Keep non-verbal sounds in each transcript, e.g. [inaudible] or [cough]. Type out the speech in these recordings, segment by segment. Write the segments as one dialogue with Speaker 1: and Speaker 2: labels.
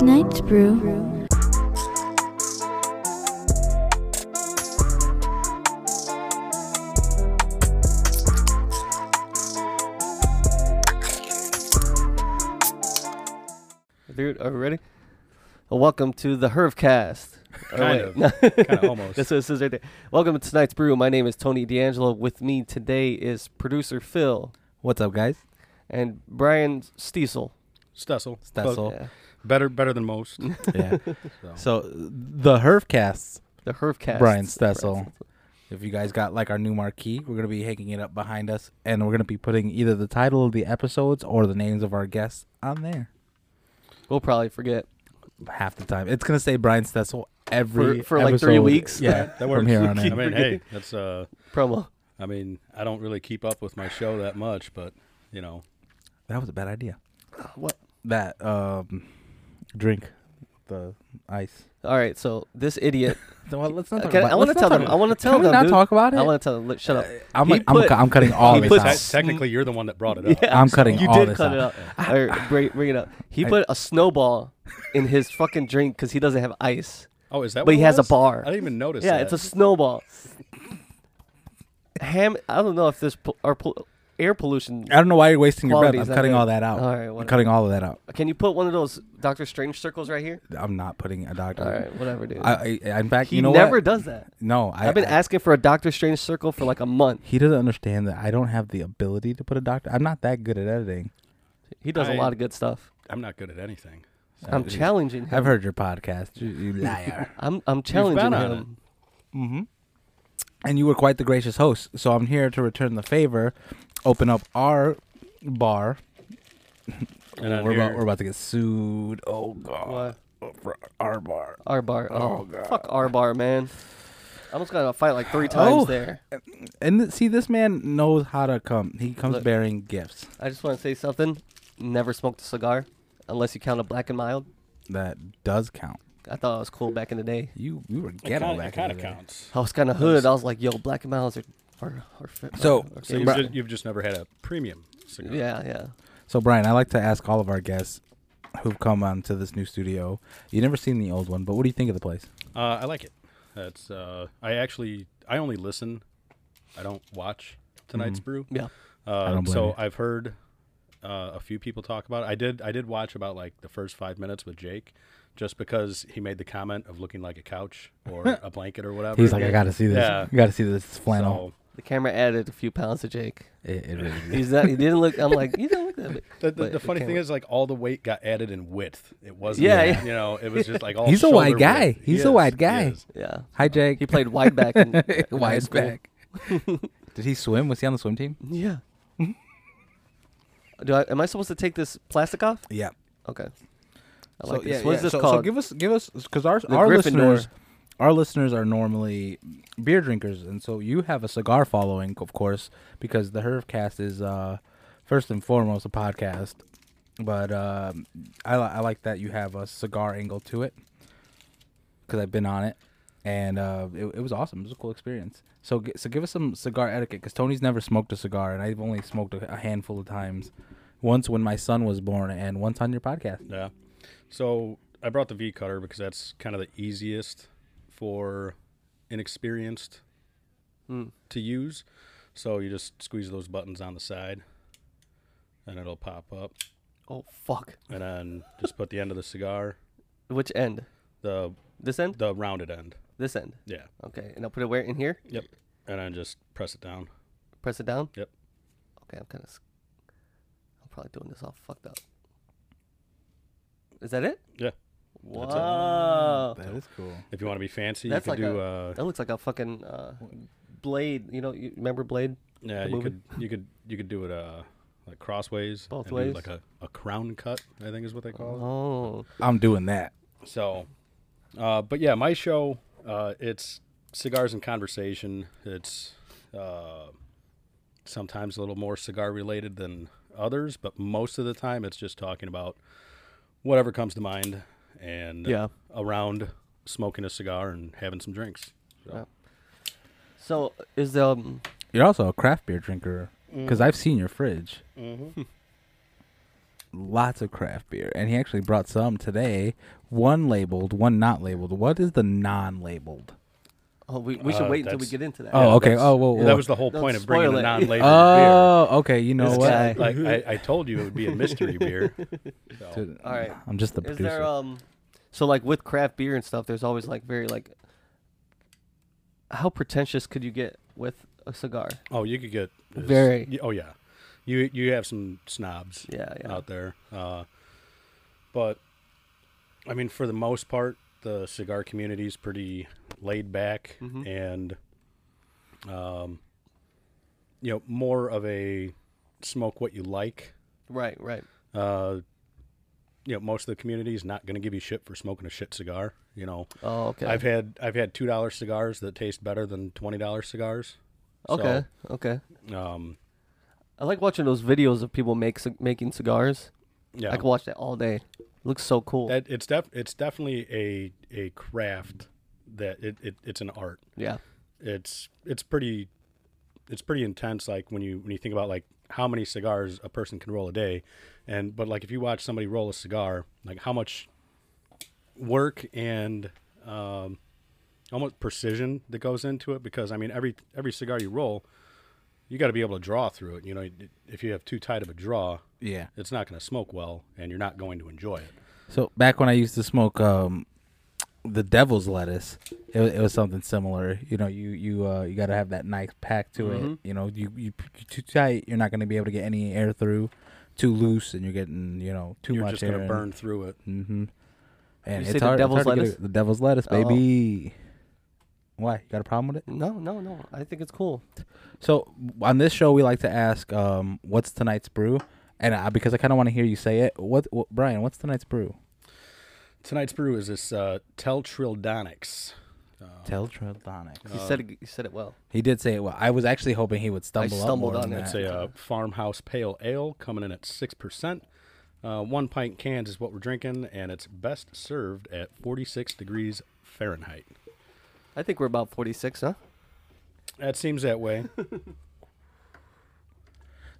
Speaker 1: Night's Brew.
Speaker 2: Dude, are we ready? Well, welcome to the Hervcast. Oh,
Speaker 3: Kind
Speaker 2: wait. [laughs]
Speaker 3: of.
Speaker 2: No.
Speaker 3: kind of almost.
Speaker 2: That's what it says right there. Welcome to tonight's brew. My name is Tony D'Angelo. With me today is producer Phil
Speaker 4: What's up, guys?
Speaker 2: and Brian Stiesel.
Speaker 3: Stessel.
Speaker 4: Stessel.
Speaker 2: Yeah.
Speaker 3: Better, better than most.
Speaker 2: [laughs]
Speaker 4: [laughs] Yeah.
Speaker 3: So.
Speaker 4: So the Herfcasts,
Speaker 2: The Hervcast.
Speaker 4: Brian Stessel. If you guys got like our new marquee, we're gonna be hanging it up behind us, and we're gonna be putting either the title of the episodes or the names of our guests on there.
Speaker 2: We'll probably forget.
Speaker 4: Half the time, it's gonna say Brian Stessel every
Speaker 2: For- for, like, three
Speaker 4: episode.
Speaker 2: weeks?
Speaker 4: Yeah,
Speaker 3: [laughs] that works.
Speaker 4: from here on
Speaker 3: I
Speaker 4: in.
Speaker 2: [laughs]
Speaker 3: mean, hey, that's uh,
Speaker 2: Promo.
Speaker 3: I mean, I don't really keep up with my show that much, but you know,
Speaker 4: That was a bad idea.
Speaker 2: Uh, What?
Speaker 4: That um, drink, the ice.
Speaker 2: All right, so this idiot.
Speaker 4: Well, let's not
Speaker 2: Uh,
Speaker 4: talk
Speaker 2: can I-
Speaker 4: about.
Speaker 2: I
Speaker 4: let's
Speaker 2: want to
Speaker 4: not
Speaker 2: tell
Speaker 4: talk
Speaker 2: them. I
Speaker 4: about-
Speaker 2: want to
Speaker 4: Can
Speaker 2: tell
Speaker 4: we
Speaker 2: them.
Speaker 4: not
Speaker 2: dude.
Speaker 4: talk about it?
Speaker 2: I want to tell them. Look, Shut
Speaker 4: [laughs]
Speaker 2: up.
Speaker 4: I'm,
Speaker 2: He
Speaker 4: like, I'm,
Speaker 2: put-
Speaker 4: cu- I'm cutting all
Speaker 2: he
Speaker 4: this
Speaker 2: puts
Speaker 4: out.
Speaker 2: sm-
Speaker 3: technically you're the one that brought it
Speaker 2: [laughs]
Speaker 3: up.
Speaker 2: Yeah,
Speaker 4: I'm cutting
Speaker 2: You
Speaker 4: all
Speaker 2: did
Speaker 4: this
Speaker 2: cut
Speaker 4: out.
Speaker 2: it out. All right, bring, bring it up. He
Speaker 4: I-
Speaker 2: put a snowball in his fucking drink because he doesn't have ice.
Speaker 3: Oh, is that?
Speaker 2: But
Speaker 3: what
Speaker 2: he
Speaker 3: it
Speaker 2: has a
Speaker 3: was?
Speaker 2: bar.
Speaker 3: I didn't even notice.
Speaker 2: Yeah,
Speaker 3: that.
Speaker 2: it's a snowball. Ham. I don't know if this pol- our pol- air pollution.
Speaker 4: I don't know why you're wasting your breath.
Speaker 2: Quality is
Speaker 4: I'm
Speaker 2: that
Speaker 4: cutting
Speaker 2: good?
Speaker 4: all that out.
Speaker 2: All right,
Speaker 4: I'm
Speaker 2: whatever.
Speaker 4: cutting all of that out.
Speaker 2: Can you put one of those Doctor Strange circles right here?
Speaker 4: I'm not putting a doctor.
Speaker 2: All right, whatever, dude.
Speaker 4: I, I, in fact,
Speaker 2: he
Speaker 4: you know
Speaker 2: never
Speaker 4: what?
Speaker 2: does that.
Speaker 4: No, I,
Speaker 2: I, have been
Speaker 4: I-
Speaker 2: asking for a Doctor Strange circle for like a month.
Speaker 4: He doesn't understand that I don't have the ability to put a doctor. I'm not that good at editing.
Speaker 2: He does a
Speaker 3: I-
Speaker 2: lot of good stuff.
Speaker 3: I'm not good at anything.
Speaker 2: I'm challenging him.
Speaker 4: I've heard your podcast.
Speaker 2: [laughs]
Speaker 4: You, you liar.
Speaker 2: I'm I'm challenging
Speaker 3: been on
Speaker 2: him.
Speaker 4: mm-hmm. And you were quite the gracious host, so I'm here to return the favor. Open up our bar.
Speaker 3: And I'm
Speaker 4: we're about
Speaker 3: here-
Speaker 4: we're about to get sued. Oh god,
Speaker 2: What?
Speaker 4: for our bar.
Speaker 2: R bar. Oh,
Speaker 4: Oh, God.
Speaker 2: fuck R bar, man. I almost got in a fight like three times
Speaker 4: Oh.
Speaker 2: there.
Speaker 4: And th- see, this man knows how to come. He comes
Speaker 2: Look.
Speaker 4: bearing gifts.
Speaker 2: I just want to say something. Never smoked a cigar, unless you count a black and mild.
Speaker 4: That does count.
Speaker 2: I thought I was cool back in the day.
Speaker 4: You you were
Speaker 3: It
Speaker 4: ghetto
Speaker 3: kind of,
Speaker 4: back
Speaker 3: it
Speaker 4: in
Speaker 3: kind of
Speaker 4: the day.
Speaker 3: counts.
Speaker 2: I was kind of hood. I was like, yo, black and milds are, are, are fit.
Speaker 4: So-
Speaker 2: are
Speaker 3: So
Speaker 2: fit.
Speaker 3: you've
Speaker 4: Bri-
Speaker 3: just, you've just never had a premium cigar.
Speaker 2: yeah, yeah.
Speaker 4: So Brian, I like to ask all of our guests who've come on to this new studio. You never seen the old one, but what do you think of the place?
Speaker 3: Uh, I like it. That's. Uh, I actually. I only listen. I don't watch tonight's brew.
Speaker 2: Yeah.
Speaker 3: Uh,
Speaker 4: don't blame
Speaker 3: so
Speaker 4: you.
Speaker 3: I've heard uh, a few people talk about it. I did. I did watch about like the first five minutes with Jake, just because he made the comment of looking like a couch
Speaker 4: [laughs]
Speaker 3: or a blanket or whatever.
Speaker 4: He's like, I gotta see this.
Speaker 3: Yeah.
Speaker 4: I gotta see this flannel.
Speaker 3: So
Speaker 2: The camera added a few pounds to
Speaker 4: [laughs]
Speaker 2: Jake.
Speaker 4: It, it really is.
Speaker 2: He's not, he didn't look. I'm like, you didn't look that big.
Speaker 3: the, the,
Speaker 2: But
Speaker 3: the funny thing
Speaker 2: camera-
Speaker 3: is, like, all the weight got added in width. It wasn't.
Speaker 2: Yeah, yeah.
Speaker 3: You know, it was just like all.
Speaker 4: [laughs] He's a wide
Speaker 3: shoulder
Speaker 4: guy.
Speaker 3: width.
Speaker 4: He's a
Speaker 3: He is,
Speaker 4: wide
Speaker 3: he
Speaker 4: guy.
Speaker 3: is.
Speaker 2: yeah,
Speaker 4: Hi Jake.
Speaker 2: he
Speaker 4: [laughs]
Speaker 2: played wide back. In, in high
Speaker 4: wide
Speaker 2: school.
Speaker 4: back. [laughs] Did he swim? Was he on the swim team?
Speaker 2: Yeah. Do I, am I supposed to take this plastic off?
Speaker 4: Yeah.
Speaker 2: Okay. I like this. What is this
Speaker 4: so,
Speaker 2: called?
Speaker 4: So give us, give us, because our
Speaker 2: The
Speaker 4: our
Speaker 2: Gryffindor.
Speaker 4: listeners, our listeners are normally beer drinkers, and so you have a cigar following, of course, because the Hervcast is uh, first and foremost a podcast. But um, I li- I like that you have a cigar angle to it, because I've been on it, and uh, it, it was awesome. It was a cool experience. So gi- so give us some cigar etiquette, because Tony's never smoked a cigar, and I've only smoked a, a handful of times. Once when my son was born, and once on your podcast.
Speaker 3: Yeah. So I brought the V cutter because that's kind of the easiest for inexperienced
Speaker 2: Mm.
Speaker 3: to use. So you just squeeze those buttons on the side and it'll pop up.
Speaker 2: oh fuck.
Speaker 3: And then just put the end of the cigar,
Speaker 2: Which end?
Speaker 3: the
Speaker 2: This end?
Speaker 3: the rounded end.
Speaker 2: This end.
Speaker 3: Yeah.
Speaker 2: Okay. And I'll put it where in here.
Speaker 3: Yep. And then just press it down.
Speaker 2: Press it down.
Speaker 3: Yep.
Speaker 2: Okay, I'm kind of. I'm probably doing this all fucked up. Is that it?
Speaker 3: Yeah. That's it.
Speaker 2: Wow.
Speaker 4: That is cool.
Speaker 3: If you want to be fancy,
Speaker 2: That's
Speaker 3: you
Speaker 2: like
Speaker 3: could do uh
Speaker 2: That looks like a fucking uh, blade. You know, you remember blade?
Speaker 3: yeah,
Speaker 2: a
Speaker 3: you
Speaker 2: movie.
Speaker 3: could you could you could do it uh like crossways.
Speaker 2: Both
Speaker 3: and do
Speaker 2: ways.
Speaker 3: Like a, a crown cut, I think is what they call it.
Speaker 2: Oh.
Speaker 4: I'm doing that.
Speaker 3: So, uh, but yeah, my show, uh, it's cigars and conversation. It's uh, sometimes a little more cigar related than others, but most of the time it's just talking about whatever comes to mind and
Speaker 2: Yeah.
Speaker 3: around smoking a cigar and having some drinks. So,
Speaker 2: Yeah. So is the um, Mm-hmm.
Speaker 4: You're also a craft beer drinker because I've seen your fridge. [laughs] lots of craft beer, and he actually brought some today. One labeled, one not labeled. What is the non-labeled?
Speaker 2: Oh, we, we should
Speaker 3: Uh,
Speaker 2: wait until we
Speaker 3: that's-
Speaker 2: get into that.
Speaker 4: Oh, okay.
Speaker 3: that's-
Speaker 4: Oh, whoa, whoa.
Speaker 3: That was the whole
Speaker 2: Don't
Speaker 3: point of bringing
Speaker 2: spoil
Speaker 3: the
Speaker 2: it.
Speaker 3: non-labeled
Speaker 4: [laughs] Oh, okay. You know
Speaker 2: This
Speaker 4: what?
Speaker 2: guy.
Speaker 3: beer. Like I, I told you, it would be
Speaker 2: [laughs]
Speaker 3: a mystery
Speaker 4: [laughs]
Speaker 3: beer. So,
Speaker 4: Dude,
Speaker 2: All right.
Speaker 4: I'm just the
Speaker 2: Is
Speaker 4: producer.
Speaker 2: there um, so like with craft beer and stuff, there's always like very like, how pretentious could you get with a cigar?
Speaker 3: oh, you could get this-
Speaker 2: Very.
Speaker 3: y- Oh yeah, you you have some snobs
Speaker 2: Yeah, yeah.
Speaker 3: out there, uh, but I mean, for the most part, the cigar community is pretty laid back
Speaker 2: Mhm.
Speaker 3: and, um, you know, more of a smoke what you like
Speaker 2: Right, right.
Speaker 3: uh, you know, most of the community is not going to give you shit for smoking a shit cigar. You know,
Speaker 2: Oh, okay.
Speaker 3: I've had I've had two dollar cigars that taste better than twenty dollar cigars.
Speaker 2: okay, okay.
Speaker 3: So, um,
Speaker 2: I like watching those videos of people make cig- making cigars.
Speaker 3: yeah,
Speaker 2: I could watch that all day. Looks so cool.
Speaker 3: that it's def it's definitely a a craft that it, it it's an art.
Speaker 2: yeah.
Speaker 3: It's it's pretty it's pretty intense. Like when you when you think about like how many cigars a person can roll a day, and but like if you watch somebody roll a cigar, like how much work and um, almost precision that goes into it because I mean every every cigar you roll, you got to be able to draw through it. You know, if you have too tight of a draw,
Speaker 4: yeah.
Speaker 3: it's not going to smoke well, and you're not going to enjoy it.
Speaker 4: So back when I used to smoke um, the devil's lettuce, it, wa- it was something similar. You know, you you uh, you got to have that nice pack to
Speaker 2: Mm-hmm.
Speaker 4: it. You know, you, you you too tight, you're not going to be able to get any air through. Too loose, and you're getting you know too
Speaker 3: you're
Speaker 4: much
Speaker 3: just
Speaker 4: air.
Speaker 3: going to burn through it.
Speaker 4: Mm-hmm. And
Speaker 2: You say
Speaker 4: it's
Speaker 2: the
Speaker 4: hard, it's
Speaker 2: devil's
Speaker 4: hard to get
Speaker 2: lettuce?
Speaker 4: it- the devil's lettuce,
Speaker 2: Oh.
Speaker 4: baby. Why you got a problem with it?
Speaker 2: No, no, no. I think it's cool.
Speaker 4: So on this show, we like to ask, um, "What's tonight's brew?" And I, because I kind of want to hear you say it. What, what, Brian? What's tonight's brew?
Speaker 3: Tonight's brew is this uh, Teltrildonics. Uh,
Speaker 4: Teltrodonic.
Speaker 2: You said it, you said it well.
Speaker 4: He did say it well. I was actually hoping he would stumble. up
Speaker 2: stumbled
Speaker 4: more
Speaker 2: on
Speaker 4: than
Speaker 2: it.
Speaker 4: that.
Speaker 3: It's a uh, farmhouse pale ale coming in at six percent. Uh, one pint cans is what we're drinking, and it's best served at 46 degrees Fahrenheit.
Speaker 2: I think we're about 46, huh?
Speaker 3: That seems that way.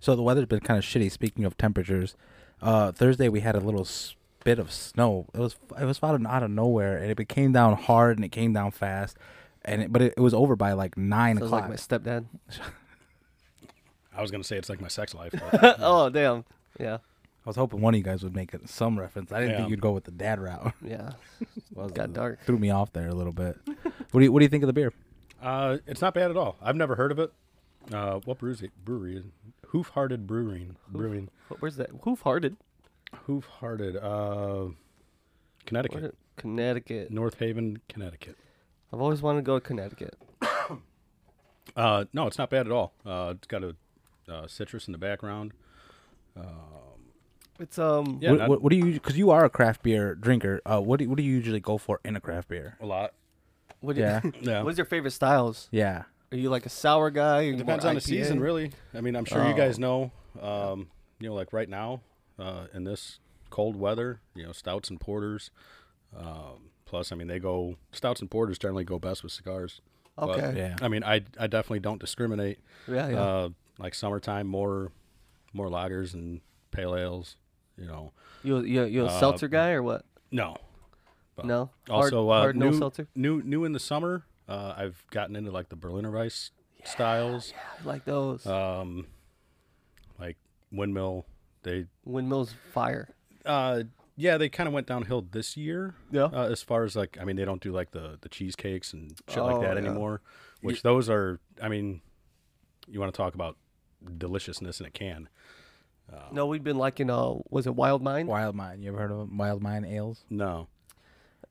Speaker 4: So the weather's been kind of shitty. Speaking of temperatures, uh, Thursday we had a little s- bit of snow. It was it was out of, out of nowhere, and it came down hard and it came down fast, and it, but it, it was over by like nine
Speaker 2: Sounds
Speaker 4: o'clock.
Speaker 2: like my stepdad. [laughs]
Speaker 3: I was gonna say it's like my sex life.
Speaker 2: [laughs]
Speaker 3: but-
Speaker 2: oh, damn. Yeah,
Speaker 4: I was hoping one of you guys would make it some reference. I didn't think
Speaker 3: Yeah.
Speaker 4: you'd go with the dad route. [laughs]
Speaker 3: [laughs]
Speaker 2: yeah.
Speaker 4: Was-
Speaker 2: Got dark.
Speaker 4: Threw me off there a little bit. what do you What do you think of the beer?
Speaker 3: uh, it's not bad at all. I've never heard of it. Uh, what brews it? brewery? is- Hoof-hearted brewing. Brewing.
Speaker 2: What, where's that? Hoof hearted.
Speaker 3: Hoof-hearted. Uh, Connecticut.
Speaker 2: Connecticut.
Speaker 3: North Haven, Connecticut.
Speaker 2: I've always wanted to go to Connecticut.
Speaker 3: Uh, no, it's not bad at all. Uh, it's got a uh, citrus in the background.
Speaker 2: It's um
Speaker 3: Yeah,
Speaker 4: what,
Speaker 3: not-
Speaker 4: what, what do you? Because you are a craft beer drinker. Uh, what do, What do you usually go for in a craft beer?
Speaker 3: A lot.
Speaker 2: what do you- [laughs]
Speaker 4: Yeah.
Speaker 3: Yeah.
Speaker 2: What's your favorite styles?
Speaker 4: Yeah.
Speaker 2: Are you like a sour guy? It
Speaker 3: Depends on the season, really. I Oh. mean, I'm sure you guys know. Um, you know, like right now, uh, in this cold weather, you know, stouts and porters. Um, plus, I mean, they go stouts and porters generally go best with cigars. But,
Speaker 2: Okay.
Speaker 4: Yeah.
Speaker 3: I mean, I I definitely don't discriminate.
Speaker 2: Yeah, yeah.
Speaker 3: Uh, like summertime, more more lagers and pale ales. You know,
Speaker 2: you you you a
Speaker 3: uh,
Speaker 2: seltzer guy or what?
Speaker 3: no. But
Speaker 2: No. Hard-
Speaker 3: Also, uh,
Speaker 2: hard
Speaker 3: new,
Speaker 2: no seltzer.
Speaker 3: new new in the summer. Uh, I've gotten into like the Berliner Weiss styles.
Speaker 2: I like those.
Speaker 3: um, like windmill. They,
Speaker 2: Windmills fire.
Speaker 3: uh, yeah, they kind of went downhill this year.
Speaker 2: Yeah.
Speaker 3: Uh, as far as like, I mean, they don't do like the the cheesecakes and shit
Speaker 2: Oh,
Speaker 3: like that
Speaker 2: yeah.
Speaker 3: anymore. Which those are, I mean, you want to talk about deliciousness in a can?
Speaker 2: No, we've been liking uh was it Wild Mind?
Speaker 4: Wild Mine. You ever heard of 'em? Wild Mine Ales?
Speaker 3: No.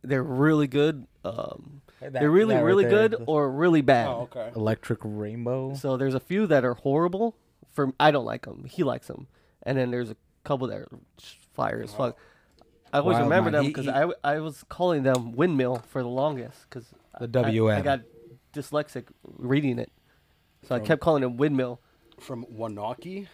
Speaker 2: They're really good. Um
Speaker 4: That-
Speaker 2: they're really
Speaker 4: that right
Speaker 2: really
Speaker 4: there,
Speaker 2: good
Speaker 4: the-
Speaker 2: or really bad.
Speaker 3: Oh, okay.
Speaker 4: Electric Rainbow.
Speaker 2: So there's a few that are horrible. For I don't like them. He likes them. And then there's a couple that are sh- fire as fuck. I always
Speaker 4: Wild
Speaker 2: remember
Speaker 4: Mind.
Speaker 2: them
Speaker 4: He-
Speaker 2: because
Speaker 4: he-
Speaker 2: I, I was calling them windmill for the longest because
Speaker 4: The WM.
Speaker 2: I, got dyslexic reading it, so I kept calling them windmill.
Speaker 3: From Wanaki,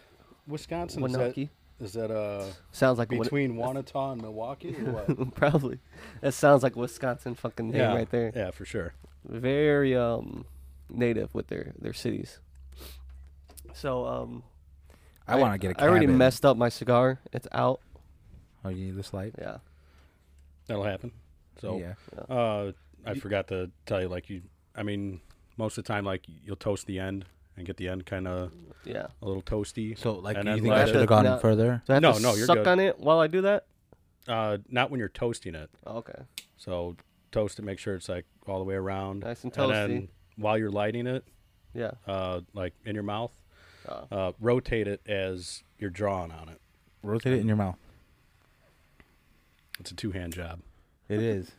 Speaker 3: Wisconsin.
Speaker 2: Wanaki
Speaker 3: Is that, is that uh
Speaker 2: sounds like a win-
Speaker 3: between Wanata and Milwaukee? Or
Speaker 2: [laughs]
Speaker 3: what?
Speaker 2: probably that sounds like a Wisconsin fucking name right there.
Speaker 3: Yeah, for sure.
Speaker 2: Very um native with their their cities. So um
Speaker 4: I want to get a
Speaker 2: I already
Speaker 4: cabin.
Speaker 2: messed up my cigar. It's out.
Speaker 4: Oh, you need the light?
Speaker 2: Yeah.
Speaker 3: That'll happen. So
Speaker 4: yeah.
Speaker 3: Uh, I forgot to tell you, like you, I mean, most of the time, like you'll toast the end and get the end kind of
Speaker 2: Yeah.
Speaker 3: a little toasty.
Speaker 4: So like,
Speaker 3: And
Speaker 4: you
Speaker 3: then
Speaker 4: think
Speaker 3: let
Speaker 4: I
Speaker 3: it-
Speaker 4: should have gone
Speaker 2: No.
Speaker 4: further?
Speaker 2: Do I have
Speaker 3: No,
Speaker 2: to
Speaker 3: no, you're
Speaker 2: suck
Speaker 3: good.
Speaker 2: on it while I do that?
Speaker 3: Uh, not when you're toasting it.
Speaker 2: Oh, okay.
Speaker 3: So toast it, make sure it's like all the way around.
Speaker 2: Nice and
Speaker 3: And
Speaker 2: toasty.
Speaker 3: then while you're lighting it,
Speaker 2: Yeah.
Speaker 3: uh, like in your mouth,
Speaker 2: Oh.
Speaker 3: uh, rotate it as you're drawing on it.
Speaker 4: Rotate it in your mouth.
Speaker 3: It's a two hand job.
Speaker 4: It
Speaker 2: [laughs]
Speaker 4: is.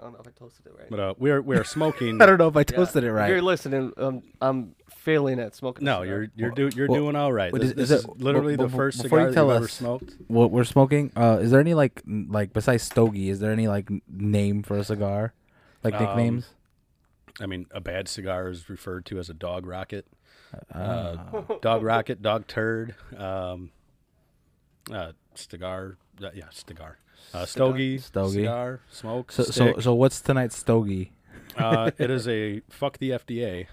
Speaker 2: I don't know if I toasted it right.
Speaker 3: But uh, we are
Speaker 4: [laughs]
Speaker 3: we are smoking.
Speaker 4: I don't know if I
Speaker 2: Yeah.
Speaker 4: toasted it
Speaker 2: If you're
Speaker 4: right.
Speaker 2: listening. Um, I'm failing at smoking. a
Speaker 3: no,
Speaker 2: cigar.
Speaker 3: you're you're
Speaker 4: Well,
Speaker 3: do, you're
Speaker 4: well,
Speaker 3: doing all right.
Speaker 4: what
Speaker 3: This,
Speaker 4: is- is
Speaker 3: this
Speaker 4: it-
Speaker 3: is literally
Speaker 4: well,
Speaker 3: the
Speaker 4: well,
Speaker 3: first
Speaker 4: before you
Speaker 3: cigar that
Speaker 4: tell
Speaker 3: you've ever
Speaker 4: us-
Speaker 3: smoked.
Speaker 4: What we're smoking? Uh, is there any like n- like besides Stogie? Is there any like n- name for a cigar? Like
Speaker 3: Um,
Speaker 4: nicknames?
Speaker 3: I mean, a bad cigar is referred to as a dog rocket. Uh, dog rocket, dog turd, um, uh, cigar, uh, yeah, cigar, uh, stogie,
Speaker 4: Stogie.
Speaker 3: cigar, smoke.
Speaker 4: So so
Speaker 3: stick.
Speaker 4: so what's tonight's Stogie? [laughs]
Speaker 3: uh, it is a fuck the FDA.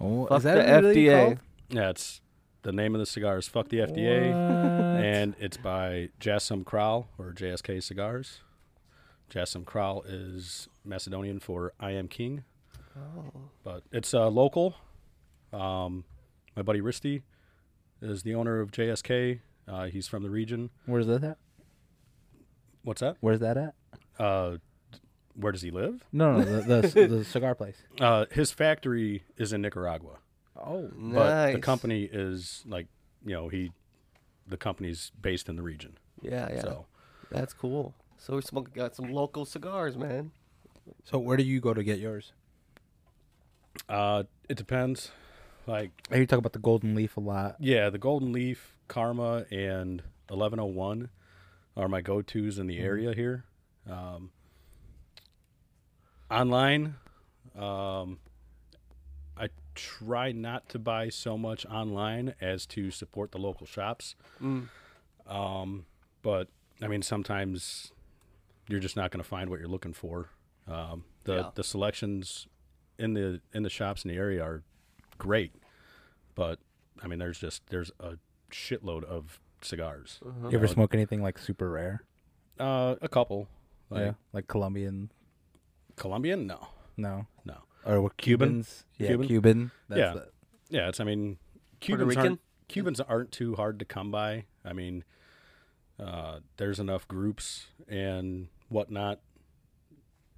Speaker 4: Oh,
Speaker 2: Fuck
Speaker 4: is that
Speaker 2: the
Speaker 4: really
Speaker 2: FDA.
Speaker 4: called?
Speaker 3: Yeah, it's the name of the cigar is fuck the FDA,
Speaker 4: [laughs]
Speaker 3: and it's by Jassim Kral or JSK Cigars. Jassim Kral is Macedonian for I am king.
Speaker 2: Oh,
Speaker 3: but it's uh, local. Um, my buddy Risty is the owner of JSK. Uh, he's from the region.
Speaker 4: Where's that at?
Speaker 3: What's that?
Speaker 4: Where's that at?
Speaker 3: Uh, where does he live?
Speaker 4: No, no, the the, the cigar place.
Speaker 3: Uh, his factory is in Nicaragua,
Speaker 4: [laughs] Oh,
Speaker 2: nice.
Speaker 3: but the company is like you know he, the company's based in the region.
Speaker 2: Yeah, yeah.
Speaker 3: So
Speaker 2: That's cool. So we smoke got some local cigars, man.
Speaker 4: so where do you go to get yours?
Speaker 3: uh, it depends. Like
Speaker 4: I hear you talk about the golden leaf a lot.
Speaker 3: yeah, the Golden Leaf, Karma, and Eleven Hundred One are my go tos
Speaker 2: Mm-hmm.
Speaker 3: in the area here. Um, online, um, I try not to buy so much online as to support the local shops.
Speaker 2: Mm.
Speaker 3: Um, but I mean, sometimes you're just not going to find what you're looking for. Um, the
Speaker 2: Yeah.
Speaker 3: the selections in the in the shops in the area are great, but I mean, there's just there's a shitload of cigars.
Speaker 2: Uh-huh.
Speaker 4: You ever
Speaker 3: know,
Speaker 4: smoke anything like super rare?
Speaker 3: Uh, a couple, like
Speaker 4: yeah, like Colombian.
Speaker 3: Colombian, no,
Speaker 4: No,
Speaker 3: no,
Speaker 4: or what,
Speaker 3: Cuban?
Speaker 4: Cubans? Yeah,
Speaker 3: Cuban?
Speaker 4: Cuban.
Speaker 3: Yeah.
Speaker 4: the-
Speaker 3: yeah. It's I mean,
Speaker 2: Puerto
Speaker 3: Cubans aren't
Speaker 2: Rican?
Speaker 3: Cubans aren't too hard to come by. I mean, uh, there's enough groups and whatnot.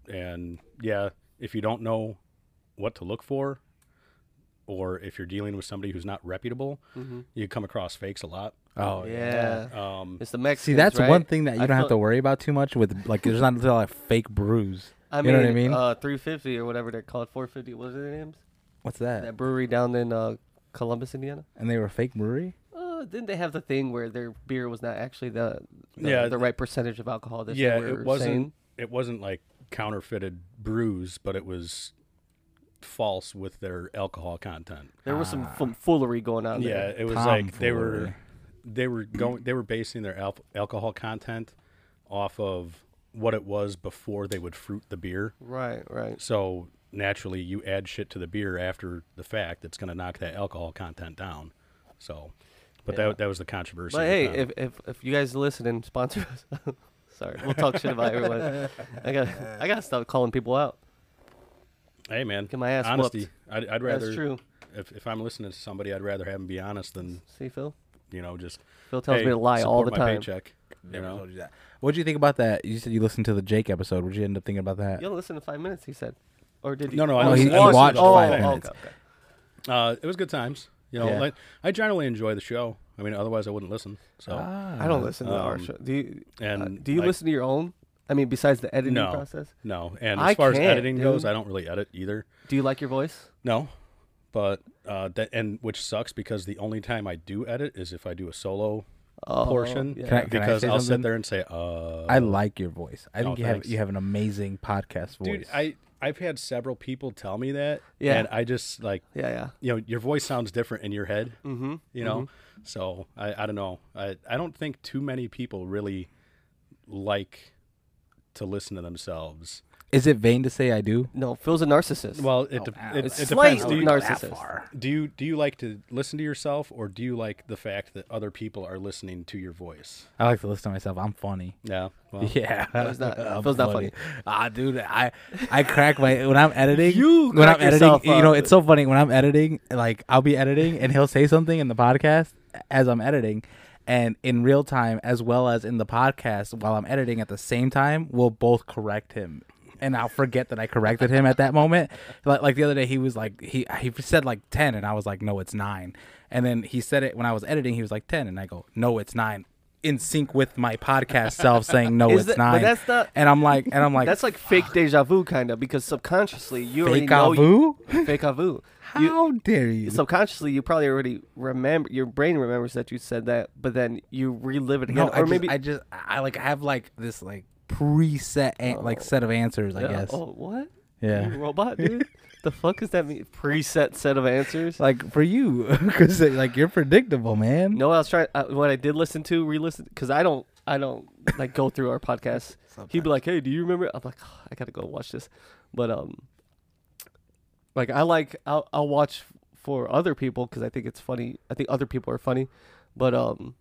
Speaker 3: And yeah, if you don't know what to look for, or if you're dealing with somebody who's not reputable,
Speaker 2: Mhm.
Speaker 3: you come across fakes a lot.
Speaker 4: Oh
Speaker 2: yeah.
Speaker 3: Um,
Speaker 2: It's the Mexicans.
Speaker 4: See, that's
Speaker 2: right?
Speaker 4: one thing that you
Speaker 2: I
Speaker 4: don't have
Speaker 2: feel-
Speaker 4: to worry about too much with like there's not a like fake brews.
Speaker 2: I mean,
Speaker 4: you know what I mean?
Speaker 2: Uh, 350 or whatever they're called, 450. What was their names?
Speaker 4: What's that?
Speaker 2: That brewery down in uh, Columbus, Indiana.
Speaker 4: and they were fake brewery?
Speaker 2: Uh, didn't they have the thing where their beer was not actually the the,
Speaker 3: Yeah,
Speaker 2: the
Speaker 3: th-
Speaker 2: right percentage of alcohol? That they
Speaker 3: yeah,
Speaker 2: were
Speaker 3: it wasn't
Speaker 2: saying?
Speaker 3: it wasn't like counterfeited brews, but it was false with their alcohol content.
Speaker 2: There was
Speaker 4: Ah.
Speaker 2: some f- foolery going on
Speaker 3: yeah,
Speaker 2: there.
Speaker 3: it was like they were they were going they were basing their al- alcohol content off of what it was before they would fruit the beer.
Speaker 2: Right, right.
Speaker 3: So naturally, you add shit to the beer after the fact that's going to knock that alcohol content down. So, but
Speaker 2: Yeah.
Speaker 3: that that was the controversy.
Speaker 2: But
Speaker 3: with
Speaker 2: hey,
Speaker 3: them.
Speaker 2: if, if if you guys listen and sponsor us, [laughs] sorry, we'll talk shit about everyone. I got I gotta stop calling people out.
Speaker 3: hey man,
Speaker 2: get my ass whooped.
Speaker 3: honesty. I'd, I'd rather
Speaker 2: That's true.
Speaker 3: if if I'm listening to somebody, I'd rather have them be honest than
Speaker 2: See, Phil.
Speaker 3: you know just
Speaker 2: Phil tells
Speaker 3: hey,
Speaker 2: me to lie all
Speaker 3: support
Speaker 2: the
Speaker 3: my
Speaker 2: time.
Speaker 3: Paycheck, you know.
Speaker 4: What do you think about that? You said you listened to the Jake episode. What did you end up thinking about that?
Speaker 2: You only listen to five minutes, he said. Or did you?
Speaker 3: No, no, I
Speaker 2: Oh,
Speaker 3: listened- I
Speaker 2: watched
Speaker 3: watched
Speaker 2: it. oh,
Speaker 3: five
Speaker 2: okay,
Speaker 4: minutes.
Speaker 2: okay.
Speaker 3: Uh, it was good times. You know,
Speaker 4: Yeah.
Speaker 3: like, I generally enjoy the show. I mean, otherwise I wouldn't listen. So
Speaker 4: Ah.
Speaker 2: I don't listen to our
Speaker 3: Um,
Speaker 2: show. Do you?
Speaker 3: and
Speaker 2: uh, do you
Speaker 3: like,
Speaker 2: listen to your own? I mean, besides the editing
Speaker 3: No.
Speaker 2: process,
Speaker 3: No, and as
Speaker 2: I
Speaker 3: far as
Speaker 2: can't,
Speaker 3: editing goes,
Speaker 2: dude.
Speaker 3: I don't really edit either.
Speaker 2: do you like your voice?
Speaker 3: No, but uh, that and which sucks because the only time I do edit is if I do a solo
Speaker 2: Oh,
Speaker 3: portion
Speaker 2: yeah.
Speaker 4: Uh, Can I-
Speaker 3: because
Speaker 4: say
Speaker 3: will
Speaker 4: something?
Speaker 3: sit there and say, "Uh,
Speaker 4: I like your voice. I think
Speaker 3: Oh,
Speaker 4: you have
Speaker 3: thanks.
Speaker 4: you have an amazing podcast voice.
Speaker 3: dude, I I've had several people tell me that,
Speaker 2: Yeah.
Speaker 3: and I just like
Speaker 2: Yeah, yeah.
Speaker 3: you know your voice sounds different in your head,
Speaker 2: Mm-hmm.
Speaker 3: you know. So I I don't know. I I don't think too many people really like to listen to themselves.
Speaker 4: Is it vain to say I do?
Speaker 2: No, Phil's a narcissist.
Speaker 3: Well, it, de-
Speaker 4: wow.
Speaker 3: it,
Speaker 2: Oh, It's
Speaker 3: it
Speaker 2: slight
Speaker 3: depends. Do you,
Speaker 2: narcissism. narcissist.
Speaker 3: do you do you like to listen to yourself, or do you like the fact that other people are listening to your voice?
Speaker 4: I like to listen to myself. I'm funny.
Speaker 3: Yeah.
Speaker 2: [laughs]
Speaker 3: Well,
Speaker 4: Yeah,
Speaker 2: was not-
Speaker 4: I'm
Speaker 2: Phil's not funny.
Speaker 4: Ah, dude, I I crack my when I'm editing.
Speaker 2: You
Speaker 4: when
Speaker 2: crack
Speaker 4: I'm editing,
Speaker 2: yourself
Speaker 4: you know,
Speaker 2: up.
Speaker 4: it's so funny when I'm editing. Like I'll be editing, and he'll say something in the podcast as I'm editing, and in real time as well as in the podcast while I'm editing at the same time, we'll both correct him. And I'll forget that I corrected him at that moment. [laughs] Like, like the other day, he was like, he he said like ten, and I was like, no, it's nine. And then he said it when I was editing. He was like ten, and I go, no, it's nine. In sync with my podcast self saying no,
Speaker 2: Is
Speaker 4: it's
Speaker 2: that- but
Speaker 4: nine.
Speaker 2: that's not-
Speaker 4: And I'm like, and I'm like,
Speaker 2: That's like fake deja vu, kind of, because subconsciously you already
Speaker 4: fake
Speaker 2: know
Speaker 4: vu.
Speaker 2: You, [laughs] fake vu.
Speaker 4: How
Speaker 2: You,
Speaker 4: dare you?
Speaker 2: subconsciously, you probably already remember. Your brain remembers that you said that, but then you relive it again,
Speaker 4: no,
Speaker 2: or
Speaker 4: I just,
Speaker 2: maybe
Speaker 4: I just, I like have like this like preset an- like set of answers. I
Speaker 2: Yeah,
Speaker 4: guess.
Speaker 2: Oh, what?
Speaker 4: Yeah.
Speaker 2: You robot, dude. the fuck does that mean? Preset set of answers.
Speaker 4: [laughs] Like for you, [laughs] because like you're predictable, man.
Speaker 2: No, I was trying. Uh, what I did listen to, re-listen, because I don't, I don't like go through our podcasts. He'd be like, "Hey, do you remember?" I'm like, "Ah, "I gotta go watch this," but um, like I like I'll, I'll watch for other people because I think it's funny. I think other people are funny, but um,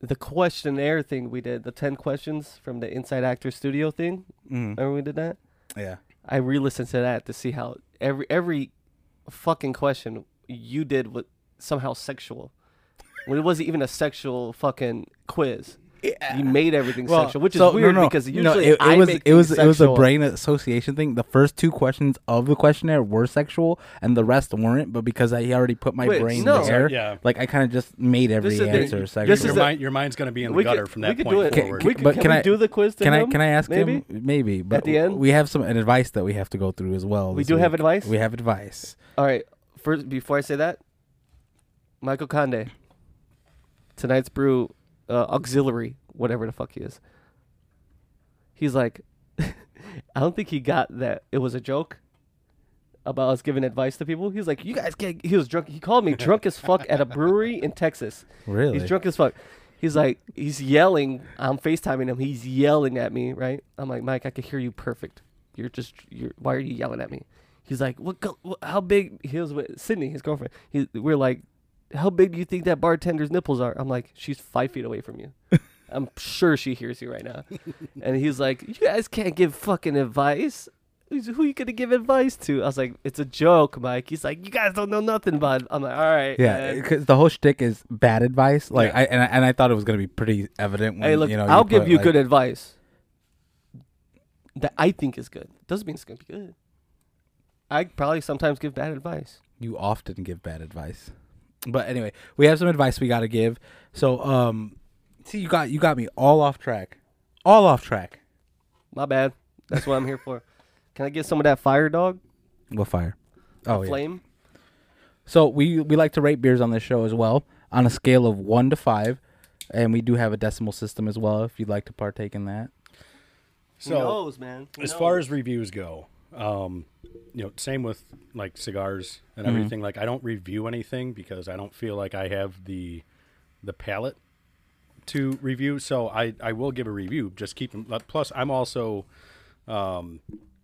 Speaker 2: the questionnaire thing we did, the ten questions from the Inside Actor Studio thing.
Speaker 4: Mm.
Speaker 2: Remember we did that?
Speaker 4: Yeah.
Speaker 2: I re-listened to that to see how every every fucking question you did was somehow sexual. When it wasn't even a sexual fucking quiz, you made everything
Speaker 4: Well,
Speaker 2: sexual, which
Speaker 4: so-
Speaker 2: is
Speaker 4: no,
Speaker 2: weird
Speaker 4: no,
Speaker 2: because
Speaker 4: no,
Speaker 2: usually
Speaker 4: it, it
Speaker 2: I
Speaker 4: was
Speaker 2: make
Speaker 4: it was
Speaker 2: things
Speaker 4: it was a
Speaker 2: sexual.
Speaker 4: brain association thing. The first two questions of the questionnaire were sexual, and the rest weren't. But because I already put my
Speaker 2: Wait,
Speaker 4: brain
Speaker 2: no.
Speaker 4: there,
Speaker 3: Yeah.
Speaker 4: like I kind of just made every
Speaker 2: is the-
Speaker 4: answer
Speaker 2: this
Speaker 4: sexual.
Speaker 2: is
Speaker 3: your,
Speaker 2: the-
Speaker 3: mind, your mind's going to be in the
Speaker 2: We
Speaker 3: gutter
Speaker 2: could-
Speaker 3: from
Speaker 2: we
Speaker 3: that
Speaker 2: could
Speaker 3: point
Speaker 2: do it.
Speaker 4: Can-
Speaker 3: forward.
Speaker 2: We could-
Speaker 4: but
Speaker 2: can,
Speaker 4: can
Speaker 2: we
Speaker 4: I-
Speaker 2: do the quiz to
Speaker 4: can
Speaker 2: him?
Speaker 4: I can I ask
Speaker 2: maybe?
Speaker 4: him maybe? But
Speaker 2: the end?
Speaker 4: we have some an advice that we have to go through as well.
Speaker 2: We
Speaker 4: this
Speaker 2: do have
Speaker 4: week.
Speaker 2: advice?
Speaker 4: We have advice.
Speaker 2: All right. First, before I say that, Michael Conde, tonight's brew uh, auxiliary, whatever the fuck he is. He's like, [laughs] I don't think he got that it was a joke about us giving advice to people. He's like, you guys can't. He was drunk. He called me drunk as fuck at a brewery in Texas.
Speaker 4: Really?
Speaker 2: He's drunk as fuck. He's like, he's yelling. I'm FaceTiming him. He's yelling at me, right? I'm like, Mike, I can hear you perfect. You're just, you're, why are you yelling at me? He's like, what, co- wh- how big, he was with Sydney, his girlfriend. He, we're like, how big do you think that bartender's nipples are? I'm like, she's five feet away from
Speaker 4: [laughs]
Speaker 2: you. I'm sure she hears you right now. and he's like, you guys can't give fucking advice. He's, Who you gonna give advice to? I was like, it's a joke, Mike. He's like, you guys don't know nothing, bud. I'm like, all right.
Speaker 4: Yeah,
Speaker 2: man."
Speaker 4: because the whole shtick is bad advice. Like
Speaker 3: Yeah.
Speaker 4: I and I, and I thought it was gonna be pretty evident. When,
Speaker 2: Hey, look,
Speaker 4: you know,
Speaker 2: I'll give
Speaker 4: put,
Speaker 2: you
Speaker 4: like-
Speaker 2: good advice that I think is good. Doesn't mean it's gonna be good. I probably sometimes give bad advice.
Speaker 4: you often give bad advice. But anyway, we have some advice we got to give. So, um, see, you got you got me all off track, all off track.
Speaker 2: My bad. That's what I'm here for. [laughs] Can I get some of that fire dog
Speaker 4: What fire? Oh yeah.
Speaker 2: flame?
Speaker 4: So we we like to rate beers on this show as well on a scale of one to five, and we do have a decimal system as well if you'd like to partake in that.
Speaker 2: Who knows, man? Who
Speaker 3: as far
Speaker 2: knows?
Speaker 3: as reviews go um you know same with like cigars and everything like i don't review anything because i don't feel like i have the the palate to review so i i will give a review just keep in- but plus i'm also um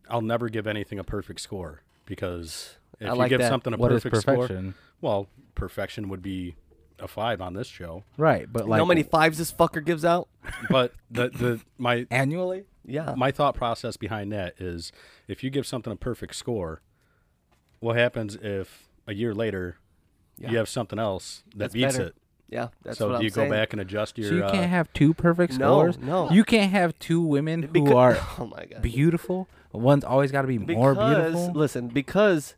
Speaker 3: i'll never give anything a perfect score because if
Speaker 2: I
Speaker 3: you
Speaker 2: like
Speaker 3: give
Speaker 2: that.
Speaker 3: something a
Speaker 4: What is
Speaker 3: perfect score
Speaker 4: perfection?
Speaker 3: well perfection would be a five on this show
Speaker 4: Right, but
Speaker 2: you know
Speaker 4: like
Speaker 2: how many fives this fucker gives out?
Speaker 3: but the the my
Speaker 4: annually?
Speaker 2: Yeah.
Speaker 3: my thought process behind that is if you give something a perfect score, what happens if a year later
Speaker 2: Yeah.
Speaker 3: you have something else that
Speaker 2: That's
Speaker 3: beats
Speaker 2: better.
Speaker 3: it?
Speaker 2: yeah. That's
Speaker 3: so
Speaker 2: what
Speaker 3: do
Speaker 2: I'm
Speaker 3: you
Speaker 2: saying.
Speaker 3: go back and adjust your
Speaker 4: so you
Speaker 3: uh,
Speaker 4: can't have two perfect
Speaker 2: No,
Speaker 4: scores.
Speaker 2: no.
Speaker 4: you can't have two women who
Speaker 2: Becau-
Speaker 4: are
Speaker 2: [laughs] Oh my god.
Speaker 4: beautiful. One's always got to be more
Speaker 2: because
Speaker 4: beautiful,
Speaker 2: listen, because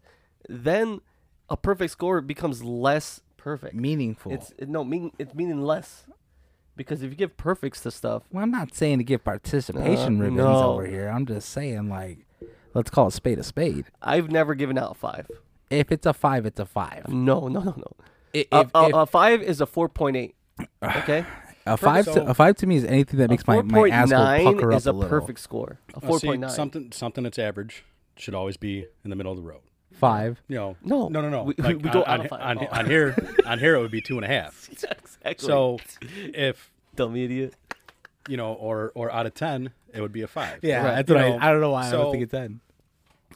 Speaker 2: then a perfect score becomes less perfect.
Speaker 4: meaningful.
Speaker 2: It's it- no mean. It's meaningless because if you give perfects to stuff,
Speaker 4: Well, I'm not saying to give participation
Speaker 2: Uh,
Speaker 4: ribbons
Speaker 2: no.
Speaker 4: over here. I'm just saying, like, let's call it spade a spade.
Speaker 2: I've never given out a five.
Speaker 4: If it's a five, it's a five.
Speaker 2: No, no, no, no.
Speaker 4: If,
Speaker 2: A-
Speaker 4: if-
Speaker 2: a,
Speaker 4: if-
Speaker 2: a five is a four point
Speaker 4: [sighs]
Speaker 2: eight. Okay,
Speaker 4: a five, to,
Speaker 3: so-
Speaker 4: a five to me is anything that
Speaker 2: a
Speaker 4: makes my,
Speaker 2: four
Speaker 4: my
Speaker 2: point
Speaker 4: asshole
Speaker 2: nine
Speaker 4: pucker up
Speaker 2: is
Speaker 4: a
Speaker 2: a
Speaker 4: little.
Speaker 2: perfect score. A
Speaker 3: uh,
Speaker 2: four
Speaker 3: see,
Speaker 2: point nine.
Speaker 3: something something that's average should always be in the middle of the road.
Speaker 4: five.
Speaker 3: You know,
Speaker 2: No.
Speaker 3: no, no, no.
Speaker 2: We- we-
Speaker 3: Like,
Speaker 2: we go
Speaker 3: on,
Speaker 2: out of
Speaker 3: on,
Speaker 2: five
Speaker 3: on,
Speaker 2: ball.
Speaker 3: on here, on here it would be two and a
Speaker 2: [laughs]
Speaker 3: half.
Speaker 2: [laughs] exactly.
Speaker 3: So if
Speaker 2: dumb idiot.
Speaker 3: you know, or or out of ten, it would be a five.
Speaker 4: Yeah,
Speaker 2: Right.
Speaker 4: that's what
Speaker 3: You know,
Speaker 4: I. I don't know why I
Speaker 3: so-
Speaker 4: don't think it's ten.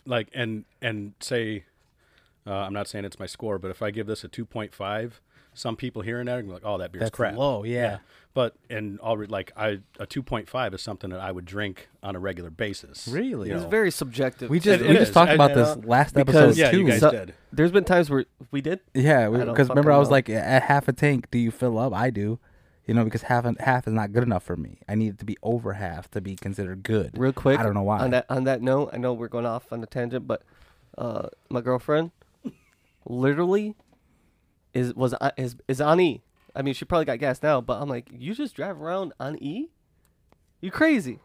Speaker 3: Like and and say, uh, I'm not saying it's my score, but if I give this a 2.5, some people hearing that are gonna be like, "Oh, that beer's
Speaker 4: That's
Speaker 3: crap."
Speaker 4: low. Yeah.
Speaker 3: But and all re- like I a 2.5 is something that I would drink on a regular basis.
Speaker 4: Really?
Speaker 3: You
Speaker 2: It's
Speaker 3: know?
Speaker 2: very subjective.
Speaker 4: We just
Speaker 3: It
Speaker 4: we
Speaker 3: is.
Speaker 4: just talked
Speaker 3: And,
Speaker 4: about
Speaker 3: uh,
Speaker 4: this last
Speaker 2: because-
Speaker 4: episode
Speaker 3: yeah,
Speaker 4: too.
Speaker 3: you guys
Speaker 2: So-
Speaker 3: did.
Speaker 2: there's been times where we did.
Speaker 4: Yeah,
Speaker 2: I don't
Speaker 4: because remember
Speaker 2: fucking
Speaker 4: I was
Speaker 2: know.
Speaker 4: like at half a tank. Do you fill up? I do. You know, because half and half is not good enough for me. I need it to be over half to be considered good.
Speaker 2: Real quick.
Speaker 4: I don't know why.
Speaker 2: On that on that note, I know we're going off on a tangent, but uh, my girlfriend literally is was on- is is on E. I mean, she probably got gas now, but I'm like, you just drive around on E? You crazy,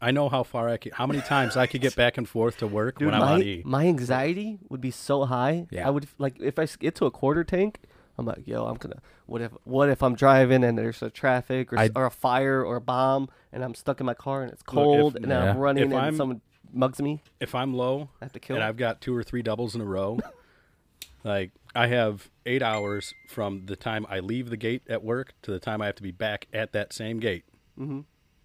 Speaker 3: I know how far I could, how many times I could get back and forth to work
Speaker 2: dude?
Speaker 3: when I'm
Speaker 2: my
Speaker 3: on E.
Speaker 2: my anxiety would be so high.
Speaker 4: Yeah.
Speaker 2: I would like if I s- get to a quarter tank. I'm like, yo, I'm gonna. What if? What if I'm driving and there's a traffic or, s-
Speaker 4: I-
Speaker 2: or a fire or a bomb and I'm stuck in my car and it's
Speaker 3: if-
Speaker 2: cold and I'm
Speaker 4: Yeah.
Speaker 2: running
Speaker 3: if
Speaker 2: and
Speaker 3: I'm-
Speaker 2: someone mugs me?
Speaker 3: If I'm low
Speaker 2: I have to kill.
Speaker 3: and I've got two or three doubles in
Speaker 2: [laughs]
Speaker 3: a row, like I have eight hours from the time I leave the gate at work to the time I have to be back at that same gate. Mm-hmm.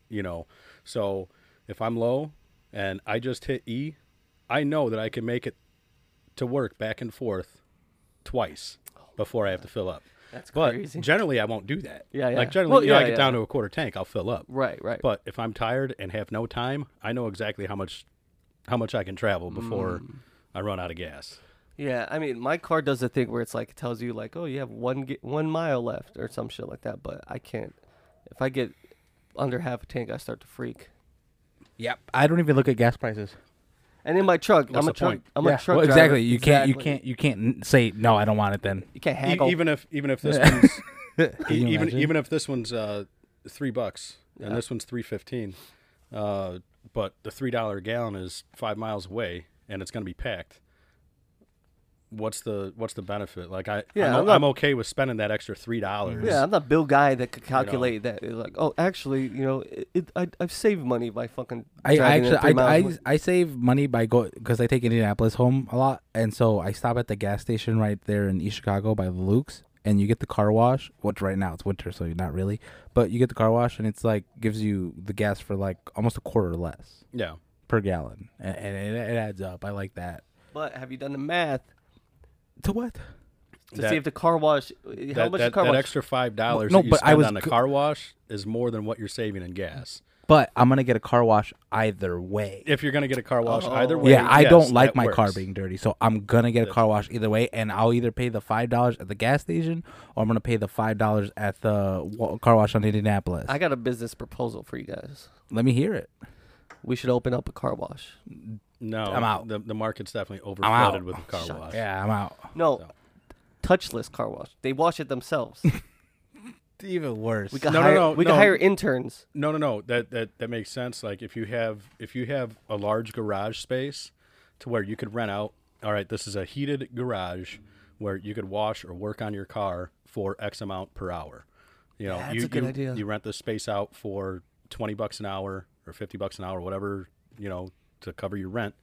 Speaker 3: You know, so if I'm low and I just hit E, I know that I can make it to work back and forth twice before I have to fill up.
Speaker 2: Oh, That's
Speaker 3: But
Speaker 2: crazy.
Speaker 3: generally, I won't do that.
Speaker 2: Yeah, yeah.
Speaker 3: Like generally,
Speaker 2: Well,
Speaker 3: you know, I
Speaker 2: yeah,
Speaker 3: get
Speaker 2: yeah.
Speaker 3: down to a quarter tank, I'll fill up.
Speaker 2: Right, right.
Speaker 3: But if I'm tired and have no time, I know exactly how much how much I can travel before
Speaker 4: Mm.
Speaker 3: I run out of gas.
Speaker 2: yeah, I mean, my car does the thing where it's like it tells you like, oh, you have one ga- one mile left or some shit like that. But I can't. If I get under half a tank, I start to freak.
Speaker 4: Yep. I don't even look at gas prices.
Speaker 2: And in my truck,
Speaker 3: What's
Speaker 2: I'm a
Speaker 3: the
Speaker 2: truck.
Speaker 3: point?
Speaker 2: I'm
Speaker 4: yeah.
Speaker 2: a truck.
Speaker 4: well,
Speaker 2: driver.
Speaker 4: exactly. You can't. You
Speaker 2: Exactly.
Speaker 4: can't. You can't n- say no. I don't want it. Then.
Speaker 2: You can't
Speaker 3: E-
Speaker 2: haggle.
Speaker 3: even if even
Speaker 4: [laughs]
Speaker 3: if this one's
Speaker 4: Can you
Speaker 3: e- even
Speaker 4: imagine?
Speaker 3: even if this one's uh, three bucks and this one's three fifteen, uh, but the three dollar gallon is five miles away and it's going to be packed. What's the what's the benefit? Like I
Speaker 2: Yeah,
Speaker 3: I'm,
Speaker 2: I'm
Speaker 3: o-
Speaker 2: not-
Speaker 3: I'm okay with spending that extra three dollars.
Speaker 2: yeah, I'm not Bill Guy that could calculate that. It's Like, oh, actually, you know, it, it, I, I've saved money by fucking.
Speaker 4: I, I
Speaker 2: driving
Speaker 4: actually
Speaker 2: at three
Speaker 4: I,
Speaker 2: miles
Speaker 4: I,
Speaker 2: an
Speaker 4: I save money by go because I take Indianapolis home a lot, and so I stop at the gas station right there in East Chicago by the Luke's, and you get the car wash. Which right now it's winter, so you're not really, but you get the car wash, and it's like gives you the gas for like almost a quarter less
Speaker 3: yeah.
Speaker 4: per gallon, and, and it, it adds up. I like that.
Speaker 2: hour. But have you done the math
Speaker 4: To what?
Speaker 2: to
Speaker 3: That-
Speaker 2: see if the car wash? how
Speaker 3: that,
Speaker 2: much
Speaker 3: that,
Speaker 2: the car
Speaker 3: that
Speaker 2: wash?
Speaker 3: extra five dollars
Speaker 4: No,
Speaker 3: that you
Speaker 4: but I
Speaker 3: spend
Speaker 4: was
Speaker 3: on a
Speaker 4: go-
Speaker 3: car wash is more than what you're saving in gas.
Speaker 4: But I'm gonna get a car wash either way.
Speaker 3: If you're gonna get a car wash,
Speaker 2: Oh.
Speaker 3: either way,
Speaker 4: Yeah, I
Speaker 3: yes,
Speaker 4: don't like
Speaker 3: that
Speaker 4: my car
Speaker 3: works.
Speaker 4: being dirty, so I'm gonna get a car wash either way, and I'll either pay the five dollars at the gas station, or I'm gonna pay the five dollars at the wa- car wash on Indianapolis.
Speaker 2: I got a business proposal for you guys.
Speaker 4: Let me hear it.
Speaker 2: We should open up a car wash.
Speaker 3: No,
Speaker 4: I'm out.
Speaker 3: The, the market's definitely
Speaker 4: out. Oh,
Speaker 3: overflooded with the car wash.
Speaker 4: Yeah, I'm out.
Speaker 2: No,
Speaker 3: So.
Speaker 2: touchless car wash. They wash it
Speaker 4: [laughs]
Speaker 2: themselves.
Speaker 4: Even worse.
Speaker 2: We could
Speaker 3: No, no,
Speaker 2: hire,
Speaker 3: no,
Speaker 2: we could
Speaker 3: no.
Speaker 2: hire interns.
Speaker 3: No, no, no. That that that makes sense. Like if you have if you have a large garage space, to where you could rent out. All right, this is a heated garage where you could wash or work on your car for X amount per hour. You know,
Speaker 2: That's
Speaker 3: you,
Speaker 2: a good
Speaker 3: you,
Speaker 2: idea.
Speaker 3: you rent this space out for twenty bucks an hour or fifty bucks an hour, whatever you know, to cover your rent.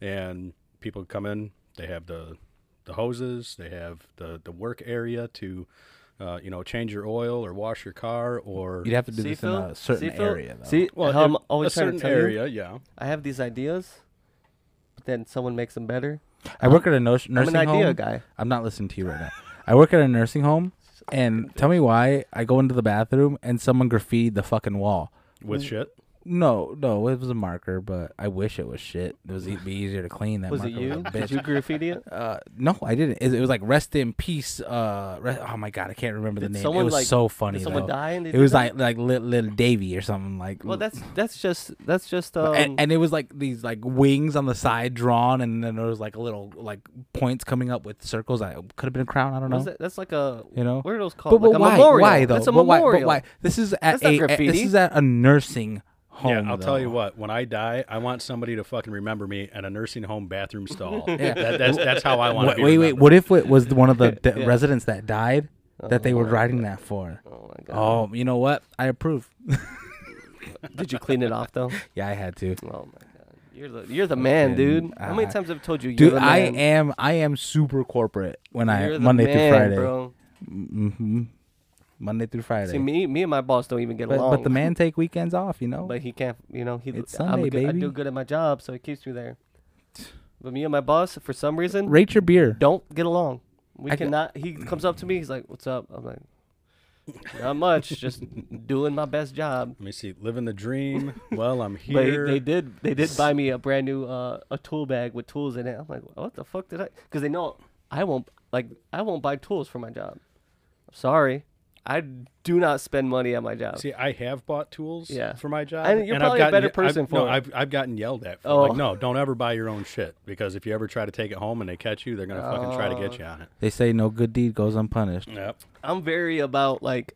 Speaker 3: And people come in. They have the the hoses. They have the the work area to. Uh, you know, change your oil or wash your car or
Speaker 4: You'd have to do
Speaker 2: See,
Speaker 4: this
Speaker 2: Phil?
Speaker 4: in a certain
Speaker 2: See, Phil?
Speaker 4: area, though.
Speaker 2: See,
Speaker 3: Well,
Speaker 2: how
Speaker 3: in
Speaker 2: I'm always
Speaker 3: a
Speaker 2: trying to
Speaker 3: certain
Speaker 2: tell you,
Speaker 3: area, yeah.
Speaker 2: I have these ideas, but then someone makes them better.
Speaker 4: I work at a nos-
Speaker 2: I'm
Speaker 4: nursing
Speaker 2: an idea
Speaker 4: home.
Speaker 2: guy.
Speaker 4: I'm not listening to you right now. I work at a nursing home, and tell me why I go into the bathroom and someone graffitied the fucking wall.
Speaker 3: With shit,
Speaker 4: No, no, it was a marker, but I wish it was shit. It was it'd be easier to clean that
Speaker 2: Was it
Speaker 4: marker. was
Speaker 2: you?
Speaker 4: a
Speaker 2: Did
Speaker 4: bitch.
Speaker 2: you graffiti
Speaker 4: [laughs]
Speaker 2: it?
Speaker 4: Uh, no, I didn't. It, it was like rest in peace. Uh, re oh my god, I can't remember the
Speaker 2: Did
Speaker 4: name.
Speaker 2: someone,
Speaker 4: it was
Speaker 2: like-
Speaker 4: so funny.
Speaker 2: Did someone
Speaker 4: though.
Speaker 2: die? And they
Speaker 4: It
Speaker 2: did
Speaker 4: was
Speaker 2: that?
Speaker 4: like like li- little Davy or something like.
Speaker 2: Well, that's that's just that's just um.
Speaker 4: But- and, and it was like these like wings on the side drawn, and then there was like a little like points coming up with circles. I could have been a crown. I don't
Speaker 2: what
Speaker 4: know.
Speaker 2: is that? That's like a
Speaker 4: You know.
Speaker 2: what are those called?
Speaker 4: But,
Speaker 2: like
Speaker 4: but why?
Speaker 2: a memorial.
Speaker 4: Why though?
Speaker 2: That's a
Speaker 4: But why- but
Speaker 2: memorial.
Speaker 4: why? This is at
Speaker 2: That's not
Speaker 4: a, a-
Speaker 2: graffiti.
Speaker 4: this is at a nursing home.
Speaker 3: yeah. I'll
Speaker 4: though.
Speaker 3: tell you what. When I die, I want somebody to fucking remember me at a nursing
Speaker 2: [laughs]
Speaker 3: home bathroom stall.
Speaker 4: Yeah.
Speaker 3: That- that's that's how I want.
Speaker 4: Wait,
Speaker 3: to
Speaker 4: wait, wait. What if it was one
Speaker 2: [laughs]
Speaker 4: of the de-
Speaker 2: Yeah.
Speaker 4: residents that died that they were
Speaker 2: Oh.
Speaker 4: writing that for?
Speaker 2: Oh my god!
Speaker 4: Oh, you know what? I approve.
Speaker 2: Did you clean it off [laughs] though?
Speaker 4: Yeah, I had to.
Speaker 2: Oh my god! You're the you're the man,
Speaker 4: Fucking-
Speaker 2: dude. How many
Speaker 4: I-
Speaker 2: times have I told you? you're
Speaker 4: Dude,
Speaker 2: the
Speaker 4: I
Speaker 2: man?
Speaker 4: am I am super corporate when I
Speaker 2: You're the
Speaker 4: Monday
Speaker 2: man,
Speaker 4: through Friday.
Speaker 2: bro.
Speaker 4: hmm Monday through Friday.
Speaker 2: See, me, me and my boss don't even get
Speaker 4: but,
Speaker 2: along.
Speaker 4: but the man take weekends off, you know.
Speaker 2: But he can't. You know, he.
Speaker 4: It's
Speaker 2: I'm
Speaker 4: Sunday,
Speaker 2: good, I do
Speaker 4: baby.
Speaker 2: good at my job, so it keeps me
Speaker 4: [sighs]
Speaker 2: there. But me and my boss, for some reason,
Speaker 4: Rate your beer.
Speaker 2: don't get along. We
Speaker 4: I g-
Speaker 2: cannot. He comes up to me. He's like, "What's up?" I'm like, "Not much.
Speaker 4: [laughs]
Speaker 2: just doing my best job."
Speaker 3: Let me see. Living the dream. Well,
Speaker 2: [laughs]
Speaker 3: I'm
Speaker 2: But he-
Speaker 3: here.
Speaker 2: they did. They did buy
Speaker 4: [laughs]
Speaker 2: me a brand new uh, a tool bag with tools in it. I'm like, "What the fuck did I?" Because they know I won't like I won't buy tools for my job. I'm sorry. I do not spend money at my job.
Speaker 3: See, I have bought tools
Speaker 2: Yeah.
Speaker 3: for my job.
Speaker 2: And you're probably a
Speaker 3: gotten
Speaker 2: better
Speaker 3: ye- I've-
Speaker 2: person
Speaker 3: no,
Speaker 2: for it.
Speaker 3: I've, I've gotten yelled at for it.
Speaker 2: Oh.
Speaker 3: like, no, don't ever buy your own shit because if you ever try to take it home and they catch you, they're gonna fucking try to
Speaker 2: Oh.
Speaker 3: get you on it.
Speaker 4: They say no good deed goes unpunished.
Speaker 3: Yep.
Speaker 2: I'm very about like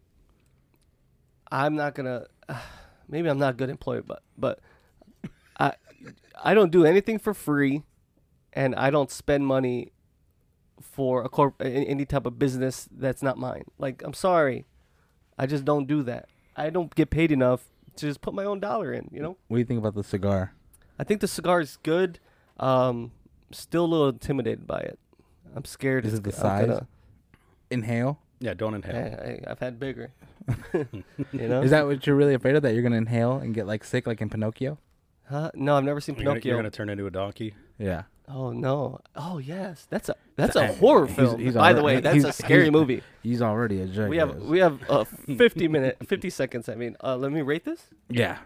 Speaker 2: I'm not gonna [sighs] maybe I'm not a good employer, but but I I don't do anything for free, and I don't spend money for a corp a- any type of business that's not mine. Like I'm sorry, I just don't do that. I don't get paid enough to just put my own dollar in. You know.
Speaker 4: What do you think about the cigar?
Speaker 2: I think the cigar is good. Um, still a little intimidated by it. I'm scared.
Speaker 4: Is
Speaker 2: it's
Speaker 4: it the
Speaker 2: go- I'm
Speaker 4: size? Inhale.
Speaker 3: Yeah. Don't inhale.
Speaker 2: I, I, I've had bigger. [laughs] you know.
Speaker 4: Is that what you're really afraid of? That you're gonna inhale and get like sick, like in Pinocchio?
Speaker 2: Huh? No, I've never seen
Speaker 3: You're, gonna,
Speaker 2: Pinocchio.
Speaker 3: you're gonna turn into a donkey.
Speaker 4: Yeah.
Speaker 2: Oh no! Oh yes, that's a that's a horror
Speaker 4: he's-
Speaker 2: film.
Speaker 4: he's
Speaker 2: By the
Speaker 4: alre-
Speaker 2: way,
Speaker 4: he-
Speaker 2: that's a
Speaker 4: he's-
Speaker 2: scary
Speaker 4: he's-
Speaker 2: movie.
Speaker 4: He's already a jerk.
Speaker 2: We have we have uh, fifty minute, fifty seconds. I mean, uh, let me rate this.
Speaker 4: yeah.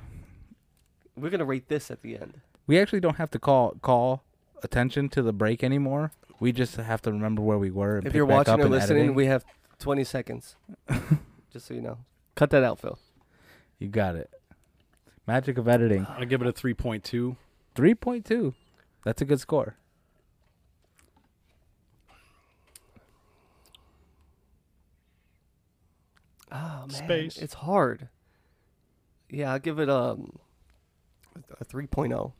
Speaker 2: We're gonna rate this at the end.
Speaker 4: We actually don't have to call call attention to the break anymore. We just have to remember where we were. And
Speaker 2: If
Speaker 4: pick
Speaker 2: you're
Speaker 4: back
Speaker 2: watching
Speaker 4: up
Speaker 2: or
Speaker 4: and
Speaker 2: listening,
Speaker 4: editing.
Speaker 2: we have twenty seconds. Just so you know, cut that out, Phil.
Speaker 4: you got it. Magic of editing.
Speaker 3: I give it a three point two.
Speaker 4: Three point two. That's a good score.
Speaker 2: Oh man,
Speaker 3: Space.
Speaker 2: it's hard. Yeah, I'll give it um, a oh. 3.0.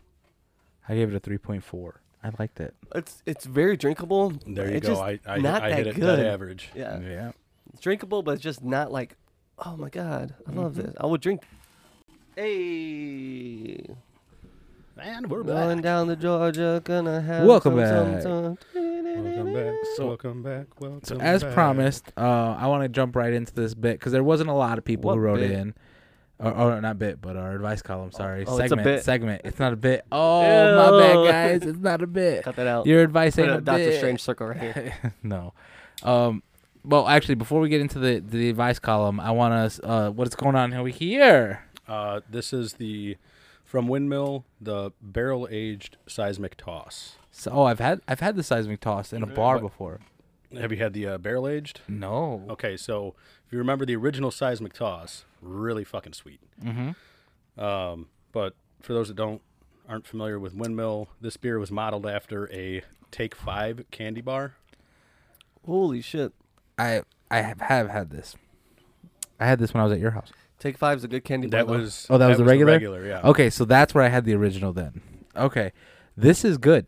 Speaker 4: I gave it a three point four. I liked it.
Speaker 2: It's it's very drinkable.
Speaker 3: There you
Speaker 2: It's
Speaker 3: go.
Speaker 2: just
Speaker 3: I I,
Speaker 2: not
Speaker 3: I
Speaker 2: that
Speaker 3: hit it
Speaker 2: good.
Speaker 3: that average.
Speaker 2: Yeah.
Speaker 4: Yeah.
Speaker 2: It's drinkable, but it's just not like, oh my god, I
Speaker 3: Mm-hmm.
Speaker 2: love this. I will drink. Hey,
Speaker 3: And we're
Speaker 2: going
Speaker 3: back.
Speaker 2: down to Georgia, gonna have
Speaker 4: Welcome
Speaker 2: some
Speaker 4: back.
Speaker 2: sometime.
Speaker 3: Welcome back.
Speaker 4: So-
Speaker 3: welcome back. Welcome
Speaker 4: So as
Speaker 3: back.
Speaker 4: promised, uh, I want to jump right into this bit because there wasn't a lot of people who
Speaker 2: What
Speaker 4: wrote
Speaker 2: bit?
Speaker 4: it in, or, or not bit, but our advice column. Sorry,
Speaker 2: oh, it's a
Speaker 4: segment,
Speaker 2: bit.
Speaker 4: segment. It's not a bit. Oh my
Speaker 2: Ew.
Speaker 4: bad, guys, it's not a bit.
Speaker 2: Cut that out.
Speaker 4: Your advice
Speaker 2: Put
Speaker 4: ain't
Speaker 2: a
Speaker 4: a
Speaker 2: Doctor
Speaker 4: bit.
Speaker 2: Strange circle right here.
Speaker 4: [laughs]
Speaker 3: [laughs]
Speaker 4: no. Um, well, actually, before we get into the the advice column, I want us uh, what's going on over here.
Speaker 3: Uh, this is the from windmill the barrel aged seismic toss.
Speaker 4: So, oh, I've had I've had the seismic toss in a bar before.
Speaker 3: Have you had the uh, barrel aged?
Speaker 4: No.
Speaker 3: Okay, so if you remember the original seismic toss, really fucking sweet. Mm-hmm. Um, but for those that don't aren't familiar with windmill, this beer was modeled after a Take Five candy bar.
Speaker 2: Holy shit!
Speaker 4: I I have, have had this. I had this when I was at your house.
Speaker 2: Take Five's a good candy.
Speaker 3: That
Speaker 2: bar, though.
Speaker 3: was
Speaker 4: Oh, that, was the regular.
Speaker 3: yeah.
Speaker 4: Okay, so that's where I had the original then. Okay, this is good.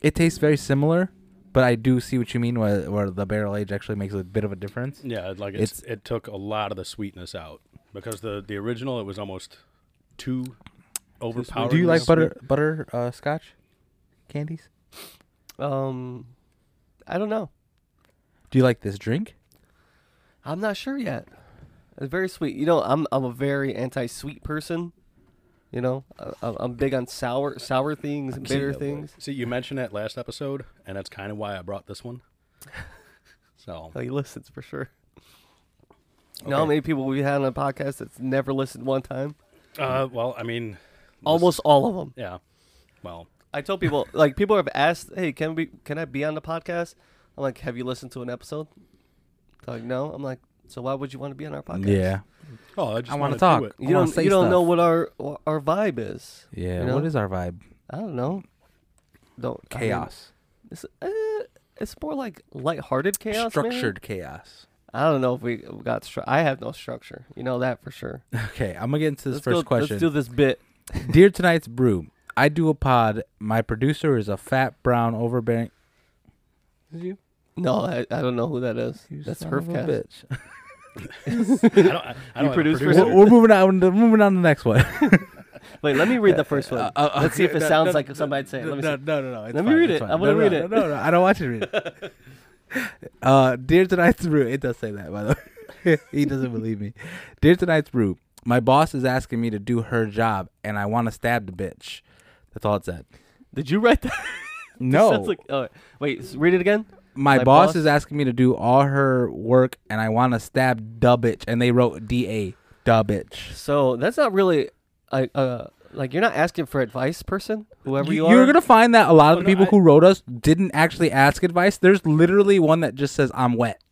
Speaker 4: It tastes very similar, but I do see what you mean. Where, where the barrel age actually makes a bit of a difference.
Speaker 3: Yeah, like it's,
Speaker 4: It's-
Speaker 3: it took a lot of the sweetness out because the the original it was almost too overpowering.
Speaker 4: do you like
Speaker 3: sweet.
Speaker 4: butter butter uh, scotch candies?
Speaker 2: um, I don't know.
Speaker 4: Do you like this drink?
Speaker 2: I'm not sure yet. It's very sweet. You know, I'm I'm a very anti-sweet person. You know, I, I'm- I'm big on sour sour things, and bitter things.
Speaker 3: See, you mentioned that last episode, and that's kind of why I brought this
Speaker 4: [laughs]
Speaker 3: one. So
Speaker 2: Oh, he listens for sure. You know how many people we had on the podcast that's never listened one time?
Speaker 3: Uh, well, I mean,
Speaker 2: Almost all of them.
Speaker 3: yeah. Well,
Speaker 2: I tell people like people have asked, "Hey, can we can I be on the podcast?" I'm like, "Have you listened to an episode?" They're like, "No." I'm like, "So why would you want to be on our podcast?"
Speaker 3: oh, I just
Speaker 4: I wanna
Speaker 3: want to
Speaker 4: talk.
Speaker 3: Do it.
Speaker 2: You
Speaker 4: I wanna
Speaker 2: don't
Speaker 4: say
Speaker 2: you don't know
Speaker 4: stuff.
Speaker 2: what our what our vibe is.
Speaker 4: Yeah.
Speaker 2: You know?
Speaker 4: What is our vibe?
Speaker 2: I don't know. Don't I mean,
Speaker 4: Chaos.
Speaker 2: It's uh, it's more like lighthearted chaos. maybe?
Speaker 4: Structured chaos.
Speaker 2: I don't know if we got. Stru- I have no structure. You know that for sure.
Speaker 4: Okay, I'm gonna get into this
Speaker 2: let's
Speaker 4: first
Speaker 2: go,
Speaker 4: question.
Speaker 2: Let's do this bit.
Speaker 4: Dear tonight's brew, I do a pod. My producer is a fat, brown, overbearing. Is you?
Speaker 2: No, I, I don't know who that is.
Speaker 4: You
Speaker 2: That's
Speaker 4: son of a
Speaker 2: Herfcast.
Speaker 4: bitch.
Speaker 3: I don't,
Speaker 4: [laughs]
Speaker 3: I, I
Speaker 2: You
Speaker 3: don't
Speaker 2: produce
Speaker 3: produce
Speaker 2: for
Speaker 4: we're,
Speaker 2: Producer. [laughs]
Speaker 4: we're moving on. We're moving on to the next one.
Speaker 2: Wait, let me read the first one.
Speaker 4: Uh, uh,
Speaker 2: Let's see if it
Speaker 4: [laughs] no,
Speaker 2: sounds
Speaker 4: no,
Speaker 2: like
Speaker 4: no,
Speaker 2: somebody'd say. it.
Speaker 4: No,
Speaker 2: Let me
Speaker 4: no,
Speaker 2: see.
Speaker 4: no, no, no. It's
Speaker 2: Let me
Speaker 4: fine,
Speaker 2: read
Speaker 4: it's
Speaker 2: it.
Speaker 4: fine.
Speaker 2: I wanna
Speaker 4: No, no,
Speaker 2: read
Speaker 4: no,
Speaker 2: it. [laughs]
Speaker 4: No, no, I don't want you to read it. uh, dear tonight's brew, it does say that by the way. [laughs] he doesn't believe me. Dear tonight's brew, my boss is asking me to do her job, and I want to stab the bitch. That's all it said.
Speaker 2: Did you write that? [laughs]
Speaker 4: No,
Speaker 2: Sounds like, oh, wait, s- read it again.
Speaker 4: my,
Speaker 2: my
Speaker 4: boss,
Speaker 2: boss-
Speaker 4: is asking me to do all her work, and I want to stab the bitch. And they wrote D A the bitch.
Speaker 2: So that's not really, uh, uh, like you're not asking for advice, person. Whoever you,
Speaker 4: You,
Speaker 2: are.
Speaker 4: are gonna find that a lot of
Speaker 3: Oh,
Speaker 4: the
Speaker 3: no,
Speaker 4: people
Speaker 3: I-
Speaker 4: who wrote us didn't actually ask advice. There's literally one that just says I'm wet.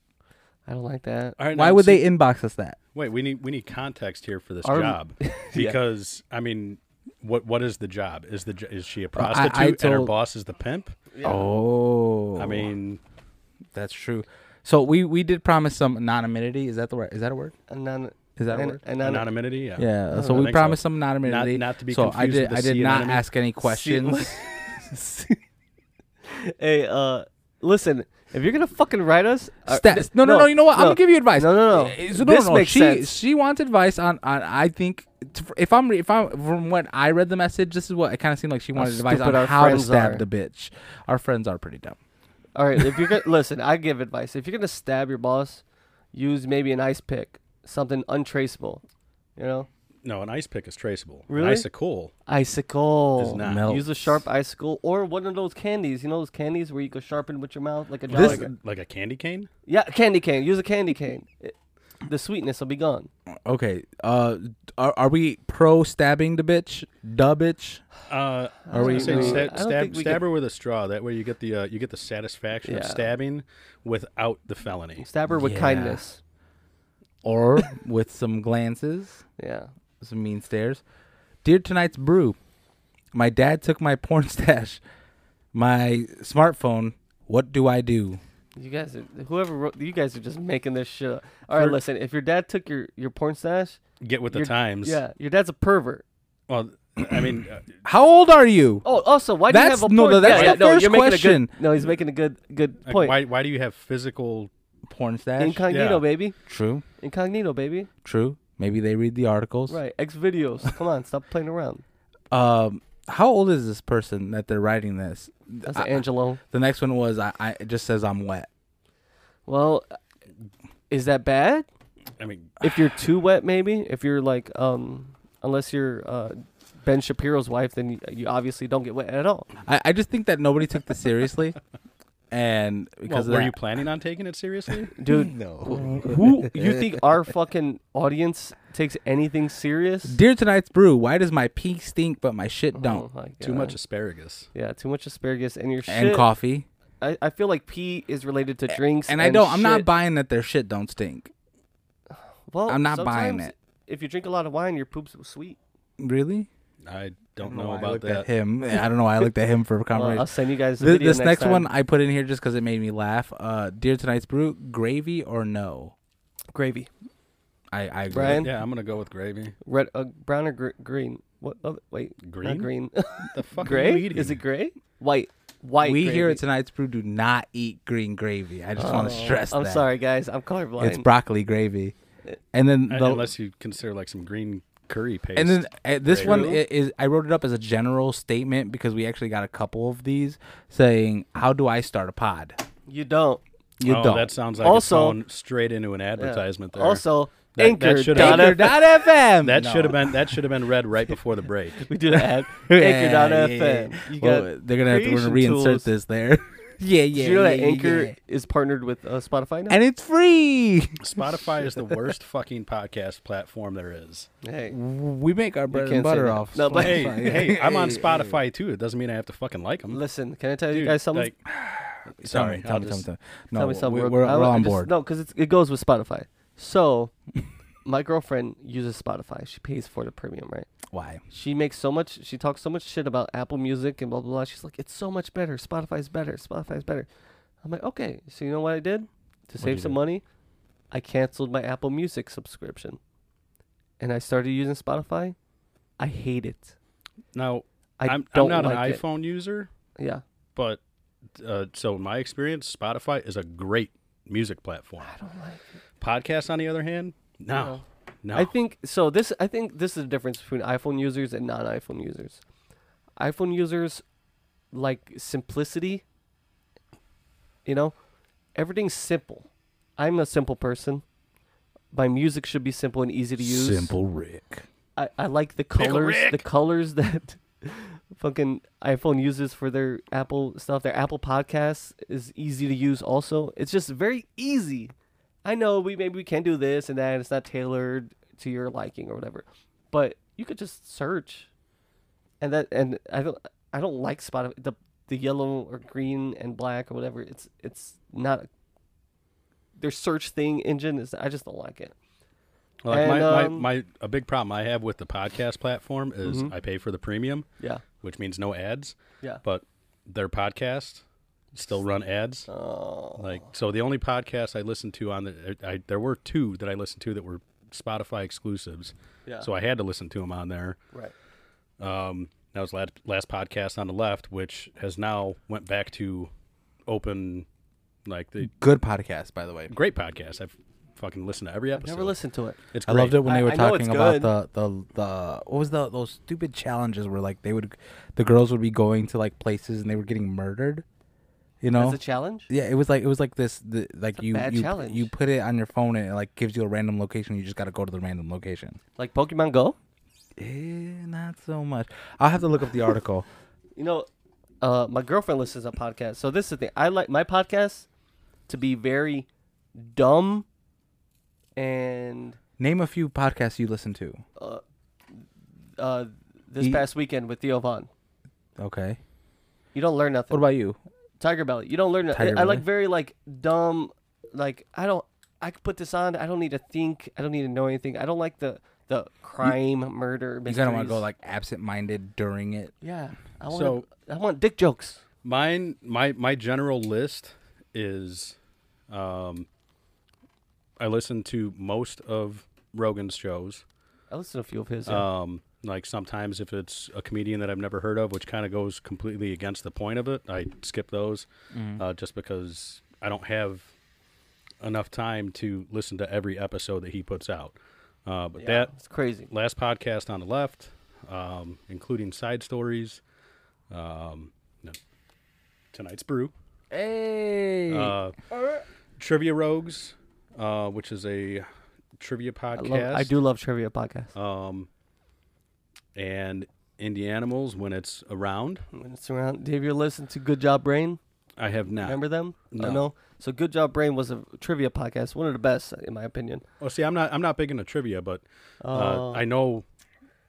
Speaker 2: I don't like that.
Speaker 3: All right,
Speaker 4: Why
Speaker 3: now,
Speaker 4: would
Speaker 3: see-
Speaker 4: they inbox us that?
Speaker 3: Wait, we need we need context here for this
Speaker 2: Our-
Speaker 4: [laughs]
Speaker 3: job because I mean, what what is the job? Is the jo- is she a
Speaker 4: I- I
Speaker 3: prostitute and her
Speaker 4: told-
Speaker 3: boss is the pimp?
Speaker 4: Oh,
Speaker 3: I mean,
Speaker 4: that's true. So we we did promise some anonymity. Is that the word? Is that a word?
Speaker 2: Anon-
Speaker 4: Is that a
Speaker 2: an-
Speaker 4: word?
Speaker 2: anon-
Speaker 3: anonymity. Yeah.
Speaker 4: Yeah.
Speaker 2: I
Speaker 4: So
Speaker 2: don't
Speaker 4: we
Speaker 3: think so.
Speaker 4: promised some anonymity.
Speaker 3: Not- not to be
Speaker 4: So I
Speaker 3: confused
Speaker 4: did.
Speaker 3: with
Speaker 4: I
Speaker 3: the
Speaker 4: did
Speaker 3: sea
Speaker 4: not
Speaker 3: anemone. [laughs]
Speaker 4: ask any questions.
Speaker 2: [laughs] hey, uh, listen, if you're gonna fucking write us, uh,
Speaker 4: Stats. No, no, no, You know what? I'm gonna give you advice.
Speaker 2: No, no, no.
Speaker 4: Uh, so
Speaker 2: This makes
Speaker 4: she,
Speaker 2: sense.
Speaker 4: She wants advice on, on I think t- if I'm re- if I'm from what I read the message, this is what it kind of seemed like she wanted advice
Speaker 2: stupid
Speaker 4: on
Speaker 2: our
Speaker 4: how to
Speaker 2: friends
Speaker 4: stab
Speaker 2: are.
Speaker 4: the bitch. Our friends are pretty dumb.
Speaker 2: All right, if
Speaker 4: [laughs]
Speaker 2: you're gonna listen, I give advice. If you're gonna stab your boss, use maybe an ice pick, something untraceable. You know,
Speaker 3: No, an ice pick is traceable.
Speaker 2: Really?
Speaker 3: An icicle
Speaker 2: icicle.
Speaker 3: is not.
Speaker 4: Mel-
Speaker 2: Use a sharp icicle or one of those candies. You know those candies where you go sharpen with your mouth like a
Speaker 4: This-
Speaker 2: jolly.
Speaker 3: like, a, like a candy cane.
Speaker 2: yeah, candy cane. Use a candy cane. It- the sweetness will be gone.
Speaker 4: Okay. Uh, are, are we pro stabbing the bitch? Duh bitch.
Speaker 3: Uh,
Speaker 2: Are
Speaker 3: I was
Speaker 2: we- we-
Speaker 3: gonna say
Speaker 2: I
Speaker 3: stab,
Speaker 2: don't
Speaker 3: stab,
Speaker 2: think we
Speaker 3: stab her with a straw. That way you get the uh, you get the satisfaction of
Speaker 2: Yeah.
Speaker 3: stabbing without the felony.
Speaker 2: Stab her with
Speaker 4: Yeah.
Speaker 2: kindness.
Speaker 4: [laughs] Or with some glances,
Speaker 2: Yeah.
Speaker 4: some mean stares. Dear tonight's brew, my dad took my porn [laughs] stash, my smartphone. What do I do?
Speaker 2: You guys, are, whoever wrote, you guys are just making this shit up. All right,
Speaker 4: For-
Speaker 2: listen. If your dad took your your porn stash,
Speaker 3: Get with the
Speaker 2: You're-
Speaker 3: times.
Speaker 2: yeah, your dad's a pervert.
Speaker 3: Well, I mean, uh,
Speaker 4: How old are you?
Speaker 2: Oh, also, why do you
Speaker 4: That's-
Speaker 2: have a
Speaker 4: no,
Speaker 2: porn?
Speaker 4: no, that's
Speaker 2: yeah, yeah,
Speaker 4: the
Speaker 2: no,
Speaker 4: first
Speaker 2: you're making A
Speaker 4: question.
Speaker 2: good, no, he's making a good good
Speaker 3: like,
Speaker 2: point.
Speaker 3: why why do you have physical?
Speaker 4: Porn stash.
Speaker 2: Incognito,
Speaker 3: yeah.
Speaker 2: baby.
Speaker 4: True.
Speaker 2: Incognito, baby.
Speaker 4: True. Maybe they read the articles.
Speaker 2: Right. X videos. Come on, stop playing
Speaker 4: [laughs]
Speaker 2: around.
Speaker 4: Um, how old is this person that they're writing this?
Speaker 2: That's
Speaker 4: I- I-
Speaker 2: Angelo.
Speaker 4: the next one was I, I. It just says I'm wet.
Speaker 2: Well, is that bad?
Speaker 3: I mean,
Speaker 2: If you're too wet, maybe. If you're like, um, unless you're uh, Ben Shapiro's wife, then you, you obviously don't get wet at all.
Speaker 4: I, I just think that nobody took
Speaker 2: [laughs]
Speaker 4: this seriously, and
Speaker 3: well,
Speaker 4: because of
Speaker 3: were
Speaker 4: that-
Speaker 3: you planning on taking it seriously?
Speaker 2: Dude, no. Who you think our fucking audience takes anything serious?
Speaker 4: Dear tonight's brew, why does my pee stink but my shit don't?
Speaker 2: Oh my
Speaker 3: Too
Speaker 2: God.
Speaker 3: much asparagus.
Speaker 2: Yeah, too much asparagus and your shit.
Speaker 4: And coffee.
Speaker 2: I, I feel like pee is related to drinks.
Speaker 4: And I don't. I'm not
Speaker 2: shit.
Speaker 4: buying that their shit don't stink.
Speaker 2: Well,
Speaker 4: I'm not buying
Speaker 2: sometimes
Speaker 4: it.
Speaker 2: If you drink a lot of wine, your poop's sweet.
Speaker 4: Really?
Speaker 3: I
Speaker 4: I
Speaker 3: don't
Speaker 4: why
Speaker 3: know
Speaker 4: I
Speaker 3: about
Speaker 4: looked at
Speaker 3: that.
Speaker 4: him. Yeah, I don't know why I looked at him for a
Speaker 2: Well,
Speaker 4: conversation.
Speaker 2: I'll send you guys the
Speaker 4: Th-
Speaker 2: video
Speaker 4: this next,
Speaker 2: time.
Speaker 4: one I put in here just because it made me laugh. Uh, Dear tonight's brew, gravy or no?
Speaker 2: Gravy,
Speaker 4: I I agree.
Speaker 2: Brian?
Speaker 3: Yeah, I'm gonna go with gravy.
Speaker 2: red, uh, brown or gr- green? What? Oh, wait,
Speaker 3: Green.
Speaker 2: not green. [laughs]
Speaker 3: The fuck Are you
Speaker 2: gray?
Speaker 3: eating?
Speaker 2: Is it gray? White. White.
Speaker 4: we here
Speaker 2: gravy.
Speaker 4: at tonight's brew do not eat green gravy. I just want to
Speaker 2: Oh,
Speaker 4: stress
Speaker 2: I'm
Speaker 4: that.
Speaker 2: sorry, guys. I'm colorblind.
Speaker 4: It's broccoli gravy. And then
Speaker 3: Uh,
Speaker 4: the,
Speaker 3: Unless you consider like some green curry paste.
Speaker 4: And then uh, this one
Speaker 3: True.
Speaker 4: i- is I wrote it up as a general statement because we actually got a couple of these saying, "How do I start a pod?"
Speaker 2: you don't.
Speaker 4: You
Speaker 3: oh,
Speaker 4: don't.
Speaker 3: that sounds like
Speaker 2: Also-
Speaker 3: it's going straight into an
Speaker 2: Yeah.
Speaker 3: advertisement there.
Speaker 2: Also,
Speaker 3: That- that
Speaker 2: anchor.
Speaker 3: should've-
Speaker 2: dot
Speaker 4: Anchor
Speaker 2: F-
Speaker 4: dot FM.
Speaker 3: that
Speaker 4: No.
Speaker 3: should have been that should have
Speaker 2: [laughs]
Speaker 3: been read right before the break.
Speaker 2: we do the ad.
Speaker 4: [laughs] Yeah,
Speaker 2: anchor. Dot
Speaker 4: yeah,
Speaker 2: FM.
Speaker 4: yeah.
Speaker 2: You
Speaker 4: Well,
Speaker 2: got.
Speaker 4: they're gonna have to, we're gonna
Speaker 2: creation
Speaker 4: reinsert
Speaker 2: tools.
Speaker 4: this there. [laughs] yeah, yeah.
Speaker 2: Did you know
Speaker 4: yeah,
Speaker 2: that
Speaker 4: yeah,
Speaker 2: Anchor
Speaker 4: yeah.
Speaker 2: is partnered with uh, Spotify now?
Speaker 4: and it's free.
Speaker 3: Spotify is the worst fucking podcast platform there
Speaker 2: [laughs]
Speaker 3: is.
Speaker 2: hey,
Speaker 4: We make our bread
Speaker 2: can't say
Speaker 4: and butter
Speaker 2: that.
Speaker 4: off.
Speaker 2: No, but-
Speaker 3: Hey,
Speaker 4: Spotify.
Speaker 3: hey, I'm on Spotify too. It doesn't mean I have to fucking like them.
Speaker 2: listen. Can I tell you guys something?
Speaker 3: Like,
Speaker 4: Sorry,
Speaker 3: I'll
Speaker 4: tell me, tell me,
Speaker 3: just-
Speaker 4: tell me. No,
Speaker 2: Tell me something.
Speaker 4: we're, we're,
Speaker 2: I-
Speaker 4: we're
Speaker 2: I
Speaker 4: on
Speaker 2: just-
Speaker 4: board.
Speaker 2: No, because it goes with Spotify.
Speaker 4: [laughs]
Speaker 2: So, my girlfriend uses Spotify. She pays for the premium, right?
Speaker 4: Why?
Speaker 2: She makes so much. She talks so much shit about Apple Music and blah blah blah. She's like, it's so much better. Spotify's better. Spotify's better. I'm like, okay. So you know what I did to
Speaker 4: you
Speaker 2: save some
Speaker 4: do?
Speaker 2: money? I canceled my Apple Music subscription, and I started using Spotify. I hate it.
Speaker 3: Now
Speaker 2: I
Speaker 3: I'm,
Speaker 2: don't
Speaker 3: I'm not
Speaker 2: like
Speaker 3: an
Speaker 2: it.
Speaker 3: iPhone user,
Speaker 2: Yeah,
Speaker 3: but uh, so in my experience, Spotify is a great music platform.
Speaker 2: I don't like. It.
Speaker 3: Podcasts, on the other hand, no, no.
Speaker 2: I think so. This I think this is the difference between iPhone users and non-iPhone users. iPhone users like simplicity. You know, everything's simple. I'm a simple person, My music should be simple and easy to use.
Speaker 4: Simple Rick.
Speaker 2: I, I like the colors. The
Speaker 3: Rick.
Speaker 2: colors [laughs] that fucking iPhone uses for their Apple stuff. Their Apple Podcasts is easy to use. Also, it's just very easy. I know we maybe we can do this and that. and it's not tailored to your liking or whatever, but you could just search, and that and I don't I don't like Spotify the the yellow or green and black or whatever. It's it's not their search thing engine is. I just don't like it.
Speaker 3: Like my,
Speaker 2: And,
Speaker 3: my,
Speaker 2: um,
Speaker 3: my a big problem I have with the podcast platform is I pay for the premium,
Speaker 2: Yeah.
Speaker 3: which means no ads.
Speaker 2: Yeah.
Speaker 3: But their podcast still run ads.
Speaker 2: Oh.
Speaker 3: Like so, the only podcast I listened to on the I, there were two that I listened to that were Spotify exclusives.
Speaker 2: Yeah.
Speaker 3: So I had to listen to them on there.
Speaker 2: Uh. Right.
Speaker 3: Um, that was last last podcast on the left, which has now went back to open, like the
Speaker 4: Good podcast, by the way.
Speaker 3: great podcast. I've fucking listened to every episode.
Speaker 2: Never listened to it.
Speaker 3: It's
Speaker 4: I
Speaker 3: great.
Speaker 4: loved it when
Speaker 2: I-
Speaker 4: they were
Speaker 2: I know it's
Speaker 4: talking about the, the the what was the those stupid challenges where like they would the girls would be going to like places and they were getting murdered. You know?
Speaker 2: That's a challenge.
Speaker 4: yeah, it was like it was like this the, like
Speaker 2: a
Speaker 4: you
Speaker 2: bad
Speaker 4: you,
Speaker 2: challenge.
Speaker 4: you put it on your phone and it like gives you a random location, you just gotta go to the random location.
Speaker 2: Like Pokemon Go.
Speaker 4: Eh, not so much. I'll have to look up the article. [laughs]
Speaker 2: You know, uh, my girlfriend listens to podcasts. So this is the thing. I like my podcast to be very dumb and
Speaker 4: Name a few podcasts you listen to.
Speaker 2: uh, this
Speaker 4: Ye-
Speaker 2: past weekend with Theo Vaughn.
Speaker 4: Okay.
Speaker 2: You don't learn nothing.
Speaker 4: What about you?
Speaker 2: Tiger Belly. You don't learn nothing.
Speaker 4: Tiger
Speaker 2: I like
Speaker 4: Belly?
Speaker 2: very like dumb like I don't I could put this on. I don't need to think. I don't need to know anything. I don't like the the crime, murder,
Speaker 4: You
Speaker 2: mysteries.
Speaker 4: kind of want to go like absent-minded during it.
Speaker 2: Yeah. I want
Speaker 3: So-
Speaker 2: I want dick jokes.
Speaker 3: Mine, my my general list is, um, I listen to most of Rogan's shows.
Speaker 2: I listen to a few of his. yeah.
Speaker 3: Um, like sometimes if it's a comedian that I've never heard of, which kind of goes completely against the point of it, I skip those, uh, just because I don't have enough time to listen to every episode that he puts out. Uh, but
Speaker 2: Yeah,
Speaker 3: that
Speaker 2: it's crazy.
Speaker 3: last podcast on the left, um, including side stories, um, no, tonight's brew.
Speaker 4: Hey.
Speaker 3: Uh, Trivia Rogues, uh, which is a trivia
Speaker 2: I,
Speaker 3: podcast.
Speaker 2: love, I do love trivia podcasts.
Speaker 3: Um, and Indie Animals when it's around.
Speaker 2: When it's around, did you ever listen to Good Job Brain?
Speaker 3: I have not.
Speaker 2: Remember them?
Speaker 3: No.
Speaker 2: Uh, no. So Good Job Brain was a trivia podcast, one of the best in my opinion.
Speaker 3: Oh, see, I'm not. I'm not big into trivia, but uh,
Speaker 2: Oh.
Speaker 3: I know,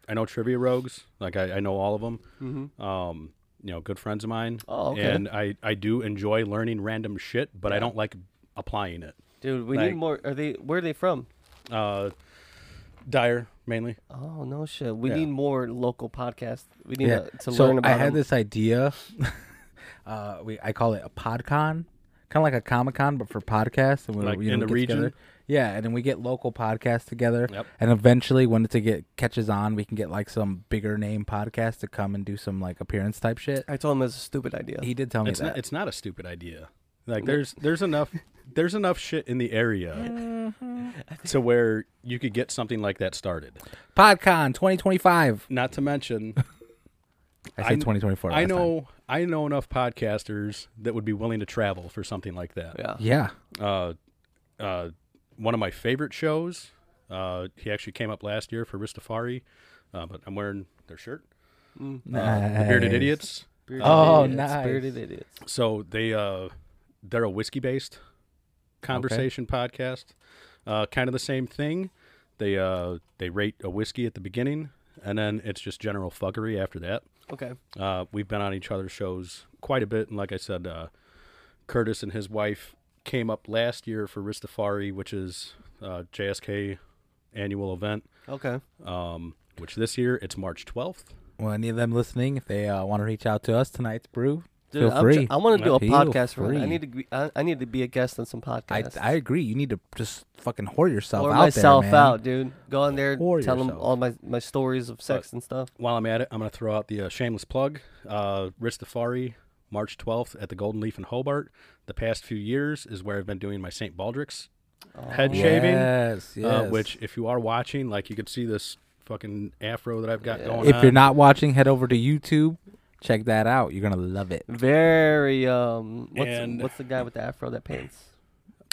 Speaker 3: I know Trivia Rogues. Like I, I know all of them. Um, you know, good friends of mine.
Speaker 2: Uh, mm-hmm. Oh, okay.
Speaker 3: And I, I do enjoy learning random shit, but I don't like applying it.
Speaker 2: Dude, we
Speaker 3: Like-
Speaker 2: need more. Are they? Where are they from?
Speaker 3: Uh, Dyer mainly.
Speaker 2: Oh no, shit. We
Speaker 3: Yeah.
Speaker 2: need more local podcasts. We need
Speaker 4: yeah.
Speaker 2: to, to
Speaker 4: so
Speaker 2: learn about.
Speaker 4: I had
Speaker 2: them.
Speaker 4: this idea. [laughs] uh, we I call it a podcon, kind of like a comic con, but for podcasts. And we,
Speaker 3: Like
Speaker 4: you know,
Speaker 3: in the
Speaker 4: we get
Speaker 3: region?
Speaker 4: together. Yeah, and then we get local podcasts together.
Speaker 3: Yep.
Speaker 4: And eventually, when it to get catches on, we can get like some bigger name podcast to come and do some like appearance type shit.
Speaker 2: I told him it was a stupid idea.
Speaker 4: He did tell me
Speaker 3: It's
Speaker 4: that.
Speaker 3: not. It's not a stupid idea. Like there's there's enough [laughs] there's enough shit in the area to where you could get something like that started.
Speaker 4: [laughs] PodCon 2025.
Speaker 3: Not to mention,
Speaker 4: I
Speaker 3: I
Speaker 4: said
Speaker 3: kn-
Speaker 4: 2024.
Speaker 3: I
Speaker 4: last time.
Speaker 3: know I know enough podcasters that would be willing to travel for something like that.
Speaker 2: yeah.
Speaker 4: Yeah.
Speaker 3: Uh, uh, one of my favorite shows. Uh, he actually came up last year for Ristafari, uh, but I'm wearing their shirt. The Bearded
Speaker 4: Nice.
Speaker 3: Idiots.
Speaker 2: Mm. Bearded
Speaker 4: Oh,
Speaker 2: idiots,
Speaker 4: nice.
Speaker 2: Bearded idiots.
Speaker 3: So they uh, they're a whiskey based conversation podcast. Uh, kind of the same thing. They uh, they rate a whiskey at the beginning, and then it's just general fuckery after that.
Speaker 2: Okay.
Speaker 3: Uh, we've been on each other's shows quite a bit, and like I said, uh, Curtis and his wife came up last year for Ristafari, which is uh, JSK annual event.
Speaker 2: Okay.
Speaker 3: Um, which this year it's March twelfth.
Speaker 4: Well, any of them listening, if they uh, want to reach out to us tonight's brew,
Speaker 2: Dude,
Speaker 4: feel
Speaker 2: I'm
Speaker 4: free.
Speaker 2: tr- I want to do a
Speaker 4: Feel
Speaker 2: podcast for.
Speaker 4: free.
Speaker 2: I need to. Be, I, I need to be a guest on some
Speaker 4: I,
Speaker 2: podcasts.
Speaker 4: I agree. You need to just fucking whore yourself
Speaker 2: or
Speaker 4: out
Speaker 2: myself
Speaker 4: there, man.
Speaker 2: out, dude. Go on there,
Speaker 4: Whore
Speaker 2: tell them
Speaker 4: yourself.
Speaker 2: all my, my stories of sex and stuff.
Speaker 3: While I'm at it, I'm going to throw out the uh, shameless plug. Uh, Ristafari, March 12th at the Golden Leaf in Hobart. The past few years is where I've been doing my St. Baldrick's
Speaker 2: Oh,
Speaker 3: head shaving,
Speaker 4: Yes, yes.
Speaker 3: uh, which if you are watching, like you could see this fucking afro that I've got going
Speaker 4: if
Speaker 3: on.
Speaker 4: you're not watching, head over to YouTube. Check that out. You're gonna love it.
Speaker 2: Very um. What's
Speaker 3: And-
Speaker 2: what's the guy with the afro that paints?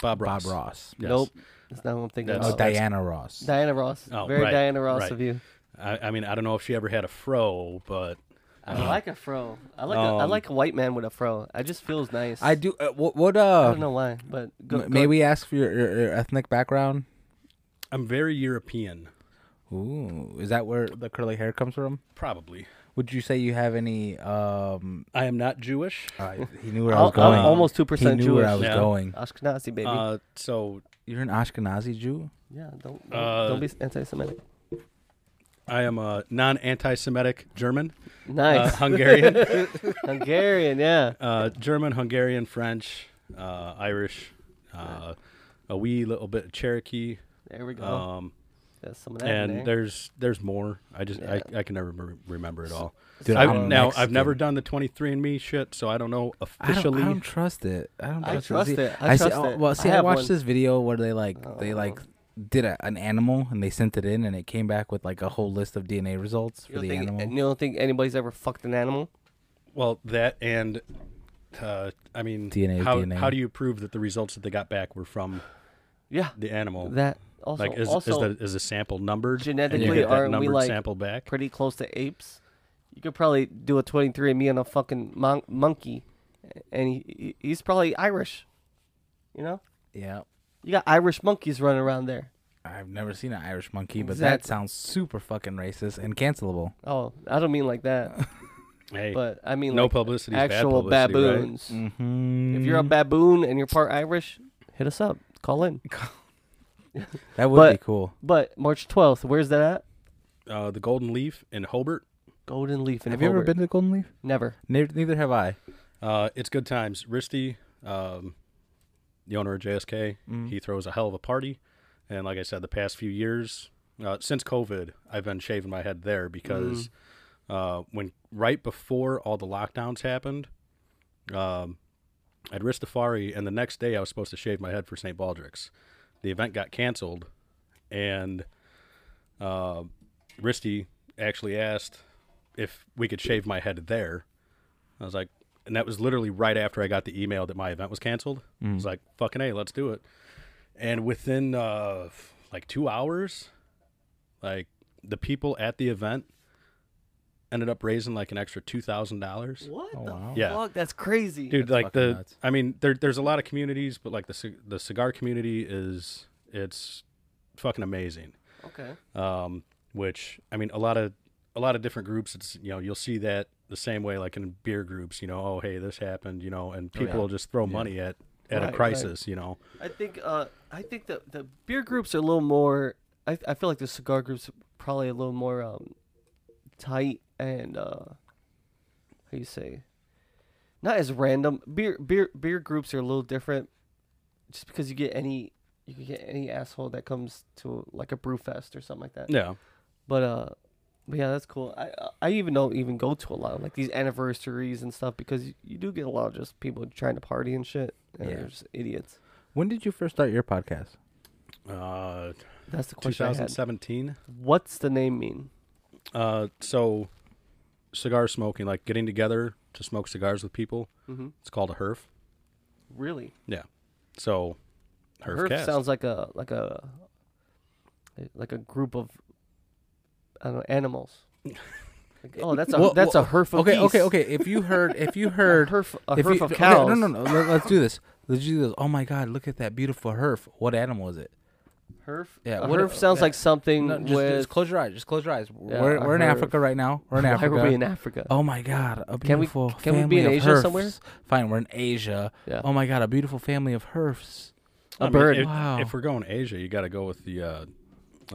Speaker 3: Bob Ross.
Speaker 4: Bob Ross.
Speaker 3: Yes.
Speaker 2: Nope. That's not what I'm thinking.
Speaker 3: That's-
Speaker 4: Oh,
Speaker 2: about.
Speaker 3: that's-
Speaker 4: Diana Ross.
Speaker 2: Diana Ross.
Speaker 3: Oh,
Speaker 2: Very
Speaker 3: right,
Speaker 2: Diana Ross
Speaker 3: right.
Speaker 2: of you.
Speaker 3: I, I mean, I don't know if she ever had a fro, but uh,
Speaker 2: I like a fro. I like a, I
Speaker 3: Um,
Speaker 2: like a white man with a fro. I just feels nice.
Speaker 4: I do. Uh, what? What?
Speaker 2: I
Speaker 4: Uh,
Speaker 2: don't know why, but go,
Speaker 4: m-
Speaker 2: go-
Speaker 4: may we ask for your, your, your ethnic background?
Speaker 3: I'm very European,
Speaker 4: Ooh, is that where the curly hair comes from?
Speaker 3: probably.
Speaker 4: Would you say you have any? Um,
Speaker 3: I am not Jewish,
Speaker 4: I, he knew where I
Speaker 2: Al-
Speaker 4: was
Speaker 2: I'm
Speaker 4: going.
Speaker 2: almost two
Speaker 4: he
Speaker 2: percent
Speaker 4: knew
Speaker 2: Jewish.
Speaker 4: where I was
Speaker 3: Yeah.
Speaker 4: going.
Speaker 2: Ashkenazi baby.
Speaker 3: uh, so
Speaker 4: You're an Ashkenazi Jew.
Speaker 2: yeah, don't don't,
Speaker 3: uh,
Speaker 2: don't be anti-Semitic.
Speaker 3: I am a non-anti-Semitic German, uh,
Speaker 2: Nice [laughs]
Speaker 3: Hungarian,
Speaker 2: Hungarian. Yeah.
Speaker 3: uh, German, Hungarian, French, uh, Irish, uh, a wee little bit of Cherokee,
Speaker 2: There we go.
Speaker 3: um,
Speaker 2: That's some of Oh, that in
Speaker 3: and
Speaker 2: there.
Speaker 3: there's there's more. I just I,
Speaker 2: Yeah.
Speaker 3: I can never remember- remember it all.
Speaker 4: Dude,
Speaker 3: I,
Speaker 4: I'm
Speaker 3: now I've never
Speaker 4: Mexican.
Speaker 3: done the 23andMe shit, so I don't know
Speaker 4: I don't,
Speaker 3: officially.
Speaker 4: I don't trust it. I don't
Speaker 2: I
Speaker 4: trust,
Speaker 2: trust
Speaker 4: See,
Speaker 2: it. I
Speaker 4: see, uh,
Speaker 2: trust it.
Speaker 4: Well,
Speaker 2: I
Speaker 4: see, I,
Speaker 2: have
Speaker 4: watched
Speaker 2: one.
Speaker 4: this video where they like they
Speaker 2: Oh.
Speaker 4: like did a, an animal and they sent it in and it came back with like a whole list of DNA results for
Speaker 2: You don't,
Speaker 4: the
Speaker 2: think,
Speaker 4: animal.
Speaker 2: you don't think anybody's ever fucked an animal?
Speaker 3: Well, that and uh, I mean,
Speaker 4: DNA,
Speaker 3: how
Speaker 4: DNA.
Speaker 3: how do you prove that the results that they got back were from
Speaker 2: Yeah.
Speaker 3: the animal?
Speaker 2: That also
Speaker 3: like, is,
Speaker 2: also
Speaker 3: is the is the sample numbered? and
Speaker 2: genetically,
Speaker 3: you get that
Speaker 2: aren't we,
Speaker 3: numbered
Speaker 2: like,
Speaker 3: sample back?
Speaker 2: pretty close to apes. You could probably do a 23andMe on a fucking mon- monkey, and he, he- he's probably Irish. You know,
Speaker 4: yeah,
Speaker 2: you got Irish monkeys running around there.
Speaker 4: I've never seen an Irish monkey, but that
Speaker 2: Exactly.
Speaker 4: sounds super fucking racist and cancelable.
Speaker 2: Oh, I don't mean like that,
Speaker 3: Hey,
Speaker 2: but I mean
Speaker 3: no
Speaker 2: like
Speaker 3: publicity.
Speaker 2: actual
Speaker 3: bad publicity, right?
Speaker 2: baboons.
Speaker 4: Mm-hmm.
Speaker 2: If you're a baboon and you're part Irish, hit us up. Call in.
Speaker 4: that would be
Speaker 2: but-
Speaker 4: cool.
Speaker 2: But March 12th, where's that at?
Speaker 3: Uh, the Golden Leaf in Hobart.
Speaker 2: Golden Leaf. In
Speaker 4: Have you ever
Speaker 2: Hobart.
Speaker 4: been to Golden Leaf?
Speaker 2: Never.
Speaker 4: Neither, neither have I.
Speaker 3: Uh, it's good times. Risty, um, the owner of JSK,
Speaker 4: Mm-hmm.
Speaker 3: he throws a hell of a party. And like I said, the past few years, uh, since COVID, I've been shaving my head there because uh, when right before all the lockdowns happened, um, at Ristafari, and the next day I was supposed to shave my head for St. Baldrick's. The event got canceled, and uh, Risty actually asked if we could shave my head there. I was like, and that was literally right after I got the email that my event was canceled. I was like, fucking hey, let's do it. And within uh, f- like two hours, like the people at the event ended up raising like an extra two thousand dollars.
Speaker 2: What
Speaker 4: Oh,
Speaker 2: the
Speaker 4: wow.
Speaker 3: Yeah.
Speaker 2: fuck? That's crazy.
Speaker 3: Dude,
Speaker 4: That's
Speaker 3: like
Speaker 4: fucking
Speaker 3: the,
Speaker 4: nuts.
Speaker 3: I mean, there, there's a lot of communities, but like the cig- the cigar community is it's fucking amazing
Speaker 2: Okay.
Speaker 3: um, which I mean, a lot of a lot of different groups. It's you know you'll see that the same way like in beer groups. You know, oh hey, this happened. You know, and people will just throw money at
Speaker 2: Oh,
Speaker 3: at
Speaker 2: Right,
Speaker 3: a
Speaker 2: right.
Speaker 3: crisis. You know,
Speaker 2: I think uh, I think the the beer groups are a little more. I I feel like the cigar groups are probably a little more um, tight and uh, how you say, not as random. Beer beer beer groups are a little different, just because you get any you can get any asshole that comes to like a brew fest or something like that.
Speaker 3: yeah,
Speaker 2: But uh, but yeah, that's cool. I I- I even don't even go to a lot of like these anniversaries and stuff because you, you do get a lot of just people trying to party and shit. And
Speaker 4: Yeah.
Speaker 2: they're just idiots.
Speaker 4: When did you first start your podcast?
Speaker 3: uh,
Speaker 2: That's the question I had.
Speaker 3: 2017.
Speaker 2: What's the name mean?
Speaker 3: Uh, so cigar smoking, like getting together to smoke cigars with people.
Speaker 2: Mm-hmm.
Speaker 3: It's called a herf.
Speaker 2: Really?
Speaker 3: Yeah, so herf,
Speaker 2: Herf
Speaker 3: cast.
Speaker 2: sounds like a like a like a group of I don't know
Speaker 4: [laughs]
Speaker 2: animals. Like, oh, that's a
Speaker 4: Well,
Speaker 2: that's
Speaker 4: well,
Speaker 2: a herf of
Speaker 4: okay, okay,
Speaker 2: geese.
Speaker 4: okay. If you heard, if
Speaker 2: [laughs]
Speaker 4: you
Speaker 2: A
Speaker 4: heard,
Speaker 2: herf a
Speaker 4: if
Speaker 2: herf
Speaker 4: you-
Speaker 2: of
Speaker 4: okay,
Speaker 2: cows.
Speaker 4: no, no, no. Let, us do this. Let's do this. Oh my God! Look at that beautiful herf. What animal is it?
Speaker 2: Herf.
Speaker 4: Yeah,
Speaker 2: a
Speaker 4: what-
Speaker 2: herf sounds
Speaker 4: yeah.
Speaker 2: like something
Speaker 4: No, just,
Speaker 2: with.
Speaker 4: just close your eyes. Just close your eyes.
Speaker 2: Yeah,
Speaker 4: we're
Speaker 2: a
Speaker 4: we're in
Speaker 2: herf.
Speaker 4: Africa right now. We're
Speaker 2: [laughs]
Speaker 4: in
Speaker 2: why
Speaker 4: Africa.
Speaker 2: were we in Africa?
Speaker 4: Oh my God! A
Speaker 2: Can we-
Speaker 4: beautiful
Speaker 2: can we be
Speaker 4: family
Speaker 2: in
Speaker 4: of
Speaker 2: Asia somewhere?
Speaker 4: herfs. Fine, we're in Asia.
Speaker 2: Yeah.
Speaker 4: Oh my God! A beautiful family of herfs.
Speaker 2: A
Speaker 3: I mean,
Speaker 2: bird.
Speaker 3: If,
Speaker 4: Wow.
Speaker 3: if we're going Asia, you got to go with the, uh,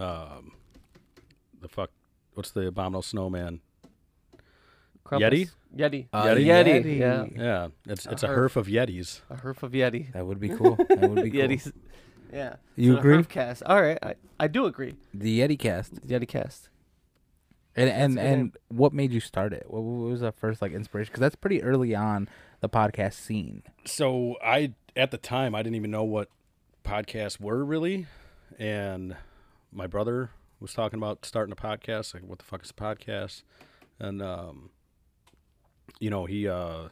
Speaker 3: um, the fuck. What's the abominable snowman?
Speaker 2: Crumpus.
Speaker 3: Yeti?
Speaker 2: Yeti.
Speaker 4: Oh, Uh,
Speaker 3: Yeti?
Speaker 2: Yeti, yeah.
Speaker 3: Yeah, it's
Speaker 2: A
Speaker 3: it's a
Speaker 2: herf.
Speaker 3: herf of Yetis.
Speaker 2: A herf of Yeti.
Speaker 4: That would be cool. That
Speaker 2: [laughs]
Speaker 4: would be cool.
Speaker 2: Yetis. Yeah. [laughs]
Speaker 4: You
Speaker 2: so
Speaker 4: agree?
Speaker 2: Herf cast. All right, I, I do agree.
Speaker 4: The Yeti cast.
Speaker 2: Yeti cast.
Speaker 4: And and,
Speaker 2: a good
Speaker 4: and what made you start it? What, what was the first like inspiration? Because that's pretty early on the podcast scene.
Speaker 3: So I at the time I didn't even know what podcasts were really, and my brother was talking about starting a podcast. Like, what the fuck is a podcast? And um, you know he uh,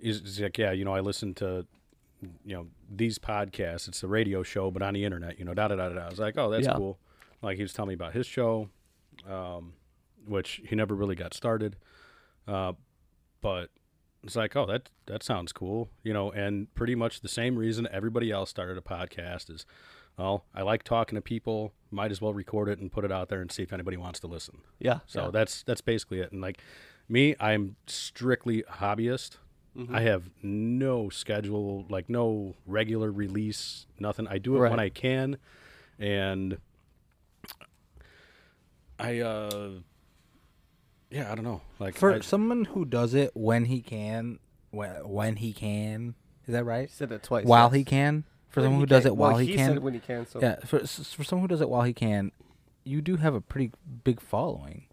Speaker 3: he's, he's like, yeah, you know, I listen to you know these podcasts. It's a radio show, but on the internet. You know, da da da da. da. I was like, oh, that's
Speaker 2: Yeah.
Speaker 3: cool. Like he was telling me about his show, um, which he never really got started, uh, but it's like, oh, that that sounds cool. You know, and pretty much the same reason everybody else started a podcast is, well, I like talking to people. Might as well record it and put it out there and see if anybody wants to listen.
Speaker 2: Yeah.
Speaker 3: So
Speaker 2: yeah.
Speaker 3: that's that's basically it. And like me, I'm strictly a hobbyist.
Speaker 2: Mm-hmm.
Speaker 3: I have no schedule, like no regular release, nothing. I do it when
Speaker 2: Right.
Speaker 3: I can, and I, uh yeah, I don't know. Like
Speaker 4: For
Speaker 3: I-
Speaker 4: someone who does it when he can, when, when he can, is that right?
Speaker 2: he said that twice.
Speaker 4: While
Speaker 2: yes.
Speaker 4: he can. For
Speaker 2: When
Speaker 4: someone
Speaker 2: he
Speaker 4: who does
Speaker 2: can-
Speaker 4: it while
Speaker 2: well,
Speaker 4: he
Speaker 2: said
Speaker 4: can.
Speaker 2: when he can. So
Speaker 4: Yeah, for s- for someone who does it while he can, you do have a pretty big following.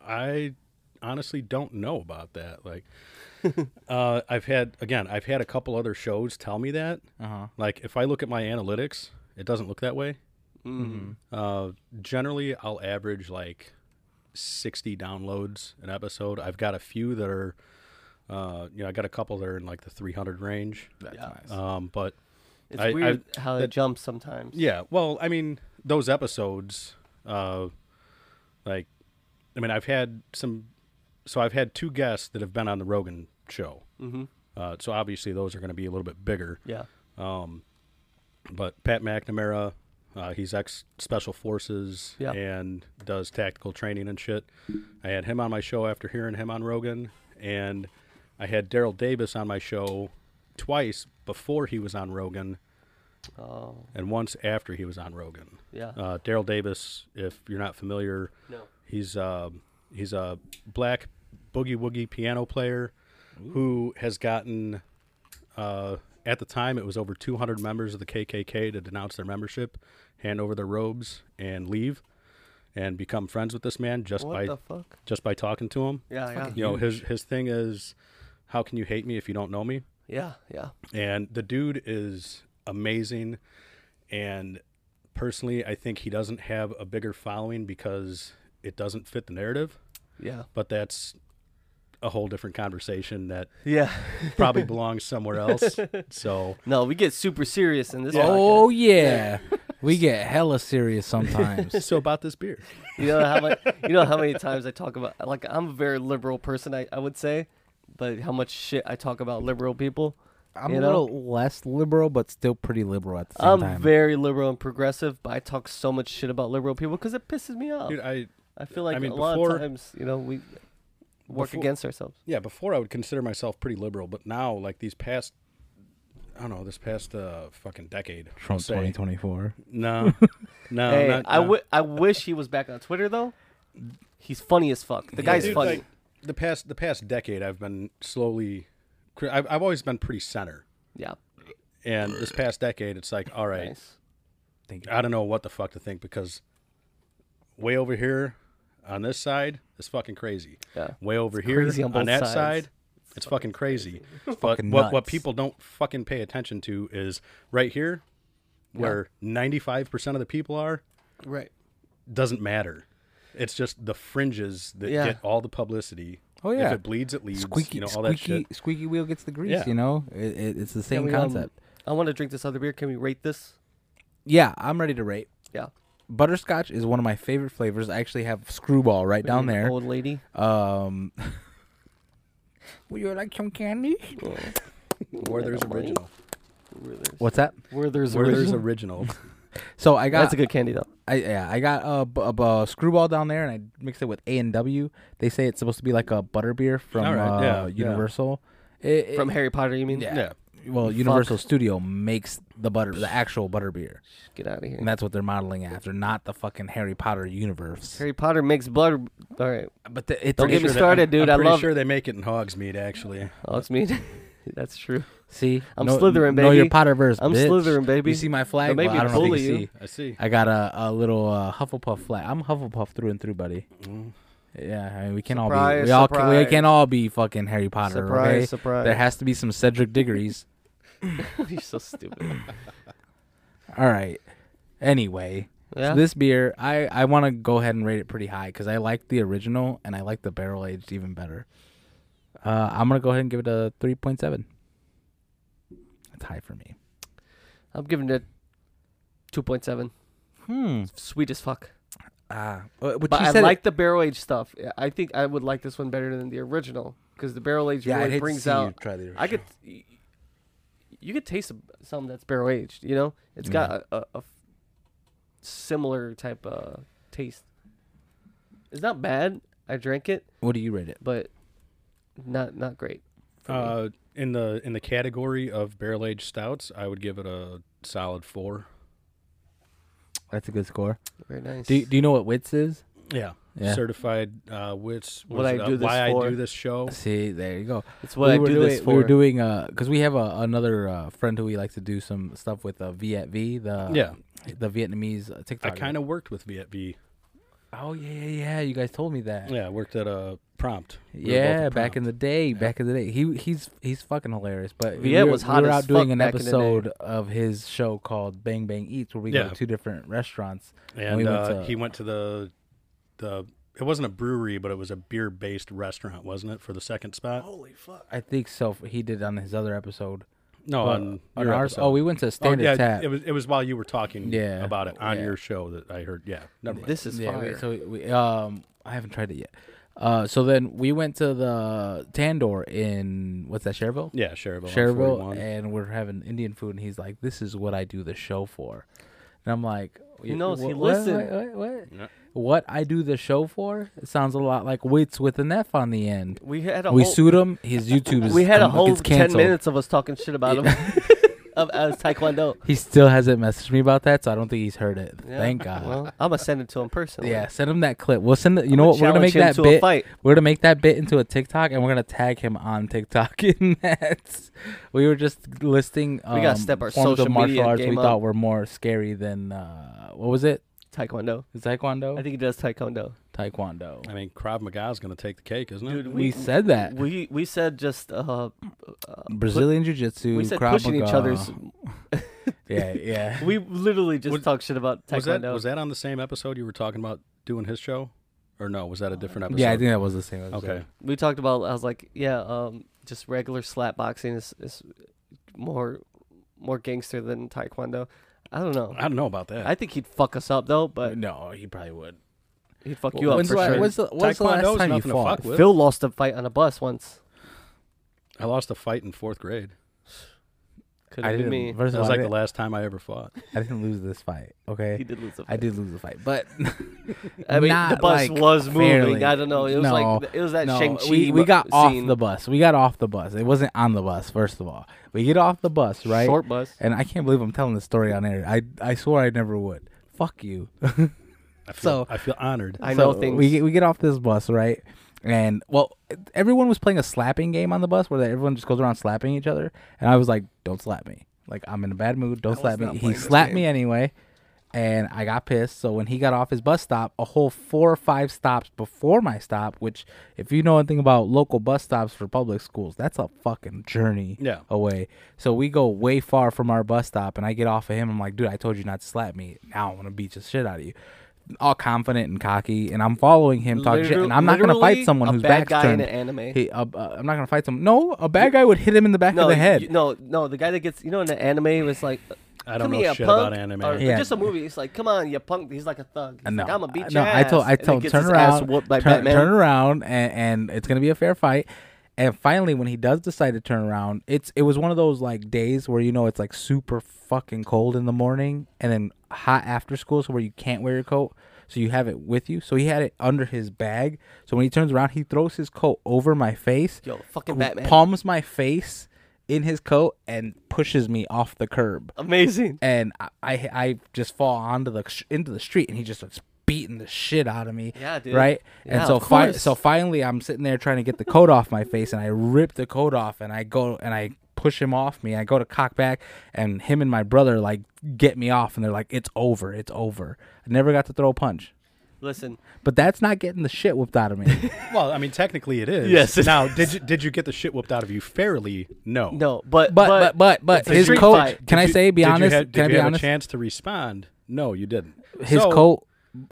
Speaker 3: I honestly don't know about that. Like, [laughs] uh, I've had again, I've had a couple other shows tell me that.
Speaker 4: Uh huh.
Speaker 3: Like, if I look at my analytics, it doesn't look that way.
Speaker 2: Mhm.
Speaker 3: Uh, generally, I'll average like 60 downloads an episode. I've got a few that are, uh, you know, I got a couple that are in like the 300 range.
Speaker 4: That's
Speaker 2: Yeah.
Speaker 4: nice.
Speaker 3: Um, but
Speaker 2: it's
Speaker 3: I- I-
Speaker 2: weird how
Speaker 3: that-
Speaker 2: it jumps sometimes.
Speaker 3: yeah, well, I mean, those episodes, uh, like, I mean, I've had some, so I've had two guests that have been on the Rogan show.
Speaker 2: Mm-hmm.
Speaker 3: Uh, so obviously, those are going to be a little bit bigger.
Speaker 2: Yeah.
Speaker 3: Um, but Pat McNamara, uh, he's ex Special Forces
Speaker 2: Yeah.
Speaker 3: and does tactical training and shit. I had him on my show after hearing him on Rogan, and I had Daryl Davis on my show twice before he was on Rogan
Speaker 2: Oh.
Speaker 3: and once after he was on Rogan.
Speaker 2: Yeah.
Speaker 3: Uh, Daryl Davis, if you're not familiar,
Speaker 2: No.
Speaker 3: He's uh, he's a black boogie woogie piano player who has gotten uh, at the time it was over 200 members of the KKK to denounce their membership, hand over their robes, and leave, and become friends with this man just
Speaker 2: What
Speaker 3: by
Speaker 2: the fuck?
Speaker 3: just by talking to him.
Speaker 2: Yeah. Yeah.
Speaker 4: fucking-
Speaker 3: You know his his thing is, how can you hate me if you don't know me?
Speaker 2: Yeah. Yeah.
Speaker 3: And the dude is amazing. And personally, I think he doesn't have a bigger following because it doesn't fit the narrative.
Speaker 2: Yeah.
Speaker 3: But that's a whole different conversation that
Speaker 2: Yeah.
Speaker 3: probably belongs somewhere else. So,
Speaker 2: [laughs] No, we get super serious in this.
Speaker 4: Oh yeah, [laughs] we get hella serious
Speaker 2: [laughs]
Speaker 4: sometimes.
Speaker 3: so about this beer.
Speaker 2: You know how much, you know how many times I talk about like I'm a very liberal person I, I would say, but how much shit I talk about liberal people.
Speaker 4: I'm
Speaker 2: You
Speaker 4: a
Speaker 2: know?
Speaker 4: little less liberal, but still pretty liberal at the same
Speaker 2: I'm
Speaker 4: time.
Speaker 2: very liberal and progressive, but I talk so much shit about liberal people because it pisses me off.
Speaker 3: Dude, I
Speaker 2: I feel like
Speaker 3: I mean,
Speaker 2: a lot
Speaker 3: before-
Speaker 2: of times, you know, we work
Speaker 3: Before-
Speaker 2: against ourselves.
Speaker 3: yeah, before I would consider myself pretty liberal, but now like these past I don't know, this past uh fucking decade. I'll
Speaker 4: Trump
Speaker 3: say.
Speaker 4: 2024.
Speaker 3: No. No,
Speaker 2: hey,
Speaker 3: Oh, not,
Speaker 2: I,
Speaker 3: no.
Speaker 2: w- I wish he was back on Twitter though. He's funny as fuck. The guy's
Speaker 3: Dude,
Speaker 2: funny.
Speaker 3: like, the past the past decade, I've been slowly. cri- I've, I've always been pretty center,
Speaker 2: yeah.
Speaker 3: and this past decade, it's like, all right,
Speaker 2: Nice.
Speaker 4: Thank you.
Speaker 3: I don't know what the fuck to think because way over here on this side is fucking crazy.
Speaker 2: Yeah.
Speaker 3: Way over here
Speaker 2: crazy on
Speaker 3: on,
Speaker 2: both
Speaker 3: that
Speaker 2: sides.
Speaker 3: side, it's fucking crazy. But
Speaker 4: Fucking
Speaker 3: what what
Speaker 4: nuts.
Speaker 3: people don't fucking pay attention to is right here, where ninety five percent of the people are,
Speaker 2: Right.
Speaker 3: doesn't matter. It's just the fringes that
Speaker 2: Yeah.
Speaker 3: get all the publicity.
Speaker 4: Oh, yeah.
Speaker 3: if it bleeds, it leads.
Speaker 4: Squeaky,
Speaker 3: you know all that shit.
Speaker 4: squeaky, squeaky wheel gets the grease.
Speaker 3: Yeah.
Speaker 4: You know, it, it, it's the same
Speaker 2: Can we, um,
Speaker 4: concept.
Speaker 2: I want to drink this other beer. Can we rate this?
Speaker 4: yeah, I'm ready to rate.
Speaker 2: Yeah.
Speaker 4: Butterscotch is one of my favorite flavors. I actually have Screwball right down
Speaker 2: Maybe an
Speaker 4: there.
Speaker 2: Old lady.
Speaker 4: Um, [laughs] would you like some candy?
Speaker 3: Where there's
Speaker 2: Like a
Speaker 3: original.
Speaker 2: Werther's.
Speaker 4: What's that?
Speaker 2: Werther's
Speaker 3: Where there's
Speaker 2: original.
Speaker 3: original.
Speaker 4: So I got
Speaker 2: That's a good candy though.
Speaker 4: I yeah, I got a, b- a b- a screwball down there, and I mixed it with A and W. They say it's supposed to be like a butter beer from
Speaker 3: All right,
Speaker 4: uh,
Speaker 3: yeah, yeah.
Speaker 4: Universal. It- it-
Speaker 2: From Harry Potter, you mean?
Speaker 4: Yeah.
Speaker 3: yeah.
Speaker 4: well, Universal Studio makes the butter, the actual butter beer,
Speaker 2: Get out of here.
Speaker 4: and that's what they're modeling after, not the fucking Harry Potter universe.
Speaker 2: Harry Potter makes butter. All right.
Speaker 4: but the, it's
Speaker 2: Don't
Speaker 4: like-
Speaker 2: get me
Speaker 3: that-
Speaker 2: started, dude.
Speaker 3: I'm
Speaker 2: I
Speaker 3: pretty
Speaker 2: love-
Speaker 3: sure they make it in Hogsmeade, actually.
Speaker 2: Oh, it's me. [laughs] That's true.
Speaker 4: see,
Speaker 2: I'm
Speaker 4: no,
Speaker 2: Slytherin,
Speaker 4: Know your
Speaker 2: baby.
Speaker 4: Potterverse,
Speaker 2: I'm
Speaker 4: bitch.
Speaker 2: Slytherin, baby.
Speaker 4: You see my flag?
Speaker 2: Don't make
Speaker 4: Well,
Speaker 2: me
Speaker 4: I don't know if
Speaker 2: bully
Speaker 4: you can
Speaker 2: you.
Speaker 4: see.
Speaker 3: I see.
Speaker 4: I got a, a little uh, Hufflepuff flag. I'm Hufflepuff through and through, buddy.
Speaker 3: Mm-hmm.
Speaker 4: Yeah, I mean, we can all be
Speaker 2: Surprise,
Speaker 4: we all can, we
Speaker 2: surprise.
Speaker 4: can all be fucking Harry Potter.
Speaker 2: Surprise,
Speaker 4: okay?
Speaker 2: surprise.
Speaker 4: There has to be some
Speaker 2: [laughs]
Speaker 4: Cedric Diggory's.
Speaker 2: You're so
Speaker 3: [laughs]
Speaker 2: stupid.
Speaker 4: all right. Anyway,
Speaker 2: Yeah.
Speaker 4: so this beer, I I want to go ahead and rate it pretty high because I like the original and I like the barrel aged even better. Uh, I'm gonna go ahead and give it a three point seven. It's high for me.
Speaker 2: I'm giving it two point seven.
Speaker 4: Hmm.
Speaker 2: Sweet as fuck.
Speaker 4: Ah, uh,
Speaker 2: But I like the barrel age stuff. Yeah, I think I would like this one better than the original because the barrel age
Speaker 4: yeah, I'd hate
Speaker 2: really
Speaker 4: to
Speaker 2: brings
Speaker 4: see you
Speaker 2: out.
Speaker 4: try the
Speaker 2: I could, y- you could taste some- some that's barrel aged. You know, it's got a, a, a similar type of taste. It's not bad. I drank it,
Speaker 4: What do you rate it?
Speaker 2: but not not great. for me.
Speaker 3: Uh, in the in the category of barrel aged stouts, I would give it a solid four.
Speaker 4: That's a good score.
Speaker 2: Very nice.
Speaker 4: Do Do you know what Wits is?
Speaker 3: Yeah,
Speaker 4: Yeah.
Speaker 3: certified. Uh, which
Speaker 2: What I do this
Speaker 3: why
Speaker 2: for.
Speaker 3: I do this show.
Speaker 4: See, there you go.
Speaker 2: it's what I do
Speaker 4: were doing,
Speaker 2: this for.
Speaker 4: We were doing because we have a, another uh, friend who we like to do some stuff with. Uh, Viet V, the
Speaker 3: Yeah.
Speaker 4: the Vietnamese uh,
Speaker 3: I
Speaker 4: TikTok.
Speaker 3: kind of worked with Viet V.
Speaker 4: Oh yeah, yeah, yeah. You guys told me that.
Speaker 3: Yeah, I worked at a prompt. We were both
Speaker 4: yeah,
Speaker 3: at
Speaker 4: back in
Speaker 3: Prompt.
Speaker 4: the day, back in the day, he he's he's fucking hilarious. But we
Speaker 2: Viet
Speaker 4: were-
Speaker 2: was
Speaker 4: we
Speaker 2: hot
Speaker 4: were
Speaker 2: as
Speaker 4: out doing
Speaker 2: fuck
Speaker 4: an
Speaker 2: back in the day.
Speaker 4: episode of his show called Bang Bang Eats, where we go
Speaker 3: Yeah.
Speaker 4: to two different restaurants.
Speaker 3: and
Speaker 4: we went
Speaker 3: uh,
Speaker 4: to-
Speaker 3: he went to the the. It wasn't a brewery, but it was a beer based restaurant, wasn't it? For the second spot.
Speaker 2: Holy fuck!
Speaker 4: I think so. He did on his other episode.
Speaker 3: no,
Speaker 4: But
Speaker 3: Oh, on,
Speaker 4: on
Speaker 3: your
Speaker 4: ours.
Speaker 3: episode.
Speaker 4: Oh, we went to Standard
Speaker 3: yeah,
Speaker 4: Tap.
Speaker 3: It was it was while you were talking
Speaker 4: Yeah.
Speaker 3: about it on
Speaker 4: Yeah.
Speaker 3: your show that I heard. Yeah, never mind.
Speaker 2: This is
Speaker 4: yeah, we-
Speaker 2: fire.
Speaker 4: so we, um, I haven't tried it yet. Uh, so then we went to the Tandor in what's that, Cherville?
Speaker 3: yeah, Cherville. on
Speaker 4: Cherville,
Speaker 3: 41.
Speaker 4: and we're having Indian food, and he's like, "This is what I do the show for," and I'm like, "You-
Speaker 2: knows? He
Speaker 4: wh- what-
Speaker 2: listened."
Speaker 4: What, what,
Speaker 3: Yeah.
Speaker 4: what I do the show for? It sounds a lot like wits with an F on the end.
Speaker 2: we had a
Speaker 4: we
Speaker 2: whole,
Speaker 4: sued him. His YouTube
Speaker 2: [laughs]
Speaker 4: is
Speaker 2: we had a
Speaker 4: com-
Speaker 2: whole
Speaker 4: gets
Speaker 2: ten
Speaker 4: canceled.
Speaker 2: minutes of us talking shit about him of as taekwondo.
Speaker 4: [laughs] He still hasn't messaged me about that, so I don't think he's heard it.
Speaker 2: Yeah.
Speaker 4: Thank God.
Speaker 2: Well, I'm gonna send it to him personally.
Speaker 4: yeah, send him that clip. We'll send. The, you
Speaker 2: I'm
Speaker 4: know
Speaker 2: gonna
Speaker 4: what? We're gonna
Speaker 2: challenge
Speaker 4: make
Speaker 2: him
Speaker 4: that
Speaker 2: to a
Speaker 4: bit.
Speaker 2: fight.
Speaker 4: We're gonna make that bit into a TikTok, and we're gonna tag him on TikTok. [laughs] In that, we were just listing. Um,
Speaker 2: gotta step our
Speaker 4: forms of
Speaker 2: social
Speaker 4: martial
Speaker 2: media
Speaker 4: arts we
Speaker 2: game up.
Speaker 4: thought were more scary than uh, what was it?
Speaker 2: Taekwondo.
Speaker 4: Taekwondo.
Speaker 2: I Uh, think he does taekwondo.
Speaker 4: Taekwondo.
Speaker 3: I mean, Krav Maga is going to take the cake, isn't it?
Speaker 2: Dude,
Speaker 4: We,
Speaker 2: we-
Speaker 4: said that
Speaker 2: We we said just uh, uh
Speaker 4: Brazilian jiu-jitsu.
Speaker 2: pu- we said
Speaker 4: Krav
Speaker 2: pushing each
Speaker 4: Maga.
Speaker 2: other's. [laughs]
Speaker 4: Yeah, yeah.
Speaker 2: We literally just
Speaker 3: Was-
Speaker 2: talk shit about taekwondo.
Speaker 3: was that was that on the same episode you were talking about doing his show, or no? Was
Speaker 2: Uh,
Speaker 3: that a different episode?
Speaker 4: yeah, I think that was the same. episode.
Speaker 3: Okay,
Speaker 2: we talked about. I was like, yeah, um, just regular slap boxing is is more more gangster than taekwondo. I don't know.
Speaker 3: I don't know about that.
Speaker 2: I think he'd fuck us up though, but
Speaker 4: no, he probably would.
Speaker 2: he'd fuck you up
Speaker 4: when's
Speaker 2: for
Speaker 4: the, la-
Speaker 2: sure.
Speaker 4: when's the, when's the
Speaker 3: Taekwondo's
Speaker 4: last time you
Speaker 3: nothing to
Speaker 4: fought?
Speaker 3: fuck with.
Speaker 2: Phil lost a fight on a bus once.
Speaker 3: I lost a fight in fourth grade.
Speaker 2: Could
Speaker 4: I
Speaker 2: have been
Speaker 4: didn't.
Speaker 2: me.
Speaker 4: First
Speaker 3: That was
Speaker 4: of all, I
Speaker 3: like the
Speaker 4: didn't-
Speaker 3: last time I ever fought.
Speaker 4: I didn't lose this fight. Okay.
Speaker 2: He did lose a fight.
Speaker 4: I did lose the fight, but
Speaker 2: I mean, the
Speaker 4: not,
Speaker 2: bus
Speaker 4: like,
Speaker 2: was moving.
Speaker 4: fairly.
Speaker 2: I don't know. It was
Speaker 4: No,
Speaker 2: like it was that
Speaker 4: no,
Speaker 2: Shang Chi.
Speaker 4: we, we got off the bus. We got off the bus. It wasn't on the bus. First of all, we get off the bus, right?
Speaker 2: short bus.
Speaker 4: And I can't believe I'm telling this story on air. I I swore I never would. Fuck you.
Speaker 3: I feel,
Speaker 4: So-
Speaker 3: I feel honored.
Speaker 2: I
Speaker 4: [laughs] So
Speaker 2: know things.
Speaker 4: We get, we get off this bus, right? And well, everyone was playing a slapping game on the bus where they- everyone just goes around slapping each other. And I was like, "Don't slap me! Like I'm in a bad mood. Don't slap me." He slapped me anyway, and I got pissed. So when he got off his bus stop, a whole four or five stops before my stop, which if you know anything about local bus stops for public schools, that's a fucking journey
Speaker 3: Yeah.
Speaker 4: away. So we go way far from our bus stop, and I get off of him. I'm like, dude, I told you not to slap me. Now I'm gonna beat the shit out of you. All confident and cocky, and I'm following him talking shit.
Speaker 2: Literal-
Speaker 4: And I'm not gonna
Speaker 2: literally
Speaker 4: fight someone
Speaker 2: a
Speaker 4: who's
Speaker 2: bad
Speaker 4: back
Speaker 2: guy
Speaker 4: turned.
Speaker 2: in an anime.
Speaker 4: He- uh, uh, I'm not gonna fight someone. No, a bad guy would hit him in the back
Speaker 2: no,
Speaker 4: of the head.
Speaker 2: you- no, no. The guy that gets you know in the anime was like, uh,
Speaker 3: I don't
Speaker 2: "Come
Speaker 3: know
Speaker 2: here,
Speaker 3: shit
Speaker 2: punk,"
Speaker 3: about anime.
Speaker 2: Or,
Speaker 4: Yeah.
Speaker 2: Just a movie. He's like, come on, you punk. He's like a thug. He's
Speaker 4: no,
Speaker 2: like, I'm gonna beat
Speaker 4: I-
Speaker 2: you.
Speaker 4: no, I told, I
Speaker 2: and he
Speaker 4: told, him,
Speaker 2: gets
Speaker 4: turn
Speaker 2: his ass
Speaker 4: around,
Speaker 2: whooped by
Speaker 4: turn,
Speaker 2: Batman.
Speaker 4: turn around, and, and it's gonna be a fair fight. And finally, when he does decide to turn around, it's it was one of those like days where you know it's like super fucking cold in the morning, and then hot after school, so where you can't wear your coat, so you have it with you. So he had it under his bag. So when he turns around, he throws his coat over my face,
Speaker 2: Yo, fucking Batman.
Speaker 4: palms my face in his coat, and pushes me off the curb
Speaker 2: Amazing.
Speaker 4: and I, I I just fall onto the sh- into the street, and he just starts beating the shit out of me.
Speaker 2: Yeah, dude.
Speaker 4: Right,
Speaker 2: Yeah,
Speaker 4: and so
Speaker 2: of
Speaker 4: fi-
Speaker 2: course.
Speaker 4: so finally, I'm sitting there trying to get the coat off my face, and I rip the coat off, and I go and I push him off me. I go to cock back, and him and my brother like get me off, and they're like, "It's over, it's over." I never got to throw a punch,
Speaker 2: Listen,
Speaker 4: but that's not getting the shit whipped out
Speaker 2: [laughs]
Speaker 4: of me.
Speaker 3: Well, I mean, technically it is.
Speaker 2: Yes, it
Speaker 3: Now, did you did you get the shit whooped out of you fairly? No.
Speaker 2: no, but
Speaker 4: But but but but,
Speaker 2: it's a
Speaker 4: his
Speaker 2: street
Speaker 4: coat.
Speaker 2: fight.
Speaker 3: Did
Speaker 4: Can I
Speaker 3: you-
Speaker 4: say? Be
Speaker 3: did you
Speaker 4: honest.
Speaker 3: have- did
Speaker 4: can I
Speaker 3: you
Speaker 4: be
Speaker 3: have a
Speaker 4: honest?
Speaker 3: chance to respond? No, you didn't.
Speaker 4: his
Speaker 3: So-
Speaker 4: coat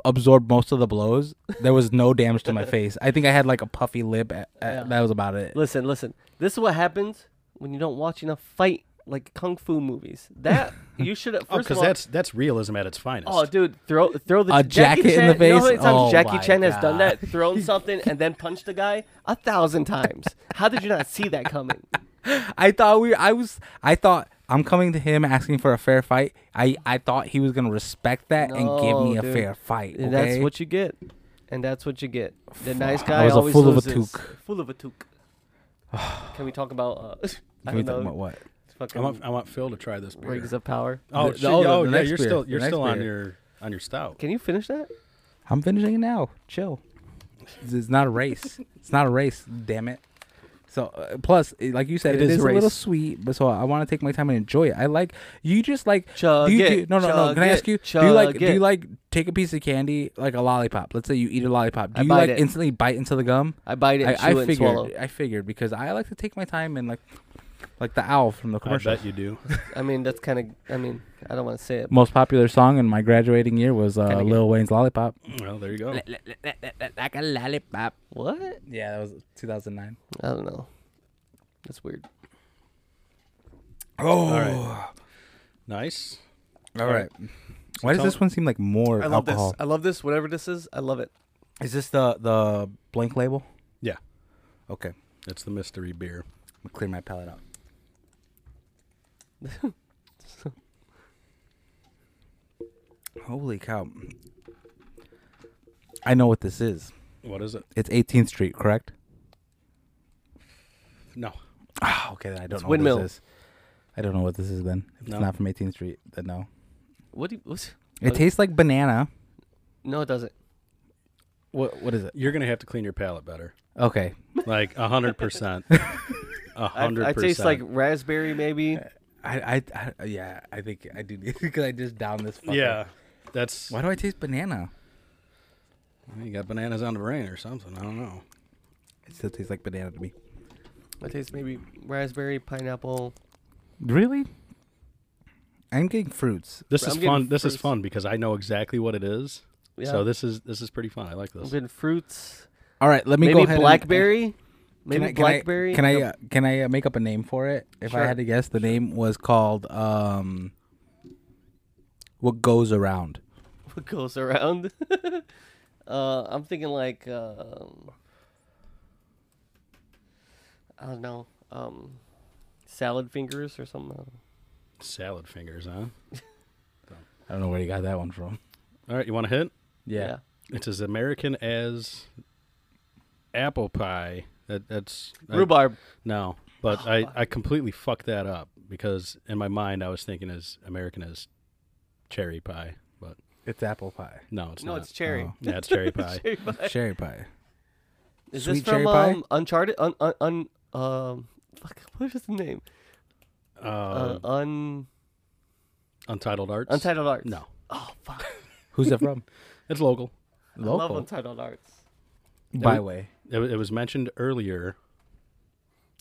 Speaker 4: absorbed most of the blows. There was no damage to my face. I think I had like a puffy lip. At, at-
Speaker 2: Yeah.
Speaker 4: That was about it.
Speaker 2: listen, listen. This is what happens when you don't watch enough fight like kung fu movies.
Speaker 4: [laughs]
Speaker 2: That you should first
Speaker 3: Oh,
Speaker 2: of
Speaker 3: because
Speaker 2: all,
Speaker 3: that's that's realism at its finest.
Speaker 2: Oh, dude, throw throw the
Speaker 4: A
Speaker 2: Jackie
Speaker 4: jacket in
Speaker 2: Chan,
Speaker 4: the
Speaker 2: You know
Speaker 4: face?
Speaker 2: how many times
Speaker 4: Oh
Speaker 2: Jackie
Speaker 4: my
Speaker 2: Chan has done
Speaker 4: God.
Speaker 2: that?
Speaker 4: [laughs]
Speaker 2: Thrown something and then punched the guy a thousand times. How did you not see that coming?
Speaker 4: I thought we. I was. I thought I'm coming to him asking for a fair fight. I. I thought he was gonna respect that and give
Speaker 2: No,
Speaker 4: me a
Speaker 2: dude.
Speaker 4: fair fight. Okay?
Speaker 2: And that's what you get. And that's what you get. The nice
Speaker 4: I
Speaker 2: guy
Speaker 4: was a
Speaker 2: always
Speaker 4: fool of a
Speaker 2: loses.
Speaker 4: toque.
Speaker 2: Full of a
Speaker 4: [sighs]
Speaker 2: toque. Can we talk about? Uh, [laughs] I
Speaker 4: Can we
Speaker 2: don't
Speaker 4: talk
Speaker 2: know.
Speaker 4: about what?
Speaker 3: I
Speaker 2: fucking
Speaker 3: want I want Phil to try this beer.
Speaker 2: rings of power.
Speaker 3: Oh,
Speaker 4: The-
Speaker 3: shit,
Speaker 4: oh, the-
Speaker 3: oh,
Speaker 4: the
Speaker 3: yeah,
Speaker 4: next
Speaker 3: you're
Speaker 4: beer,
Speaker 3: still
Speaker 4: the
Speaker 3: you're
Speaker 4: next
Speaker 3: still on
Speaker 4: beer.
Speaker 3: your on your stout.
Speaker 2: Can you finish that?
Speaker 4: I'm finishing it now. Chill. It's- It's not a race. it's not a race. Damn it. So uh, plus, i- like you said,
Speaker 2: It is
Speaker 4: it is,
Speaker 2: a
Speaker 4: a little
Speaker 2: race.
Speaker 4: sweet, but so I want to take my time and enjoy it. I like you. Just like
Speaker 2: Chug
Speaker 4: do you
Speaker 2: it,
Speaker 4: do, no no no.
Speaker 2: chug
Speaker 4: Can I
Speaker 2: it,
Speaker 4: ask you? Do you like
Speaker 2: chug
Speaker 4: do you
Speaker 2: it.
Speaker 4: like take a piece of candy like a lollipop? Let's say you eat a lollipop. Do
Speaker 2: I
Speaker 4: you
Speaker 2: bite
Speaker 4: like
Speaker 2: it.
Speaker 4: instantly bite into the gum?
Speaker 2: I bite it,
Speaker 4: I,
Speaker 2: chew
Speaker 4: I
Speaker 2: it, and swallow.
Speaker 4: figured. I figured because I like to take my time and like like the owl from the
Speaker 3: I
Speaker 4: commercial.
Speaker 3: bet you do.
Speaker 2: I mean, that's kind of. I mean, I don't want to say it.
Speaker 4: Most popular song in my graduating year was uh,
Speaker 2: Kinda good.
Speaker 4: Lil Wayne's Lollipop.
Speaker 3: Well, there you go.
Speaker 4: Like a lollipop.
Speaker 2: What?
Speaker 4: Yeah, that was 2009.
Speaker 2: I don't know. That's weird.
Speaker 4: Oh,
Speaker 3: All right. Nice.
Speaker 4: All
Speaker 3: right.
Speaker 4: right. Why does
Speaker 3: tell-
Speaker 4: this one seem like more
Speaker 2: I love
Speaker 4: alcohol?
Speaker 2: this. I love this. Whatever this is, I love it.
Speaker 4: Uh, Is this the the blank label?
Speaker 3: Yeah,
Speaker 4: Okay, I'm
Speaker 3: it's the mystery beer.
Speaker 4: gonna clear my palate out. [laughs] Holy cow! I know what this is.
Speaker 3: What is it?
Speaker 4: It's 18th Street, correct?
Speaker 3: No.
Speaker 4: Ah, okay, then I don't
Speaker 2: It's
Speaker 4: know
Speaker 2: Windmill.
Speaker 4: what this is. I don't know what this is then. If
Speaker 3: No.
Speaker 4: it's not from 18th Street, then no.
Speaker 2: What? Do you, what's,
Speaker 4: It
Speaker 2: Oh.
Speaker 4: tastes like banana.
Speaker 2: no, it doesn't.
Speaker 4: What what is it?
Speaker 3: You're gonna have to clean your palate better.
Speaker 4: Okay.
Speaker 3: Like a hundred percent. A
Speaker 2: [laughs] I,
Speaker 3: hundred
Speaker 2: I
Speaker 3: percent.
Speaker 2: taste like raspberry, maybe.
Speaker 4: I, I, I yeah, I think I do need [laughs] because I just down this fucker.
Speaker 3: yeah. That's
Speaker 4: Why do I taste banana?
Speaker 3: you got bananas on the brain or something. I don't know.
Speaker 4: It still tastes like banana to me.
Speaker 2: I taste maybe raspberry, pineapple.
Speaker 4: Really? I'm getting fruits.
Speaker 3: This
Speaker 2: I'm
Speaker 3: is
Speaker 2: getting
Speaker 3: fun. This is
Speaker 2: fruits.
Speaker 3: fun because I know exactly what it is.
Speaker 2: Yeah.
Speaker 3: So this is this is pretty fun. I like
Speaker 2: I'm
Speaker 3: this.
Speaker 2: getting fruits.
Speaker 4: All right, let me go
Speaker 2: Maybe
Speaker 4: ahead and-
Speaker 2: blackberry. Maybe
Speaker 4: Can I- can I-
Speaker 2: blackberry.
Speaker 4: Can I
Speaker 2: Yep.
Speaker 4: uh, can I uh, make up a name for it? If
Speaker 2: Sure.
Speaker 4: I had to guess, the name was called um, what goes around.
Speaker 2: what [laughs] goes around? uh, I'm thinking like um, I don't know, um, salad fingers or something.
Speaker 3: Salad fingers, huh?
Speaker 4: I don't know where you got that one from.
Speaker 3: All right, you want to hit?
Speaker 4: Yeah.
Speaker 3: It's as American as apple pie. That that's I-
Speaker 2: rhubarb.
Speaker 3: no, but
Speaker 2: [sighs]
Speaker 3: I I completely fucked that up because in my mind I was thinking as American as cherry pie, but
Speaker 4: It's apple pie,
Speaker 3: no, it's
Speaker 2: no, [laughs]
Speaker 3: not.
Speaker 2: it's cherry.
Speaker 4: Oh.
Speaker 3: yeah, it's cherry pie.
Speaker 2: Cherry pie.
Speaker 4: cherry pie.
Speaker 2: Is
Speaker 4: Sweet
Speaker 2: this from
Speaker 4: cherry pie?
Speaker 2: um, Uncharted? Un, un, un um, fuck, [laughs] what is the name? Uh,
Speaker 3: Uh,
Speaker 2: un
Speaker 3: Untitled Arts.
Speaker 2: Untitled Arts.
Speaker 3: No,
Speaker 2: Oh fuck.
Speaker 4: Who's that [laughs] from?
Speaker 3: it's local.
Speaker 2: I love Untitled Arts.
Speaker 4: Byway.
Speaker 3: It, wa- it was mentioned earlier.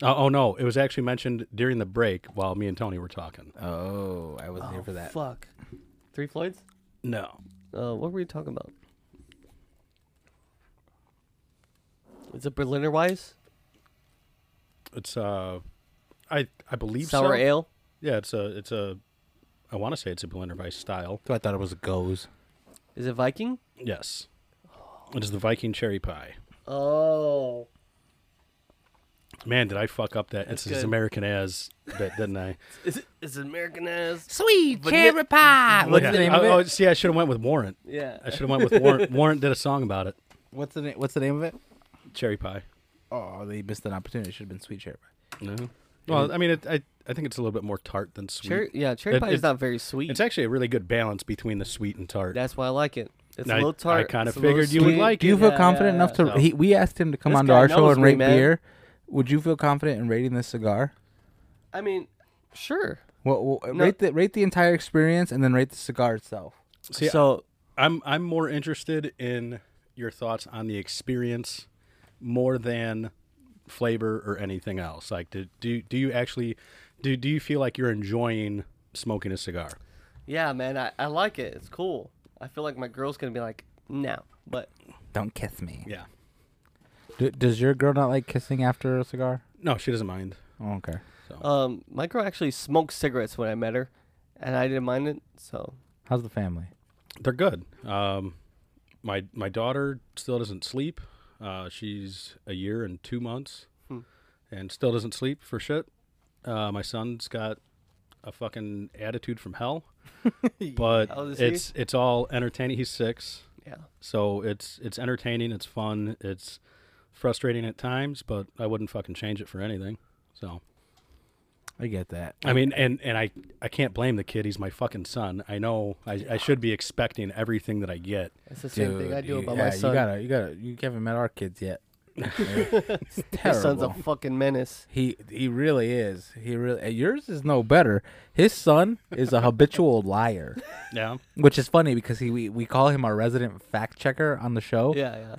Speaker 3: Oh, oh no, it was actually mentioned during the break while me and Tony were talking.
Speaker 4: Oh, I wasn't here for that.
Speaker 2: Fuck. Three Floyds.
Speaker 3: No,
Speaker 2: Uh, what were you talking about? Is it Berliner Weiss?
Speaker 3: it's uh, I I believe
Speaker 2: Sour
Speaker 3: so.
Speaker 2: ale.
Speaker 3: Yeah, it's a it's a. I want to say it's a Berliner Weiss style.
Speaker 4: So I thought it was goes.
Speaker 2: Is it Viking?
Speaker 3: Yes, it is the Viking cherry pie.
Speaker 2: Oh.
Speaker 3: Man, did I fuck up that?
Speaker 2: That's
Speaker 3: it's as
Speaker 2: good.
Speaker 3: American as bit, didn't I?
Speaker 2: Is it, is it American ass?
Speaker 4: Sweet
Speaker 2: Vanilla-
Speaker 4: cherry pie. Ah, What's
Speaker 3: Yeah.
Speaker 4: the name
Speaker 3: oh,
Speaker 4: of
Speaker 3: oh,
Speaker 4: it?
Speaker 3: see, I should have went with Warrant.
Speaker 2: Yeah.
Speaker 3: I should have went with Warrant. Warrant did a song about it.
Speaker 4: What's the name? What's the name of it?
Speaker 3: Cherry pie.
Speaker 4: Oh, they missed an opportunity. It should have been sweet cherry pie.
Speaker 3: No. Well, I mean, it, I I think it's a little bit more tart than sweet.
Speaker 2: Cherry, yeah, cherry
Speaker 3: It-
Speaker 2: pie is
Speaker 3: it-
Speaker 2: not very sweet.
Speaker 3: It's actually a really good balance between the sweet and tart.
Speaker 2: That's why I like it. It's
Speaker 3: I-
Speaker 2: a little
Speaker 3: I
Speaker 2: tart.
Speaker 3: kinda
Speaker 2: it's a little
Speaker 3: figured you would
Speaker 2: sweet.
Speaker 3: like
Speaker 4: Do you
Speaker 3: it.
Speaker 4: feel
Speaker 2: Yeah,
Speaker 4: confident
Speaker 2: yeah,
Speaker 4: enough to?
Speaker 3: yeah.
Speaker 4: He, we asked him to come
Speaker 2: This
Speaker 4: onto
Speaker 2: guy
Speaker 4: our show
Speaker 2: knows
Speaker 4: and
Speaker 2: me,
Speaker 4: rate
Speaker 2: man.
Speaker 4: beer. Would you feel confident in rating this cigar?
Speaker 2: I mean, sure.
Speaker 4: Well, well,
Speaker 2: No.
Speaker 4: rate the rate the entire experience and then rate the cigar itself.
Speaker 3: See,
Speaker 2: so
Speaker 3: I'm I'm more interested in your thoughts on the experience more than flavor or anything else. Like, do do, do you actually do do you feel like you're enjoying smoking a cigar?
Speaker 2: yeah, man, I, I like it. It's cool. I feel like my girl's gonna be like, no, but
Speaker 4: Don't kiss me.
Speaker 3: Yeah.
Speaker 4: D- does your girl not like kissing after a cigar?
Speaker 3: No, she doesn't mind.
Speaker 4: Oh, okay.
Speaker 3: So
Speaker 2: Um, my girl actually smoked cigarettes when I met her, and I didn't mind it. [laughs] So
Speaker 4: How's the family?
Speaker 3: they're good. Um, my my daughter still doesn't sleep. Uh, she's a year and two months,
Speaker 2: Hmm.
Speaker 3: and still doesn't sleep for shit. Uh, my son's got a fucking attitude from hell, but
Speaker 2: How old is he?
Speaker 3: it's it's all entertaining. He's six,
Speaker 2: yeah,
Speaker 3: so it's it's entertaining. It's fun. It's frustrating at times, but I wouldn't fucking change it for anything. So
Speaker 4: I get that.
Speaker 3: I mean, and and I I can't blame the kid. He's my fucking son. I know I, I should be expecting everything that I get.
Speaker 2: it's the same thing I do
Speaker 4: you-
Speaker 2: about
Speaker 4: yeah,
Speaker 2: my son.
Speaker 4: You gotta, you gotta, you haven't met our
Speaker 2: [laughs]
Speaker 4: kids yet. it's
Speaker 2: His son's a
Speaker 4: terrible.
Speaker 2: fucking menace.
Speaker 4: He he really is. He really and yours is no better. His son is a habitual [laughs] liar,
Speaker 3: Yeah.
Speaker 4: which is funny because he we, we call him our resident fact checker on the show.
Speaker 2: Yeah, yeah.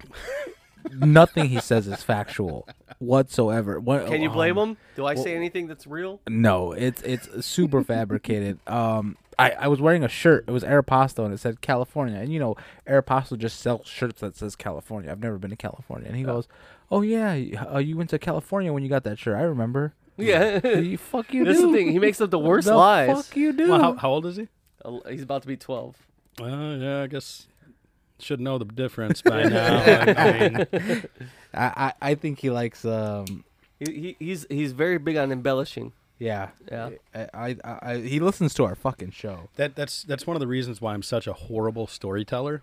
Speaker 4: Nothing he says is factual whatsoever. What,
Speaker 2: Can you
Speaker 4: um,
Speaker 2: blame him? Do I say anything that's real?
Speaker 4: No, it's it's super fabricated.
Speaker 2: [laughs]
Speaker 4: Um, I I was wearing a shirt. It was Aeropostale, and it said California. And you know, Aeropostale just sells shirts that says California. I've never been to California. And he goes, "Oh yeah, y- uh, you went to California when you got that shirt.
Speaker 2: [laughs]
Speaker 4: I remember."
Speaker 2: Yeah.
Speaker 4: you, fuck you.
Speaker 2: That's the
Speaker 4: do.
Speaker 2: thing, he makes
Speaker 4: [laughs]
Speaker 2: up the worst
Speaker 4: the
Speaker 2: lies.
Speaker 4: Fuck you do.
Speaker 3: Well, how, how old is he?
Speaker 2: Uh, He's about to be twelve.
Speaker 3: Uh, yeah, I guess should know the difference [laughs] by now. I mean,
Speaker 4: I, I I think he likes um
Speaker 2: He, he he's he's very big on embellishing.
Speaker 4: yeah
Speaker 2: Yeah.
Speaker 4: I, I, I, I he listens to our fucking show.
Speaker 3: that that's that's one of the reasons why I'm such a horrible storyteller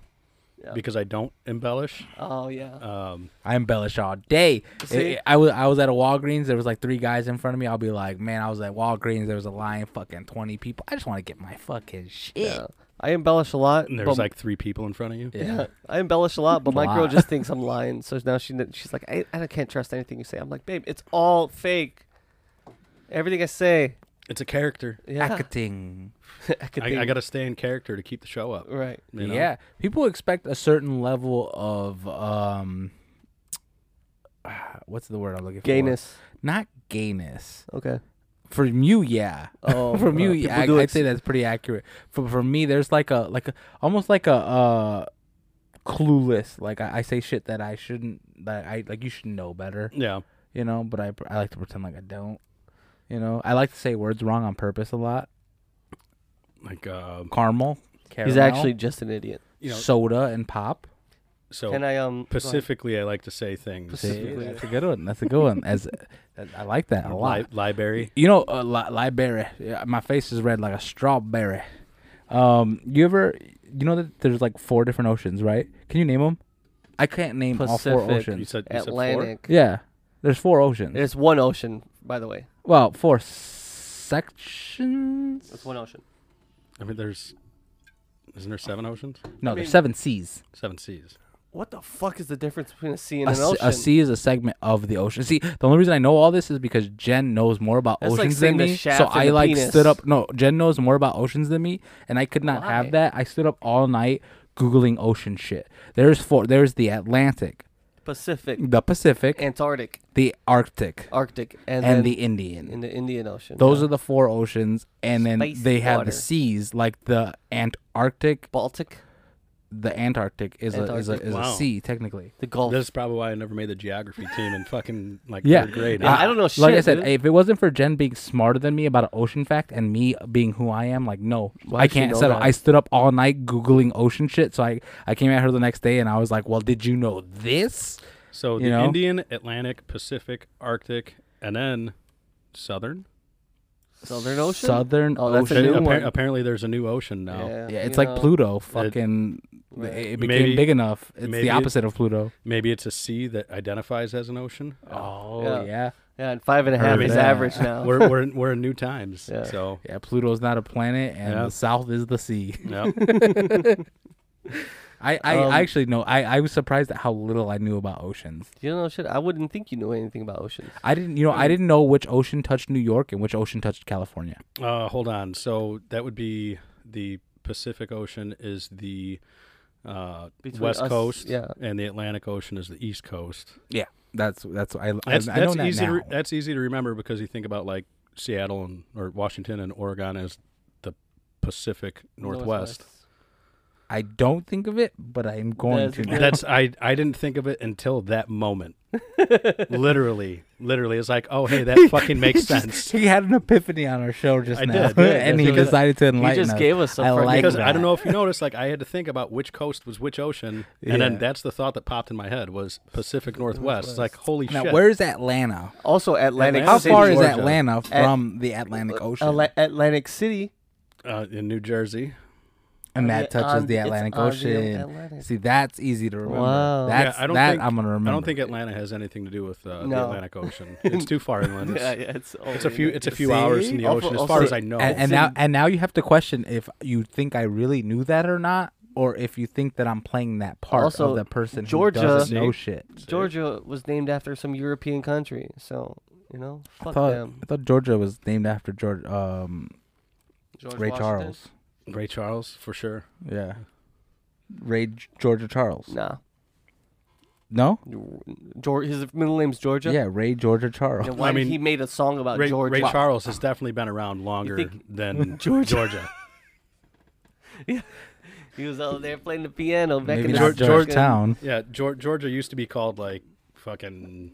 Speaker 2: Yeah.
Speaker 3: because I don't embellish.
Speaker 2: Oh yeah.
Speaker 3: Um,
Speaker 4: I embellish all day.
Speaker 2: See?
Speaker 4: I, I was I was at a Walgreens. There was like three guys in front of me. I'll be like, man, I was at Walgreens. There was a line, fucking twenty people. I just want to get my fucking shit.
Speaker 2: yeah. I embellish a lot.
Speaker 3: and
Speaker 2: but-
Speaker 3: there's like three people in front of you.
Speaker 4: Yeah.
Speaker 2: Yeah, I embellish a lot, but my girl
Speaker 4: Lot.
Speaker 2: just thinks I'm lying. So now she kn- she's like, I, I can't trust anything you say. I'm like, babe, it's all fake. Everything I say,
Speaker 3: It's a character.
Speaker 2: yeah,
Speaker 4: Acting.
Speaker 2: I could
Speaker 3: I, I
Speaker 2: think-
Speaker 3: got to stay in character to keep the show up.
Speaker 2: right.
Speaker 3: you know?
Speaker 4: Yeah, people expect a certain level of um, [sighs] what's the word I'm looking for?
Speaker 2: Gayness.
Speaker 4: Not gayness.
Speaker 2: Okay.
Speaker 4: From you, yeah.
Speaker 2: Oh,
Speaker 4: [laughs] From you,
Speaker 2: uh, people
Speaker 4: yeah. I,
Speaker 2: do
Speaker 4: I'd
Speaker 2: ex-
Speaker 4: say that's pretty accurate. For for me, there's like a like a almost like a uh, clueless. Like I, I say shit that I shouldn't. That I like you should know better.
Speaker 3: Yeah.
Speaker 4: you know, but I, I like to pretend like I don't. You know, I like to say words wrong on purpose a lot.
Speaker 3: Like uh,
Speaker 4: Caramel,
Speaker 2: [laughs] He's
Speaker 4: caramel
Speaker 2: actually just an idiot.
Speaker 3: you know.
Speaker 4: soda and pop.
Speaker 3: So
Speaker 2: Can I um go ahead.
Speaker 3: specifically, I like to say things.
Speaker 4: See,
Speaker 2: Specifically.
Speaker 4: that's a good one. That's a good one. As [laughs] that- I like that
Speaker 3: Li-
Speaker 4: a lot.
Speaker 3: library.
Speaker 4: You know, uh, li- library. Yeah, my face is red like a strawberry. Um, you ever, you know that there's like four different oceans, right? Can you name them? I can't name all four
Speaker 2: Pacific.
Speaker 3: You
Speaker 4: oceans.
Speaker 3: said you said four?
Speaker 2: Atlantic?
Speaker 4: Yeah, there's four oceans.
Speaker 2: It's one ocean, by the way.
Speaker 4: well, four sections.
Speaker 2: It's one ocean.
Speaker 3: I mean, there's isn't there seven oceans?
Speaker 4: No,
Speaker 2: I
Speaker 4: there's
Speaker 2: mean-
Speaker 4: seven seas.
Speaker 3: Seven seas.
Speaker 2: What the fuck is the difference between a sea and
Speaker 4: a,
Speaker 2: an
Speaker 4: se-
Speaker 2: ocean?
Speaker 4: a sea is a segment of the ocean. See, the only reason I know all this is because Jen knows more about
Speaker 2: That's like
Speaker 4: oceans
Speaker 2: saying
Speaker 4: than
Speaker 2: the
Speaker 4: me.
Speaker 2: shaft
Speaker 4: So
Speaker 2: and
Speaker 4: I
Speaker 2: the
Speaker 4: like
Speaker 2: penis.
Speaker 4: stood up. No, Jen knows more about oceans than me, and I could not
Speaker 2: Why?
Speaker 4: have that. I stood up all night googling ocean shit. There's four. There's the Atlantic,
Speaker 2: Pacific,
Speaker 4: the Pacific,
Speaker 2: Antarctic,
Speaker 4: the Arctic,
Speaker 2: Arctic, and,
Speaker 4: and,
Speaker 2: then
Speaker 4: the Indian.
Speaker 2: in the Indian Ocean.
Speaker 4: Those
Speaker 2: yeah.
Speaker 4: are the four oceans, and then
Speaker 2: Space
Speaker 4: they have
Speaker 2: water.
Speaker 4: the seas, like the Antarctic.
Speaker 2: Baltic,
Speaker 4: The Antarctic is a is a,
Speaker 2: Antarctic.
Speaker 4: is
Speaker 3: Wow.
Speaker 4: a sea technically.
Speaker 2: the Gulf.
Speaker 3: That's probably why I never made the geography team in fucking like
Speaker 4: Yeah.
Speaker 3: third grade.
Speaker 2: Yeah, I don't know
Speaker 4: Like I
Speaker 2: shit,
Speaker 4: said,
Speaker 2: dude.
Speaker 4: if it wasn't for Jen being smarter than me about an ocean fact and me being who I am, like no,
Speaker 2: Why'd
Speaker 4: I
Speaker 2: she
Speaker 4: can't
Speaker 2: know
Speaker 4: settle.
Speaker 2: that?
Speaker 4: I stood up all night googling ocean shit. So I I came at her the next day and I was like, well, did you know this?
Speaker 3: so the
Speaker 4: you know?
Speaker 3: Indian, Atlantic, Pacific, Arctic, and then Southern.
Speaker 2: Southern Ocean.
Speaker 4: Southern
Speaker 2: Oh, that's a
Speaker 4: Ocean.
Speaker 2: new
Speaker 3: Appar-
Speaker 2: one.
Speaker 3: Apparently, there's a new ocean now.
Speaker 4: yeah,
Speaker 2: you
Speaker 4: it's like
Speaker 2: know,
Speaker 4: Pluto. Fucking,
Speaker 2: right.
Speaker 4: it, it became
Speaker 3: Maybe-
Speaker 4: big enough. It's
Speaker 3: maybe
Speaker 4: the
Speaker 3: it-
Speaker 4: opposite of Pluto.
Speaker 3: Maybe it's a sea that identifies as an ocean.
Speaker 4: Oh
Speaker 2: Yeah.
Speaker 4: yeah. yeah,
Speaker 2: Yeah, and five and a half
Speaker 3: mean,
Speaker 2: is
Speaker 3: yeah.
Speaker 2: average now.
Speaker 3: [laughs] we're we're in, we're in new times.
Speaker 2: Oh. [laughs] Yeah.
Speaker 3: So
Speaker 4: Pluto's not a planet, and
Speaker 3: Yeah.
Speaker 4: the South is the sea.
Speaker 3: yeah.
Speaker 4: I I,
Speaker 2: Um,
Speaker 4: I actually know. I I was surprised at how little I knew about oceans.
Speaker 2: [laughs] you know shit. I wouldn't think you knew anything about oceans.
Speaker 4: I didn't, you know, I didn't know which ocean touched New York and which ocean touched California.
Speaker 3: Uh, hold on. So that would be the Pacific Ocean is the uh,
Speaker 2: Between
Speaker 3: west
Speaker 2: us-
Speaker 3: coast,
Speaker 2: yeah.
Speaker 3: and the Atlantic Ocean is the east coast.
Speaker 4: Yeah, that's that's I,
Speaker 3: That's
Speaker 4: I, I know
Speaker 3: that's
Speaker 4: that
Speaker 3: easy. To
Speaker 4: now.
Speaker 3: re- that's easy to remember because you think about like Seattle and or Washington and Oregon as the Pacific Northwest.
Speaker 4: I don't think of it, but I'm going
Speaker 2: That's
Speaker 4: to.
Speaker 2: good.
Speaker 4: [laughs] now.
Speaker 3: That's I I didn't think of it until that
Speaker 2: [laughs]
Speaker 3: moment. literally, literally, it's like, oh hey, that
Speaker 2: [laughs]
Speaker 3: fucking makes
Speaker 4: He just-
Speaker 3: sense.
Speaker 4: He had an epiphany on our show just
Speaker 3: I
Speaker 4: now,
Speaker 3: did, yeah,
Speaker 4: [laughs]
Speaker 3: that's
Speaker 4: and he
Speaker 3: what I-
Speaker 4: decided to enlighten
Speaker 2: he just
Speaker 4: us.
Speaker 2: gave us some
Speaker 4: I
Speaker 2: fucking-
Speaker 4: like
Speaker 3: Because
Speaker 4: that.
Speaker 3: I don't know if you noticed, like I had to think about which coast was which ocean, and
Speaker 4: Yeah.
Speaker 3: then that's the thought that popped in my head was Pacific Northwest. It's like holy
Speaker 4: now,
Speaker 3: shit.
Speaker 4: where's Atlanta?
Speaker 2: Also, Atlantic.
Speaker 4: How
Speaker 2: City.
Speaker 4: far is
Speaker 3: Georgia.
Speaker 4: Atlanta
Speaker 2: At-
Speaker 4: from the Atlantic Ocean?
Speaker 2: Atla- Atlantic City.
Speaker 3: uh, in New Jersey.
Speaker 4: and
Speaker 2: on
Speaker 4: that
Speaker 2: the-
Speaker 4: touches
Speaker 2: on-
Speaker 4: the
Speaker 2: it's
Speaker 4: Atlantic
Speaker 2: on the
Speaker 4: Ocean.
Speaker 2: Atlantic.
Speaker 4: [laughs] See, that's easy to remember.
Speaker 2: Wow. Yeah,
Speaker 4: That's
Speaker 3: I don't
Speaker 4: that
Speaker 3: think-
Speaker 4: I'm gonna remember.
Speaker 3: I don't think Atlanta has anything to do with uh, the
Speaker 2: No.
Speaker 3: Atlantic Ocean. It's too far inland.
Speaker 2: [laughs]
Speaker 3: It's,
Speaker 2: Yeah, yeah, it's,
Speaker 3: it's a few. It's a few
Speaker 4: See?
Speaker 3: hours in the
Speaker 2: Also-
Speaker 3: ocean, as
Speaker 2: also-
Speaker 3: far as I know.
Speaker 4: And, and now, and now you have to question if you think I really knew that or not, or if you think that I'm playing that part
Speaker 2: Also,
Speaker 4: of the person
Speaker 2: Georgia-
Speaker 4: who doesn't
Speaker 3: See?
Speaker 4: know shit.
Speaker 3: uh,
Speaker 2: Georgia was named after some European country, so you know,
Speaker 4: I
Speaker 2: fuck
Speaker 4: thought,
Speaker 2: them.
Speaker 4: I thought Georgia was named after George um,
Speaker 2: George
Speaker 4: Ray
Speaker 2: Washington?
Speaker 4: Charles.
Speaker 3: Ray Charles for sure.
Speaker 4: Yeah, Ray G- Georgia Charles.
Speaker 2: Nah,
Speaker 4: No,
Speaker 2: George. His middle name's Georgia.
Speaker 4: yeah, Ray Georgia Charles.
Speaker 2: Then why
Speaker 3: I mean,
Speaker 2: did he made a song about
Speaker 3: Ray,
Speaker 2: George?
Speaker 3: Ray
Speaker 2: Wa-
Speaker 3: Charles has definitely been around longer
Speaker 2: Uh, think-
Speaker 3: than
Speaker 2: Georgia.
Speaker 3: Georgia.
Speaker 2: He was out there playing the piano back
Speaker 4: Maybe
Speaker 2: in the
Speaker 4: not
Speaker 3: George-
Speaker 2: fucking-
Speaker 4: Georgetown.
Speaker 3: Yeah, Geor- Georgia used to be called like fucking.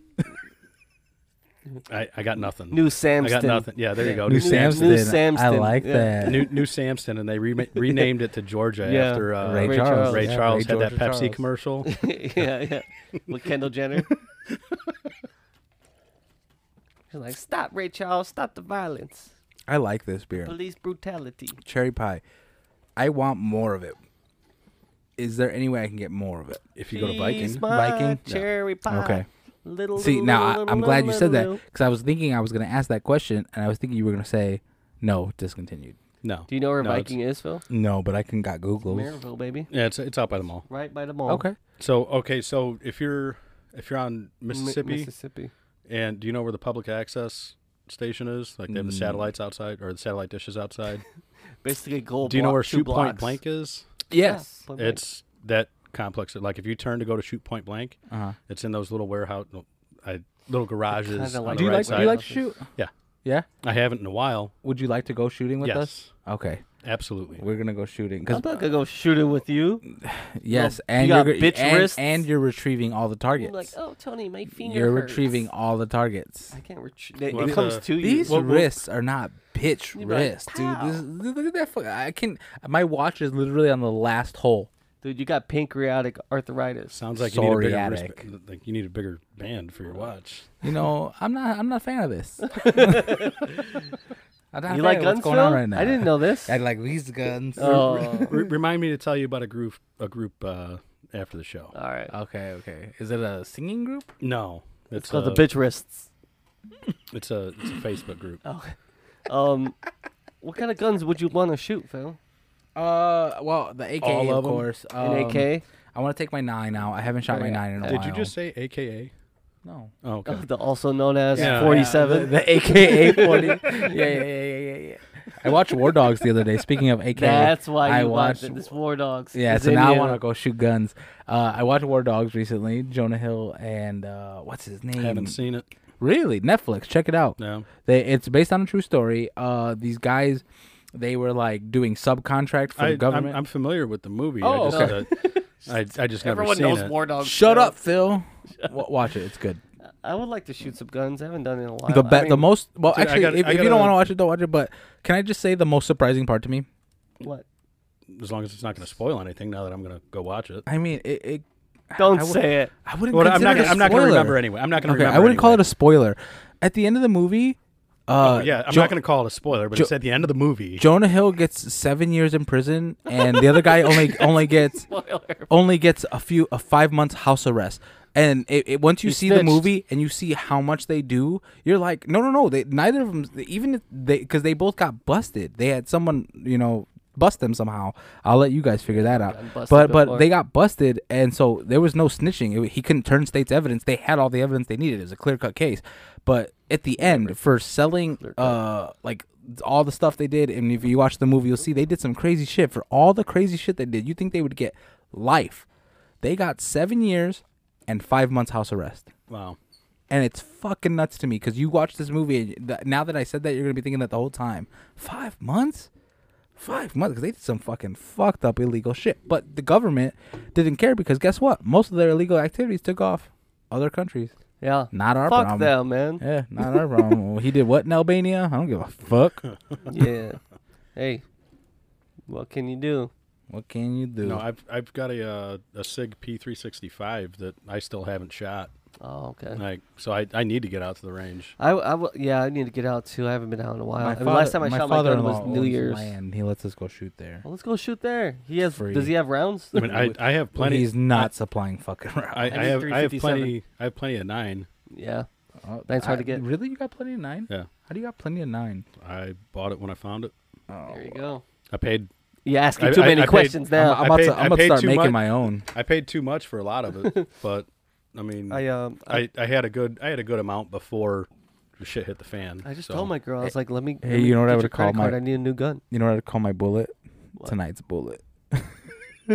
Speaker 3: I, I got nothing.
Speaker 2: New
Speaker 3: I
Speaker 2: Samston.
Speaker 3: got nothing. [laughs] Yeah, there you go.
Speaker 4: New
Speaker 2: Sam's-
Speaker 4: Samston.
Speaker 2: Oh, New
Speaker 4: I
Speaker 2: Samston,
Speaker 4: like
Speaker 2: yeah.
Speaker 4: that.
Speaker 3: New, New Samson, and they re- renamed it to Georgia
Speaker 2: Yeah.
Speaker 3: after uh,
Speaker 4: Ray,
Speaker 2: Ray
Speaker 4: Charles.
Speaker 2: Charles.
Speaker 3: Ray
Speaker 4: yeah,
Speaker 3: Charles had that
Speaker 4: Georgia
Speaker 3: Pepsi
Speaker 4: Charles.
Speaker 3: commercial.
Speaker 2: [laughs] yeah, yeah. With Kendall
Speaker 3: [laughs]
Speaker 2: Jenner. She's like, stop, Ray Charles. Stop the violence.
Speaker 4: I like this beer.
Speaker 2: Police brutality.
Speaker 4: Cherry pie. I want more of it. Is there any way I can get more of it?
Speaker 3: If you go to
Speaker 2: He's
Speaker 3: Viking,
Speaker 2: my
Speaker 4: Viking? No.
Speaker 2: Cherry pie.
Speaker 4: Okay.
Speaker 2: Little,
Speaker 4: See,
Speaker 2: little,
Speaker 4: now I,
Speaker 2: little,
Speaker 4: I'm glad you
Speaker 2: little,
Speaker 4: said that
Speaker 2: little.
Speaker 4: because I was thinking I was going to ask that question and I was thinking you were going to say no, discontinued.
Speaker 3: no.
Speaker 2: Do you know where
Speaker 3: No, it's-
Speaker 2: Viking is, Phil?
Speaker 4: No, but I can got Google.
Speaker 2: Maryville, baby.
Speaker 3: Yeah, it's it's out by the mall.
Speaker 2: Right by the mall.
Speaker 4: Okay.
Speaker 3: So okay, so if you're if you're on
Speaker 2: Mi-
Speaker 3: Mississippi,
Speaker 2: Mississippi.
Speaker 3: and do you know where the public access station is? Like they have the
Speaker 4: Mm.
Speaker 3: satellites outside or the satellite dishes outside.
Speaker 2: Basically, goal.
Speaker 3: do you know
Speaker 2: block-
Speaker 3: where
Speaker 2: two
Speaker 3: Shoot Point
Speaker 2: blocks.
Speaker 3: Blank is?
Speaker 4: Yes.
Speaker 2: Point Blank.
Speaker 3: It's that complex. Like if you turn to go to Shoot Point Blank,
Speaker 4: Uh-huh.
Speaker 3: it's in those little warehouse, no, I, little garages
Speaker 2: Kinda
Speaker 3: on
Speaker 2: like-
Speaker 3: the
Speaker 4: Do you
Speaker 3: right
Speaker 4: like
Speaker 3: side.
Speaker 4: do you like to shoot?
Speaker 3: Yeah.
Speaker 4: Yeah.
Speaker 3: I haven't in a while.
Speaker 4: Would you like to go shooting with
Speaker 3: yes,
Speaker 4: us? Okay.
Speaker 3: absolutely.
Speaker 4: We're going to go shooting
Speaker 2: I'm
Speaker 4: cuz
Speaker 2: not gonna go shooting with you.
Speaker 4: yes,
Speaker 2: you
Speaker 4: and
Speaker 2: got
Speaker 4: you're go-
Speaker 2: bitch
Speaker 4: and,
Speaker 2: wrists.
Speaker 4: and you're retrieving all the
Speaker 2: You're
Speaker 4: targets.
Speaker 2: like, oh, Tony, my finger.
Speaker 4: you're
Speaker 2: hurts."
Speaker 4: retrieving all the targets.
Speaker 2: I can't retrieve.
Speaker 3: What
Speaker 2: It
Speaker 3: if
Speaker 2: comes
Speaker 3: the-
Speaker 2: to you.
Speaker 4: These
Speaker 3: Well, well-
Speaker 4: wrists are not bitch
Speaker 2: You'd be like,
Speaker 4: wrists, dude.
Speaker 2: "Pow."
Speaker 4: This, look look at that. Fuck, I can. My watch is literally on the last hole.
Speaker 2: Dude, you got pancreatic arthritis.
Speaker 3: Sounds like you need a bigger wrist-
Speaker 4: Psoriatic.
Speaker 3: like you need a bigger band for your watch.
Speaker 4: You know, [laughs] I'm not. I'm not a fan
Speaker 2: [laughs]
Speaker 4: of this. I'm not a
Speaker 2: You
Speaker 4: fan
Speaker 2: like
Speaker 4: of
Speaker 2: guns,
Speaker 4: What's going on
Speaker 2: Phil?
Speaker 4: right now?
Speaker 2: I didn't know
Speaker 4: [laughs]
Speaker 2: this.
Speaker 4: I like these guns.
Speaker 2: Oh, all
Speaker 3: Re- remind me to tell you about a group a group uh, after the show.
Speaker 4: [laughs]
Speaker 2: right.
Speaker 4: Okay. Okay. Is it a singing group?
Speaker 3: No,
Speaker 2: It's
Speaker 3: it's a,
Speaker 2: called the bitch wrists.
Speaker 3: it's a it's a Facebook group.
Speaker 4: Oh,
Speaker 2: Um, what kind of guns would you want to shoot, Phil?
Speaker 4: Uh. Well, the AK
Speaker 3: All
Speaker 4: of,
Speaker 3: of 'em?
Speaker 4: course. Um,
Speaker 2: An AK?
Speaker 4: I want to take my nine out. I haven't shot my
Speaker 2: Okay.
Speaker 4: nine in a
Speaker 2: Did
Speaker 4: while.
Speaker 3: Did you just say AKA?
Speaker 4: No.
Speaker 3: Oh, okay.
Speaker 2: The also known as
Speaker 3: Yeah.
Speaker 2: 47.
Speaker 4: The, the AKA
Speaker 2: [laughs]
Speaker 4: 40. yeah, yeah, yeah, yeah, yeah, yeah. I watched War Dogs the other day. Speaking of AK,
Speaker 2: That's why you
Speaker 4: I
Speaker 2: watched it.
Speaker 4: watched-
Speaker 2: This War Dogs.
Speaker 4: Yeah,
Speaker 2: It's
Speaker 4: so now I
Speaker 2: Indiana.
Speaker 4: want to go shoot guns. Uh, I watched War Dogs recently. Jonah Hill and uh, what's his name?
Speaker 3: Haven't seen it.
Speaker 4: Really, Netflix. Check it out.
Speaker 3: No.
Speaker 4: They, it's based on a true story. Uh, these guys, they were like doing subcontract for
Speaker 3: I,
Speaker 4: the government.
Speaker 3: am I'm familiar with the movie.
Speaker 4: Oh,
Speaker 3: I just, uh, I, I just never
Speaker 2: Everyone
Speaker 3: seen
Speaker 2: knows
Speaker 3: it.
Speaker 2: War Dogs.
Speaker 4: Shut
Speaker 2: Phil.
Speaker 3: [laughs]
Speaker 4: up, Phil. W- watch it. It's good.
Speaker 2: I would like to shoot some guns. I haven't done it in a while.
Speaker 4: the
Speaker 2: I
Speaker 4: be- the
Speaker 2: mean,
Speaker 4: most well,
Speaker 3: Dude, I
Speaker 4: actually,
Speaker 3: gotta-
Speaker 4: if,
Speaker 3: I
Speaker 4: if you
Speaker 3: gotta-
Speaker 4: don't want to watch it, don't watch it. But can I just say the most surprising part to me?
Speaker 2: What?
Speaker 3: As long as it's not going to spoil anything. Now that I'm going to go watch it.
Speaker 4: I mean, it. it
Speaker 2: Don't
Speaker 4: I would-
Speaker 2: say
Speaker 4: [laughs]
Speaker 2: it.
Speaker 4: I wouldn't.
Speaker 3: Well, I'm
Speaker 4: consider
Speaker 3: not.
Speaker 4: it a
Speaker 3: Gonna, I'm not going to
Speaker 4: spoiler.
Speaker 3: remember anyway. I'm not going to
Speaker 4: Okay,
Speaker 3: remember.
Speaker 4: I wouldn't call it a
Speaker 3: anyway. Oh,
Speaker 4: spoiler. At the end of the movie, uh,
Speaker 3: Yeah, I'm
Speaker 4: Jo-
Speaker 3: not going to call it a spoiler, but
Speaker 4: Jo-
Speaker 3: it's at the end of the movie.
Speaker 4: Jonah Hill gets seven years in prison, and the other guy only only gets only gets a few a five months house arrest. And it, it, once you
Speaker 2: He
Speaker 4: see the
Speaker 2: snitched.
Speaker 4: movie and you see how much they do, you're like, no, no, no. They neither of them even if they because they both got busted. They had someone you know bust them somehow. I'll let you guys figure that out.
Speaker 2: gotten busted
Speaker 4: But but
Speaker 2: before.
Speaker 4: they got busted, and so there was no snitching. It, he couldn't turn state's evidence. They had all the evidence they needed. It was a clear cut case. But at the end, for selling uh like all the stuff they did, and if you watch the movie, you'll see they did some crazy shit. For all the crazy shit they did, you think they would get life? They got seven years and five months house arrest.
Speaker 3: Wow.
Speaker 4: And it's fucking nuts to me because you watch this movie. And th- now that I said that, you're gonna be thinking that the whole time. Five months, five months because they did some fucking fucked up illegal shit. But the government didn't care because guess what? Most of their illegal activities took off other countries.
Speaker 2: Yeah.
Speaker 4: Not our
Speaker 2: Fuck them,
Speaker 4: problem.
Speaker 2: man.
Speaker 4: Yeah, not
Speaker 2: [laughs]
Speaker 4: our problem. he did what in Albania? I don't give a fuck.
Speaker 2: yeah. Hey, what can you do?
Speaker 4: What can you do?
Speaker 3: No, I've I've got a uh, a Sig P365 that I still haven't shot.
Speaker 2: Oh, okay.
Speaker 3: Like, so I, I need to get out to the range.
Speaker 2: I, I w- yeah, I need to get out too. I haven't been out in a while.
Speaker 4: My
Speaker 2: I mean, last time I
Speaker 4: father-
Speaker 2: shot my gun was
Speaker 4: father-in-law
Speaker 2: New
Speaker 4: owns
Speaker 2: Year's.
Speaker 4: Land. He lets us go shoot there.
Speaker 2: Well, let's go shoot there. He has.
Speaker 4: Free.
Speaker 2: Does he have rounds? [laughs]
Speaker 3: I mean, I, I have plenty.
Speaker 4: He's not supplying fucking [laughs] rounds.
Speaker 3: I, I,
Speaker 2: need
Speaker 3: have I have
Speaker 2: 357.
Speaker 3: plenty. I have plenty of nine.
Speaker 2: yeah.
Speaker 4: Oh,
Speaker 2: That's hard
Speaker 4: I-
Speaker 2: to get.
Speaker 4: Really, you got plenty of nine?
Speaker 3: Yeah.
Speaker 4: How do you got plenty of nine?
Speaker 3: I bought it when I found it.
Speaker 4: Oh,
Speaker 2: There you go.
Speaker 3: I paid
Speaker 2: You're asking
Speaker 3: I-
Speaker 2: too
Speaker 3: I-
Speaker 2: many
Speaker 3: I paid-
Speaker 2: questions now.
Speaker 4: I'm
Speaker 3: I
Speaker 4: about
Speaker 3: paid-
Speaker 4: to,
Speaker 3: I
Speaker 4: I'm about to
Speaker 3: paid
Speaker 4: start
Speaker 3: too
Speaker 4: making
Speaker 3: much.
Speaker 4: my own.
Speaker 3: I paid too much for a lot of
Speaker 2: [laughs]
Speaker 3: it, but I mean,
Speaker 2: I
Speaker 3: I,
Speaker 2: um I,
Speaker 3: I had a good I had a good amount before the shit hit the fan.
Speaker 2: I just
Speaker 3: so- [laughs]
Speaker 2: told my girl I was like, let me.
Speaker 4: Hey,
Speaker 2: let me
Speaker 4: you know what I
Speaker 2: get your
Speaker 4: would've
Speaker 2: credit
Speaker 4: called my-
Speaker 2: card. I need a new
Speaker 4: [laughs]
Speaker 2: gun.
Speaker 4: You know what I'd call my bullet?
Speaker 2: What?
Speaker 4: Tonight's bullet.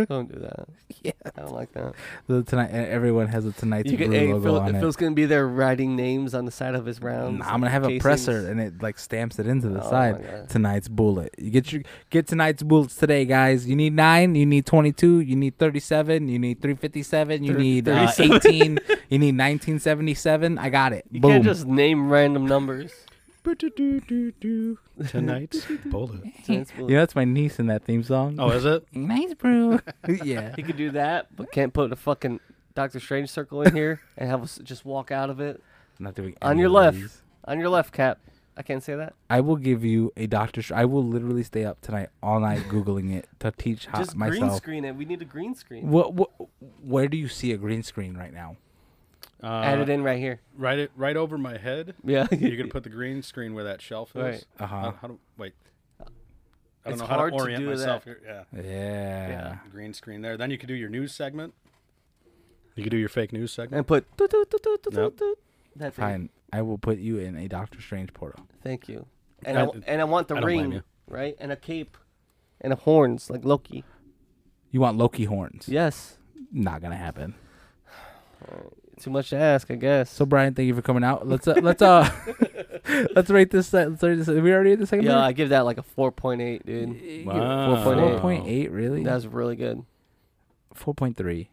Speaker 2: Don't do that. yeah. I don't like that.
Speaker 4: The tonight and everyone has a tonight's
Speaker 2: You get,
Speaker 4: brew
Speaker 2: hey,
Speaker 4: logo
Speaker 2: Phil,
Speaker 4: on it.
Speaker 2: Phil's gonna be there writing names on the side of his rounds.
Speaker 4: Nah, I'm gonna have a presser and it like stamps it into the
Speaker 2: Oh, my
Speaker 4: side.
Speaker 2: God.
Speaker 4: Tonight's bullet. You get your get tonight's bullets today, guys. You need nine. You need twenty-two. You need thirty-seven. You need three fifty-seven. You
Speaker 2: Thir-
Speaker 4: need uh,
Speaker 2: 37.
Speaker 4: eighteen. you need nineteen seventy-seven. I got it.
Speaker 2: You
Speaker 4: Boom.
Speaker 2: can't just name random
Speaker 3: [laughs]
Speaker 2: numbers. [laughs]
Speaker 3: tonight's bullet.
Speaker 2: That's
Speaker 4: you
Speaker 2: bull-
Speaker 4: know that's my niece in that theme song.
Speaker 3: Oh, is it?
Speaker 4: nice brew. [laughs]
Speaker 2: [laughs]
Speaker 4: yeah.
Speaker 2: He could do that, but can't put a fucking Doctor Strange circle in here and have us just walk out of it
Speaker 4: Not doing
Speaker 2: On
Speaker 4: any
Speaker 2: your
Speaker 4: of
Speaker 2: left.
Speaker 4: these.
Speaker 2: on your left cap. I can't say that.
Speaker 4: I will give you a doctor. I will literally stay up tonight all night googling it to teach
Speaker 3: Ah,
Speaker 4: ho-
Speaker 2: Just green
Speaker 4: myself.
Speaker 2: screen it. We need a green screen.
Speaker 4: What, what? Where do you see a green screen right now?
Speaker 3: Uh,
Speaker 2: Add it in right here.
Speaker 3: Right it right over my head.
Speaker 2: [laughs] Yeah.
Speaker 3: You're gonna put the green screen where that shelf is.
Speaker 2: [laughs] Right.
Speaker 4: Uh-huh.
Speaker 3: How, how do wait? I don't
Speaker 2: Uh, It's
Speaker 3: know how
Speaker 2: hard
Speaker 3: to
Speaker 2: to
Speaker 3: orient
Speaker 2: do
Speaker 3: myself.
Speaker 2: that. Ah.
Speaker 3: Here. Yeah.
Speaker 4: Yeah.
Speaker 3: green screen there. Then you could do your news segment. You could do your fake news segment.
Speaker 2: and put. doot, doot, doot, doot, doot,
Speaker 3: Nope.
Speaker 2: doot. That thing.
Speaker 4: Fine. I will put you in a Doctor Strange portal.
Speaker 2: Thank you. And
Speaker 3: I-
Speaker 2: I, and I want the
Speaker 3: I don't blame you.
Speaker 2: ring, right? And a cape, and a horns like Loki.
Speaker 4: You want Loki horns?
Speaker 2: Yes.
Speaker 4: Not gonna happen.
Speaker 2: Too much to ask, I guess.
Speaker 4: So Brian, thank you for coming out. Let's uh, let's uh [laughs] let's rate this. se- Let's rate this. Are we already at the second.
Speaker 2: yeah, I give that like a 4.8, dude.
Speaker 3: Wow.
Speaker 4: Four point eight, really?
Speaker 2: That's really good.
Speaker 4: four point three.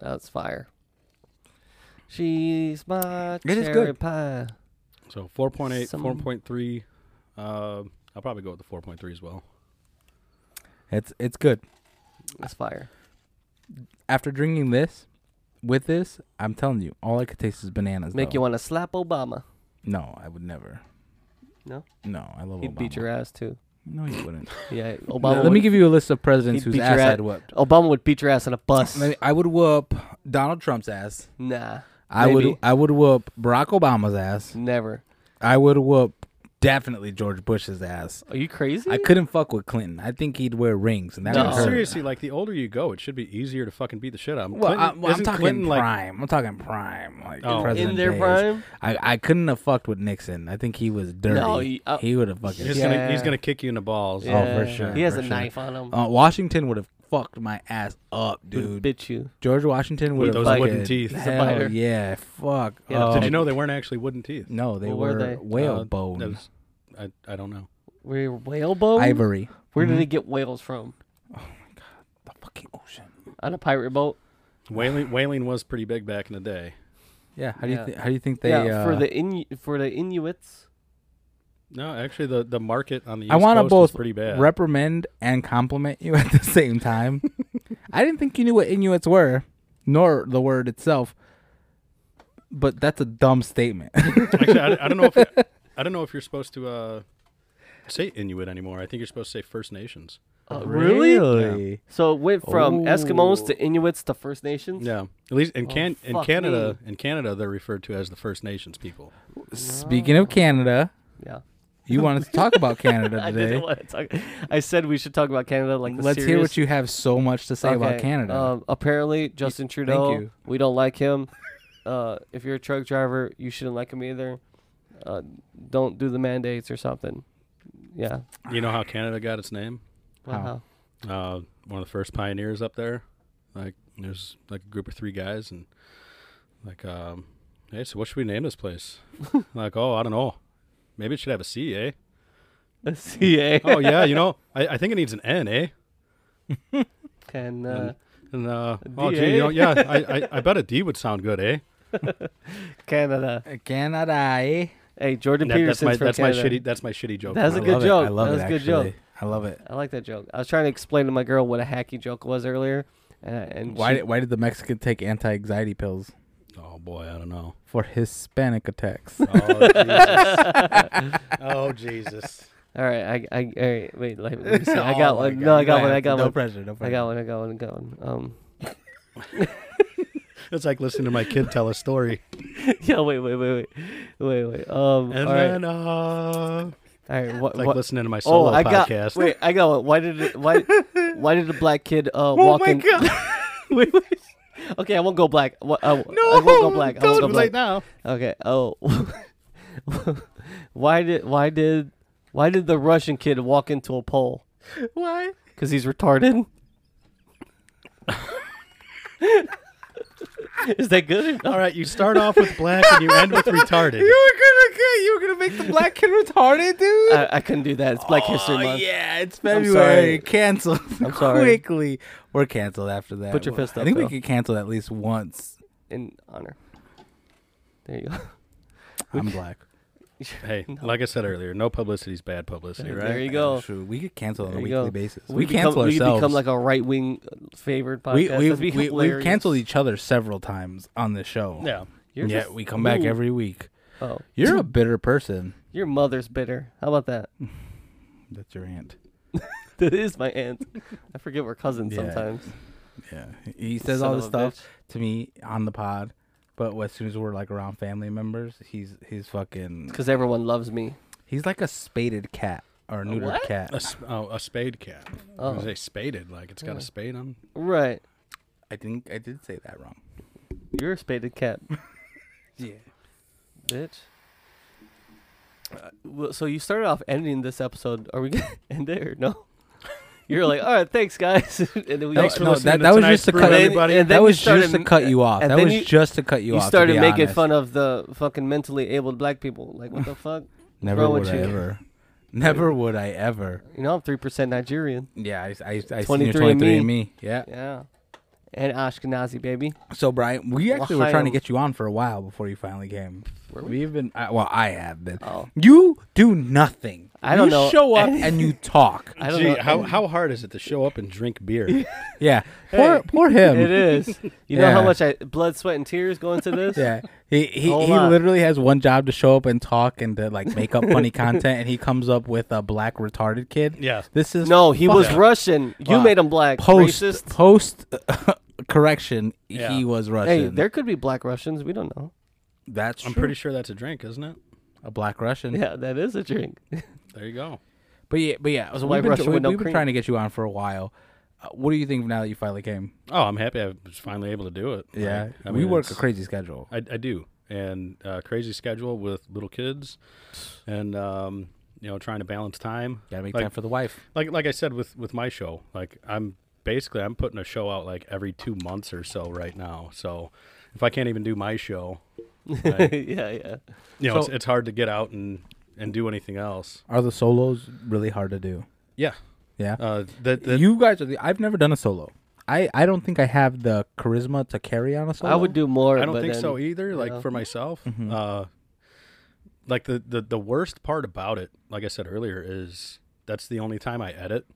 Speaker 2: That's Oh, fire. She's my
Speaker 4: It is
Speaker 2: cherry
Speaker 4: good.
Speaker 2: pie.
Speaker 3: So 4.8,
Speaker 2: Some-
Speaker 3: 4.3. Uh, I'll probably go with the 4.3 as well.
Speaker 4: It's it's good.
Speaker 2: That's fire.
Speaker 4: After drinking this, with this, I'm telling you, all I could taste is bananas.
Speaker 2: Make
Speaker 4: though.
Speaker 2: you want to slap Obama.
Speaker 4: No, I would never.
Speaker 2: No?
Speaker 4: No, I love
Speaker 2: He'd
Speaker 4: Obama.
Speaker 2: beat your ass too.
Speaker 4: No, you wouldn't.
Speaker 2: Yeah,
Speaker 4: [laughs] Let-
Speaker 2: Obama.
Speaker 4: Let
Speaker 2: would,
Speaker 4: me give you a list of presidents
Speaker 2: He'd
Speaker 4: whose
Speaker 2: beat your
Speaker 4: ass
Speaker 2: ass-
Speaker 4: I'd whooped.
Speaker 2: Obama would beat your ass on a bus.
Speaker 4: Let me- I would whoop Donald Trump's ass.
Speaker 2: Nah,
Speaker 4: I would
Speaker 2: Maybe.
Speaker 4: I would whoop Barack Obama's ass.
Speaker 2: never.
Speaker 4: I would whoop definitely George Bush's ass.
Speaker 2: Are you crazy?
Speaker 4: I couldn't fuck with Clinton. I think he'd wear rings, and that
Speaker 2: No.
Speaker 4: would hurt.
Speaker 3: Seriously, like the older you go, it should be easier to fucking beat the shit out of him.
Speaker 4: Well,
Speaker 3: Clinton-
Speaker 4: I, well I'm
Speaker 3: isn't
Speaker 4: talking
Speaker 3: Clinton, like
Speaker 4: prime. I'm talking prime, like
Speaker 3: Oh. In
Speaker 4: president
Speaker 2: in their
Speaker 4: days.
Speaker 2: prime.
Speaker 4: I, I couldn't have fucked with Nixon. I think he was dirty.
Speaker 2: No, he- uh,
Speaker 4: would have fucking.
Speaker 3: he's,
Speaker 2: Yeah.
Speaker 3: gonna, he's gonna kick you in the balls.
Speaker 4: Yeah. for sure,
Speaker 2: He has
Speaker 4: for
Speaker 2: a
Speaker 4: sure.
Speaker 2: knife on him.
Speaker 4: Uh, Washington would have fucked my ass up,
Speaker 2: Dude,
Speaker 4: dude.
Speaker 2: bitch you.
Speaker 4: George Washington would
Speaker 3: With
Speaker 4: have
Speaker 3: those
Speaker 4: fucking,
Speaker 3: wooden teeth. He's a
Speaker 4: Hell
Speaker 2: fighter.
Speaker 4: yeah, fuck.
Speaker 2: Yeah,
Speaker 4: Uh,
Speaker 3: Did you know they weren't actually wooden teeth?
Speaker 4: No, they
Speaker 2: What
Speaker 4: were,
Speaker 2: were they?
Speaker 4: whale
Speaker 3: Uh,
Speaker 4: bone,
Speaker 3: that was- I, I don't know.
Speaker 2: We're whale
Speaker 4: Oh.
Speaker 2: bone.
Speaker 4: ivory. Mm-hmm.
Speaker 2: Where did they get whales from?
Speaker 4: The fucking ocean.
Speaker 2: On a pirate boat.
Speaker 3: Whaling whaling was pretty big back in the day.
Speaker 4: Yeah. How do
Speaker 2: Yeah.
Speaker 4: you th- how do you think they?
Speaker 2: yeah, for
Speaker 4: uh,
Speaker 2: the in for the Inuits.
Speaker 3: No, actually, the, the market on the East
Speaker 4: I want to
Speaker 3: Coast was
Speaker 4: both
Speaker 3: pretty bad.
Speaker 4: [laughs] reprimand and compliment you at the [laughs] same time. I didn't think you knew what Inuits were, nor the word itself. But that's a dumb statement.
Speaker 3: actually, I, I don't know
Speaker 4: [laughs]
Speaker 3: if I don't know if you're supposed to uh, say Inuit anymore. I think you're supposed to say First Nations.
Speaker 2: Uh, really?
Speaker 4: Really? Oh.
Speaker 2: So it went from
Speaker 4: Ooh.
Speaker 2: Eskimos to Inuits to First Nations.
Speaker 3: Yeah, at least in can in
Speaker 2: fuck
Speaker 3: Canada in Canada they're referred to as the First Nations people.
Speaker 4: Speaking of Canada,
Speaker 2: Yeah.
Speaker 4: you wanted to talk about Canada
Speaker 2: [laughs] I
Speaker 4: today.
Speaker 2: didn't want to talk. I said we should talk about Canada. Like the
Speaker 4: Let's hear
Speaker 2: serious-
Speaker 4: what you have so much to say about
Speaker 2: Okay,
Speaker 4: Canada.
Speaker 2: Um, apparently, Justin Trudeau.
Speaker 4: you.
Speaker 2: We don't like him. Uh, if you're a truck driver, you shouldn't like him either. Uh, don't do the mandates or something. Yeah.
Speaker 3: You know how Canada got its name?
Speaker 4: How?
Speaker 2: Wow.
Speaker 3: Uh, one of the first pioneers up there. Like there's like a group of three guys and like um,
Speaker 4: [laughs]
Speaker 3: hey, so what should we name this place? like oh, I don't know. Maybe it should have a C, eh?
Speaker 2: [laughs] A
Speaker 4: [laughs]
Speaker 2: CA.
Speaker 3: Oh yeah, you know, I, I think it needs an N, eh?
Speaker 2: Can
Speaker 4: um,
Speaker 2: uh,
Speaker 3: And uh, oh,
Speaker 2: D,
Speaker 3: gee, you know,
Speaker 2: eh?
Speaker 3: yeah, I, I, I bet a D would sound
Speaker 2: [laughs]
Speaker 3: good, eh?
Speaker 2: Canada.
Speaker 4: Canada. Eh?
Speaker 2: Hey, Jordan
Speaker 3: That- that's
Speaker 2: Peterson
Speaker 3: my
Speaker 2: for
Speaker 3: that's
Speaker 2: Canada.
Speaker 3: my shitty that's my shitty joke.
Speaker 2: That's
Speaker 3: I
Speaker 2: a
Speaker 3: love
Speaker 2: good
Speaker 4: it.
Speaker 2: joke.
Speaker 4: I love
Speaker 2: That
Speaker 4: it.
Speaker 2: was a good
Speaker 4: actually. I love it.
Speaker 2: I like that joke. I was trying to explain to my girl what a hacky joke was earlier, and, and
Speaker 4: Why?
Speaker 2: she-
Speaker 4: Did, why did the Mexican take anti-anxiety pills
Speaker 3: it. Oh boy, I
Speaker 2: [laughs]
Speaker 3: don't know.
Speaker 4: for Hispanic attacks?
Speaker 3: Oh Jesus. oh Jesus.
Speaker 2: all right, I, I, all right, wait, let me- let
Speaker 4: [laughs]
Speaker 2: me see. [laughs] I
Speaker 4: Oh
Speaker 2: got
Speaker 4: my
Speaker 2: one.
Speaker 4: God.
Speaker 2: No, I
Speaker 4: You
Speaker 2: got
Speaker 4: don't
Speaker 2: one. I
Speaker 4: have to.
Speaker 2: got
Speaker 4: no
Speaker 2: one.
Speaker 4: pressure. No pressure.
Speaker 2: I got one. I got one. I got one. Um,
Speaker 3: It's like listening to my kid tell a story.
Speaker 2: [laughs] yeah, wait, wait, wait, wait, wait, wait. Um,
Speaker 3: And
Speaker 2: all right,
Speaker 3: then uh
Speaker 2: all right. What,
Speaker 3: it's like
Speaker 2: what,
Speaker 3: listening to my
Speaker 2: oh,
Speaker 3: solo
Speaker 2: I got.
Speaker 3: podcast.
Speaker 2: Wait, I got one. Why did it, why, why did the black kid uh
Speaker 4: Oh
Speaker 2: walk
Speaker 4: my
Speaker 2: in?
Speaker 4: god!
Speaker 2: [laughs] wait, wait. Okay, I won't go black. Wha- I, no,
Speaker 3: no,
Speaker 2: I won't go black. I won't go
Speaker 3: Don't
Speaker 2: black.
Speaker 3: right now.
Speaker 2: Okay. Oh, [laughs] why did why did why did the Russian kid walk into a pole?
Speaker 4: Why?
Speaker 2: Cause he's retarded. [laughs] Is that good?
Speaker 3: All right, you start off with black and you end
Speaker 2: [laughs]
Speaker 3: with retarded.
Speaker 4: You were gonna you were gonna make the black kid retarded, dude.
Speaker 2: I, I couldn't do that. It's Black Uh, History
Speaker 4: Oh,
Speaker 2: Month.
Speaker 4: yeah, it's
Speaker 2: I'm
Speaker 4: February.
Speaker 2: sorry.
Speaker 4: Canceled
Speaker 2: I'm sorry.
Speaker 4: [laughs] quickly. We're canceled after that.
Speaker 2: Put your
Speaker 4: Well,
Speaker 2: fist
Speaker 4: I
Speaker 2: up,
Speaker 4: think we
Speaker 2: Phil.
Speaker 4: could cancel at least once.
Speaker 2: In honor. There you go.
Speaker 4: I'm black. [laughs]
Speaker 3: Hey, like I said earlier, no publicity is bad publicity, right?
Speaker 2: There you go.
Speaker 4: True. We could cancel on
Speaker 2: There
Speaker 4: a
Speaker 2: you
Speaker 4: weekly
Speaker 2: go.
Speaker 4: basis. We,
Speaker 2: We, become,
Speaker 4: cancel
Speaker 2: we
Speaker 4: ourselves.
Speaker 2: become like a right wing favored
Speaker 4: we,
Speaker 2: podcast.
Speaker 4: we,
Speaker 2: That'd be
Speaker 4: we, we've
Speaker 2: hilarious.
Speaker 4: canceled each other several times on this show.
Speaker 3: Yeah.
Speaker 2: You're
Speaker 4: Yet
Speaker 2: just-
Speaker 4: we come back
Speaker 2: Ooh.
Speaker 4: every week.
Speaker 2: Oh,
Speaker 4: You're a bitter person.
Speaker 2: your mother's bitter. How about that? [laughs]
Speaker 4: That's your aunt.
Speaker 2: That is my aunt. I forget we're cousins
Speaker 4: Yeah.
Speaker 2: sometimes.
Speaker 4: Yeah. He says
Speaker 2: Son
Speaker 4: all
Speaker 2: of
Speaker 4: this
Speaker 2: a
Speaker 4: stuff
Speaker 2: bitch.
Speaker 4: to me on the pod, but as soon as we're like around family members, he's he's fucking
Speaker 2: because everyone loves me.
Speaker 4: he's like a spaded cat or a neutered
Speaker 2: what?
Speaker 4: cat.
Speaker 3: A, s- oh, a spade cat.
Speaker 2: Oh.
Speaker 3: They spaded, like it's got a spade on.
Speaker 2: Right.
Speaker 4: I think I did say that wrong.
Speaker 2: You're a spaded cat,
Speaker 4: Yeah.
Speaker 2: bitch. Uh, well, so you started off ending this episode. Are we gonna [laughs] end it or no? You're like, all right, thanks guys, [laughs] and then we
Speaker 3: Thanks
Speaker 2: all-
Speaker 3: for
Speaker 4: No,
Speaker 3: listening
Speaker 4: that,
Speaker 3: to
Speaker 4: that was
Speaker 3: tonight's
Speaker 4: just to
Speaker 3: brew,
Speaker 4: cut
Speaker 2: everybody. And then
Speaker 4: That
Speaker 2: you
Speaker 4: was just
Speaker 2: started-
Speaker 4: to cut you off.
Speaker 2: and
Speaker 4: That
Speaker 2: then
Speaker 4: was
Speaker 2: you-
Speaker 4: just to cut you,
Speaker 2: you
Speaker 4: off. to
Speaker 2: started
Speaker 4: be
Speaker 2: making
Speaker 4: honest.
Speaker 2: fun of the fucking mentally abled black people. Like, what the fuck?
Speaker 4: Never
Speaker 2: Bro,
Speaker 4: would
Speaker 2: what
Speaker 4: I
Speaker 2: you-
Speaker 4: [laughs] ever. Never would I ever.
Speaker 2: You know, I'm three percent Nigerian.
Speaker 4: Yeah, I, I, I seen your
Speaker 2: 23andMe.
Speaker 4: 23 and me. Yeah.
Speaker 2: Yeah, and Ashkenazi baby.
Speaker 4: So Brian, we actually were
Speaker 2: Ohio.
Speaker 4: trying to get you on for a while before you finally came.
Speaker 2: Were
Speaker 4: we? have been. I, well, I have been.
Speaker 2: Oh.
Speaker 4: You do nothing.
Speaker 2: I don't
Speaker 4: you
Speaker 2: know
Speaker 4: Show up and you talk.
Speaker 2: I don't
Speaker 3: Gee,
Speaker 2: know.
Speaker 3: how how hard is it to show up and
Speaker 2: [laughs]
Speaker 3: drink beer?
Speaker 4: Yeah. Poor poor him.
Speaker 2: It is. You know how
Speaker 4: Yeah.
Speaker 2: much I blood, sweat, and tears go into this.
Speaker 4: Yeah. He he,
Speaker 2: Whole
Speaker 4: he
Speaker 2: lot.
Speaker 4: literally has one job to show up and talk and to like make up funny content and he comes up with a black retarded kid.
Speaker 3: Yeah.
Speaker 4: This is
Speaker 2: No, he was
Speaker 3: Yeah.
Speaker 2: Russian. You
Speaker 4: Wow.
Speaker 2: made him black.
Speaker 4: post
Speaker 2: Racist.
Speaker 4: post [laughs] correction
Speaker 3: Yeah.
Speaker 4: he was Russian.
Speaker 2: Hey, there could be black Russians. We don't know.
Speaker 4: That's
Speaker 3: I'm
Speaker 4: true.
Speaker 3: pretty sure that's a drink, isn't it?
Speaker 4: a black Russian.
Speaker 2: Yeah, that is a drink. [laughs]
Speaker 3: There you go.
Speaker 4: But yeah, but yeah. So
Speaker 2: white
Speaker 4: we've been,
Speaker 2: Russian
Speaker 4: we,
Speaker 2: with no
Speaker 4: we've been
Speaker 2: cream.
Speaker 4: trying to get you on for a while. Uh, what do you think now that you finally came?
Speaker 3: Oh, I'm happy I was finally able to do it. Like, I
Speaker 4: we
Speaker 3: mean,
Speaker 4: work a
Speaker 3: it's-
Speaker 4: crazy schedule.
Speaker 3: I, I do, and uh, crazy schedule with little kids, and um, you know, trying to balance time.
Speaker 4: Gotta make
Speaker 3: like,
Speaker 4: time for the wife.
Speaker 3: like like I said with with my show. Like I'm basically I'm putting a show out like every two months or so right now. So if I can't even do my show, like,
Speaker 2: yeah, yeah.
Speaker 3: you know,
Speaker 4: So-
Speaker 3: it's, it's hard to get out and and do anything else.
Speaker 4: Are the solos really hard to do?
Speaker 3: Yeah.
Speaker 4: Yeah.
Speaker 3: Uh, that, that
Speaker 4: you guys are the. I've never done a solo. I, I don't think I have the charisma to carry on a solo.
Speaker 2: I would do more.
Speaker 3: I don't
Speaker 2: but
Speaker 3: think
Speaker 2: then-
Speaker 3: so either. Like
Speaker 2: know.
Speaker 3: for myself, uh, like the, the the worst part about it, like I said earlier, is that's the only time I edit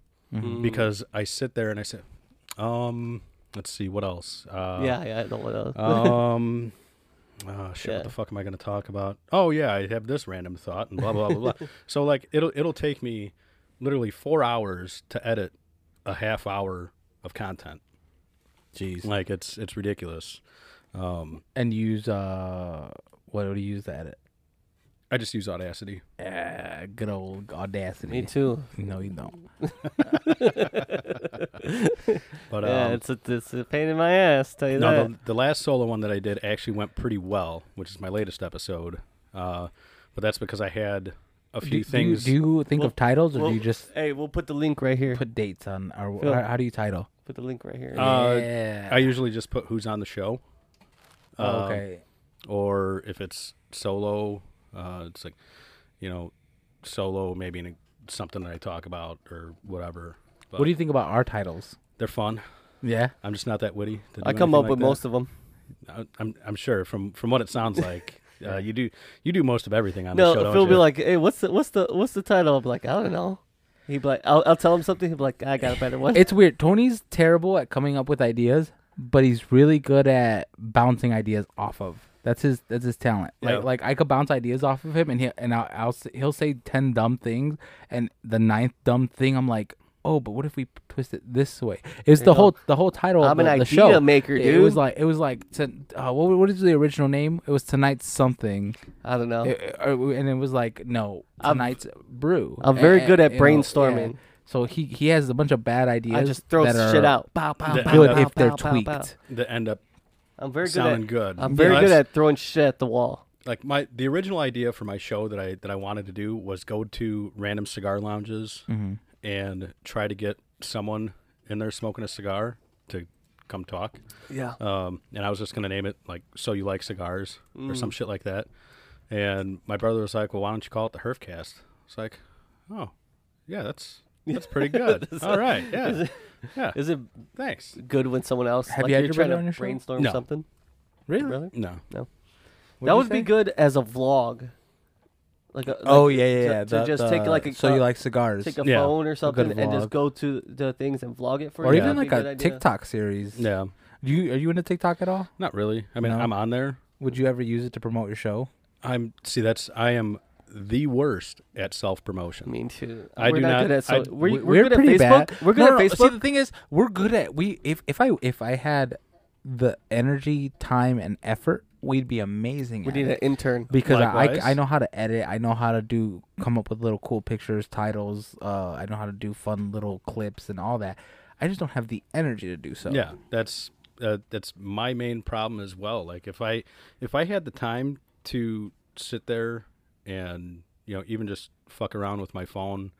Speaker 3: because I sit there and I say, um, let's see what else. Uh,
Speaker 2: [laughs] yeah, yeah. I don't want to. [laughs]
Speaker 3: um. Oh shit!
Speaker 2: Yeah.
Speaker 3: What the fuck am I going to talk about? Oh yeah, I have this random thought and blah blah blah
Speaker 2: [laughs]
Speaker 3: blah. So like it'll it'll take me literally four hours to edit a half hour of content.
Speaker 4: Jeez.
Speaker 3: Like it's it's ridiculous. Um,
Speaker 4: And use uh, what would you use to edit?
Speaker 3: I just use Audacity.
Speaker 4: Uh, good old audacity.
Speaker 2: me too.
Speaker 4: No, you don't.
Speaker 3: But
Speaker 2: yeah,
Speaker 3: um,
Speaker 2: it's a, it's a pain in my ass. Tell you
Speaker 3: no,
Speaker 2: that.
Speaker 3: the, the last solo one that I did actually went pretty well, which is my latest episode. Uh, but that's because I had a few
Speaker 4: do,
Speaker 3: things.
Speaker 4: Do you, do you think
Speaker 2: Well-
Speaker 4: of titles, or
Speaker 2: well,
Speaker 4: do you just
Speaker 2: Hey, we'll put the link right here. Put,
Speaker 4: put dates on, or,
Speaker 2: Phil.
Speaker 4: or how do you title?
Speaker 2: the link right here.
Speaker 3: Uh,
Speaker 4: yeah.
Speaker 3: I usually just put who's on the show, um,
Speaker 4: Oh,
Speaker 2: Um,
Speaker 4: okay.
Speaker 3: or if it's solo, uh, it's like, you know, solo maybe in a something that I talk about or whatever. But
Speaker 4: What do you think about our titles?
Speaker 3: they're fun.
Speaker 4: Yeah.
Speaker 3: I'm just not that witty. to
Speaker 2: I
Speaker 3: do
Speaker 2: come
Speaker 3: anything
Speaker 2: up
Speaker 3: like
Speaker 2: with
Speaker 3: that.
Speaker 2: most of them.
Speaker 3: I- I'm I'm sure from from what it
Speaker 2: [laughs]
Speaker 3: sounds like, uh, you do you do most of everything on the show.
Speaker 2: No,
Speaker 3: don't
Speaker 2: Phil will be
Speaker 3: you?
Speaker 2: like, "Hey, what's the what's the what's the title?" I'll be like, "I don't know." He'd be like, "I'll, I'll tell him something." He'd be like, "I got a better
Speaker 4: [laughs]
Speaker 2: one."
Speaker 4: It's weird. Tony's terrible at coming up with ideas, but he's really good at bouncing ideas off of. That's his. That's his talent.
Speaker 3: Yeah.
Speaker 4: Like like I could bounce ideas off of him, and he and I'll, I'll s- he'll say ten dumb things, and the ninth dumb thing, I'm like, oh, but what if we twist it this way? It's the
Speaker 2: know,
Speaker 4: whole the whole title
Speaker 2: I'm
Speaker 4: of
Speaker 2: an
Speaker 4: the,
Speaker 2: idea
Speaker 4: the show.
Speaker 2: maker,
Speaker 4: It-
Speaker 2: dude.
Speaker 4: It was like it was like to, uh, what what is the original name? It was tonight something,
Speaker 2: I don't know.
Speaker 4: It- it- or- Uh, and it was like no
Speaker 2: I'm-
Speaker 4: tonight's brew.
Speaker 2: I'm very
Speaker 4: Eh,
Speaker 2: good at
Speaker 4: you know, yeah.
Speaker 2: brainstorming.
Speaker 4: So he he has a bunch of bad ideas.
Speaker 2: I just throw
Speaker 4: that
Speaker 2: shit
Speaker 4: are
Speaker 2: out. Pow, pow,
Speaker 3: That
Speaker 2: pow,
Speaker 4: Good
Speaker 2: pow,
Speaker 4: if they're
Speaker 2: pow, pow,
Speaker 4: tweaked.
Speaker 2: pow.
Speaker 3: that end up
Speaker 2: I'm very good
Speaker 3: sounding
Speaker 2: at.
Speaker 3: good.
Speaker 2: I'm very good
Speaker 3: That's-
Speaker 2: at throwing shit at the wall.
Speaker 3: like my the original idea for my show that I that I wanted to do was go to random cigar lounges
Speaker 2: Mm-hmm.
Speaker 3: and try to get someone in there smoking a cigar to come talk.
Speaker 2: Yeah.
Speaker 3: Um, and I was just gonna name it like "So You Like Cigars" or
Speaker 2: Mm.
Speaker 3: some shit like that. And my brother was like, "Well, why don't you call it the Herfcast?" It's like, "Oh, yeah, that's
Speaker 2: [laughs]
Speaker 3: that's pretty good. All right, yeah, yeah,
Speaker 2: Is it
Speaker 3: thanks."
Speaker 2: good when someone else?
Speaker 4: Have
Speaker 2: like
Speaker 4: you had
Speaker 2: you're
Speaker 4: your
Speaker 2: trying
Speaker 4: brother
Speaker 2: to
Speaker 4: on your show?
Speaker 2: brainstorm
Speaker 3: No.
Speaker 2: something?
Speaker 4: Really?
Speaker 2: Really?
Speaker 3: No,
Speaker 2: that would be good as a vlog. Like a, like
Speaker 4: oh yeah, yeah,
Speaker 2: to-
Speaker 4: yeah.
Speaker 2: To, just take like a
Speaker 4: so you
Speaker 2: uh,
Speaker 4: like cigars,
Speaker 2: take a
Speaker 3: Yeah.
Speaker 2: phone or something and just
Speaker 4: vlog.
Speaker 2: go to the things and vlog it for
Speaker 4: or
Speaker 2: you.
Speaker 4: even
Speaker 2: That'd
Speaker 4: like
Speaker 2: be
Speaker 4: a
Speaker 2: good idea.
Speaker 4: TikTok series.
Speaker 3: yeah,
Speaker 4: Do you are you into TikTok at all?
Speaker 3: not really. I mean,
Speaker 4: No.
Speaker 3: I'm on there.
Speaker 4: Would you ever use it to promote your show?
Speaker 3: I'm see that's I am the worst at self
Speaker 2: I
Speaker 3: promotion.
Speaker 2: mean, too.
Speaker 3: I
Speaker 2: we're
Speaker 3: do
Speaker 2: not,
Speaker 3: not-
Speaker 2: good at so.
Speaker 3: I-
Speaker 2: we're,
Speaker 4: We-
Speaker 2: we're, good at Facebook. We're good at
Speaker 4: No, no,
Speaker 2: Facebook.
Speaker 4: See, the thing is, we're good at we. If if I if I had the energy, time, and effort, we'd be amazing.
Speaker 2: we
Speaker 4: at
Speaker 2: need an
Speaker 4: it.
Speaker 2: intern.
Speaker 4: because I,
Speaker 3: Likewise.
Speaker 4: I I know how to edit. I know how to do come up with little cool pictures, titles. Uh, I know how to do fun little clips and all that. I just don't have the energy to do so.
Speaker 3: Yeah, that's uh, that's my main problem as well. Like if I if I had the time to sit there and you know even just fuck around with my phone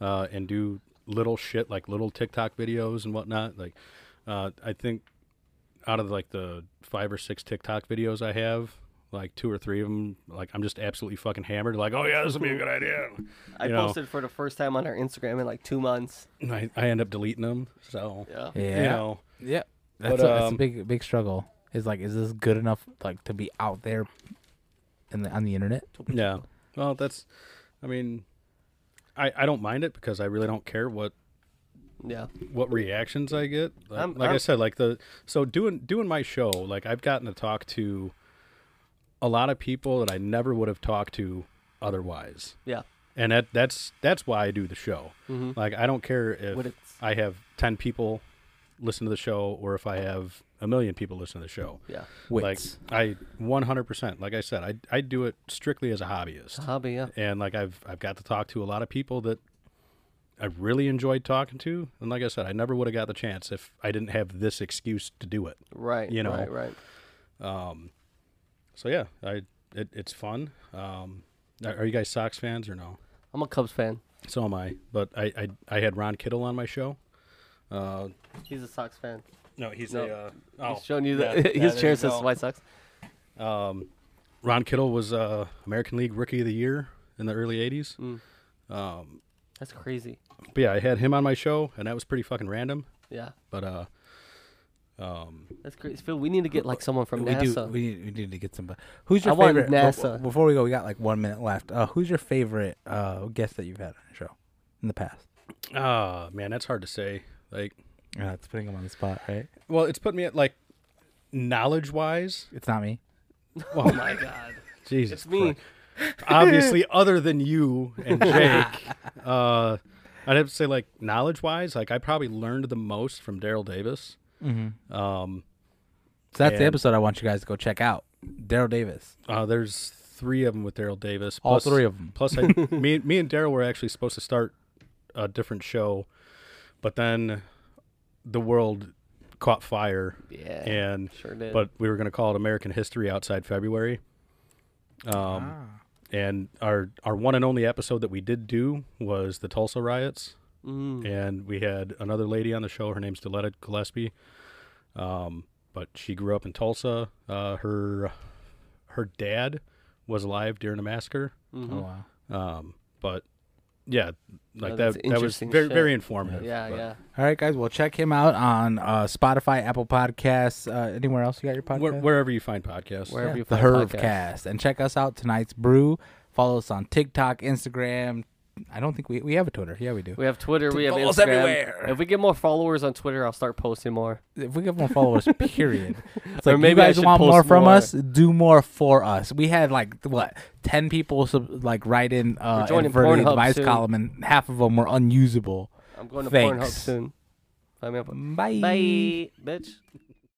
Speaker 3: uh, and do little shit like little TikTok videos and whatnot, like uh, I think out of like the five or six TikTok videos I have. Like two or three of them, like I'm just absolutely fucking hammered. Like, oh yeah, this would be a good idea.
Speaker 2: I
Speaker 3: you know.
Speaker 2: posted for the first time on our Instagram in like two months.
Speaker 3: And I, I end up deleting them. So
Speaker 2: Yeah.
Speaker 4: Yeah.
Speaker 3: you know,
Speaker 4: Yeah, that's,
Speaker 3: But,
Speaker 4: a, that's a
Speaker 3: um,
Speaker 4: big big struggle. Is like, is this good enough like to be out there, in the, on the internet?
Speaker 3: Yeah. Well, that's. I mean, I I don't mind it because I really don't care what
Speaker 2: Yeah.
Speaker 3: what reactions I get. Like,
Speaker 2: I'm-
Speaker 3: like I
Speaker 2: I'm-
Speaker 3: said, like the so doing doing my show, like I've gotten to talk to a lot of people that I never would have talked to otherwise,
Speaker 2: Yeah.
Speaker 3: and that that's that's why I do the show.
Speaker 2: Mhm.
Speaker 3: Like I don't care
Speaker 2: What
Speaker 3: if
Speaker 2: it's-
Speaker 3: I have ten people listen to the show or if I have a million people listen to the show.
Speaker 2: Yeah.
Speaker 4: Wits.
Speaker 3: Like I 100%. Like I said, I I do it strictly as a hobbyist
Speaker 2: Hobby. Yeah.
Speaker 3: and like I've I've got to talk to a lot of people that I really enjoyed talking to, and like I said, I never would have got the chance if I didn't have this excuse to do it.
Speaker 2: Right.
Speaker 3: You know.
Speaker 2: Right. Right.
Speaker 3: So yeah, I it, it's fun. Um, are are you guys Sox fans or no?
Speaker 2: I'm a Cubs fan.
Speaker 3: So am I, but I I, I had Ron Kittle on my show. Uh,
Speaker 2: He's a Sox fan.
Speaker 3: no, he's
Speaker 2: No.
Speaker 3: a uh, oh,
Speaker 2: He's showing you
Speaker 3: yeah,
Speaker 2: that [laughs]
Speaker 3: yeah,
Speaker 2: his
Speaker 3: there
Speaker 2: chair
Speaker 3: you
Speaker 2: says
Speaker 3: go.
Speaker 2: White Sox.
Speaker 3: Um, Ron Kittle was uh, American League Rookie of the Year in the early '80s.
Speaker 2: Mm. That's crazy.
Speaker 3: But yeah, I had him on my show, and that was pretty fucking random.
Speaker 2: Yeah.
Speaker 3: But uh, um,
Speaker 2: That's crazy. Phil, we need to get like someone from
Speaker 4: we
Speaker 2: NASA.
Speaker 4: do. We need, we need to get somebody. Who's your
Speaker 2: I want
Speaker 4: favorite? be-
Speaker 2: NASA.
Speaker 4: Before we go, we got like one minute left. Uh, who's your favorite uh, guest that you've had on the show in the past?
Speaker 3: ah, man, that's hard to say. Like
Speaker 4: Yeah, Uh, it's putting him on the spot, right?
Speaker 3: Well, it's put me at like knowledge wise.
Speaker 4: It's not me.
Speaker 3: [laughs]
Speaker 2: [laughs]
Speaker 3: Well,
Speaker 2: oh my God.
Speaker 3: [laughs] Jesus,
Speaker 2: It's me.
Speaker 3: Christ.
Speaker 2: [laughs]
Speaker 3: Obviously, other than you and Jake, uh, I'd have to say like knowledge wise, like I probably learned the most from Daryl Davis.
Speaker 4: Mm-hmm.
Speaker 3: Um,
Speaker 4: So that's the
Speaker 3: And-
Speaker 4: episode I want you guys to go check out. Daryl Davis.
Speaker 3: Uh, there's three of them with Daryl Davis.
Speaker 4: All
Speaker 3: plus-
Speaker 4: three of 'em.
Speaker 3: Plus,
Speaker 4: [laughs]
Speaker 3: I, me, me and Daryl were actually supposed to start a different show, but then the world caught fire,
Speaker 4: Eh.
Speaker 2: Yeah.
Speaker 3: and
Speaker 2: Sure did.
Speaker 3: but we were going to call it American History Outside February. Um,
Speaker 4: Ah.
Speaker 2: Ah. um,
Speaker 3: and our our one and only episode that we did do was the Tulsa riots,
Speaker 2: Mm.
Speaker 3: and we had another lady on the show. Her name's Deletta Gillespie, um, but she grew up in Tulsa. Uh, her
Speaker 2: Mm-hmm.
Speaker 3: her dad was alive during the massacre,
Speaker 4: Oh wow.
Speaker 3: um, but yeah, like
Speaker 2: Oh, that's
Speaker 3: that. That was
Speaker 2: interesting
Speaker 3: very
Speaker 2: shit.
Speaker 3: very informative.
Speaker 2: Yeah,
Speaker 3: but-
Speaker 2: yeah.
Speaker 4: All right, guys. Well, check him out on uh, Spotify, Apple Podcasts, uh, anywhere else you got your podcast.
Speaker 3: Where, wherever you find podcasts.
Speaker 2: Wherever
Speaker 4: Yeah,
Speaker 2: you
Speaker 4: the
Speaker 2: find
Speaker 4: Hervcast.
Speaker 2: podcasts.
Speaker 4: And check us out tonight's brew. Follow us on TikTok, Instagram. I don't think we we have a Twitter. Yeah, we do.
Speaker 2: We have Twitter. We have
Speaker 4: Follow us
Speaker 2: Instagram.
Speaker 4: everywhere.
Speaker 2: If we get more followers on Twitter, I'll start posting more.
Speaker 4: If we get
Speaker 2: [laughs]
Speaker 4: more followers, period. It's
Speaker 2: Or
Speaker 4: like,
Speaker 2: maybe
Speaker 4: you
Speaker 2: I
Speaker 4: guys
Speaker 2: should
Speaker 4: want more
Speaker 2: post
Speaker 4: from
Speaker 2: more.
Speaker 4: us, do more for us. We had like what ten people sub- like write in uh,
Speaker 2: We're joining
Speaker 4: inverted
Speaker 2: Pornhub
Speaker 4: advice
Speaker 2: soon.
Speaker 4: column, and half of them were unusable.
Speaker 2: I'm going to Pornhub
Speaker 4: Thanks.
Speaker 2: soon. Find me up.
Speaker 4: Bye.
Speaker 2: Bye, bitch.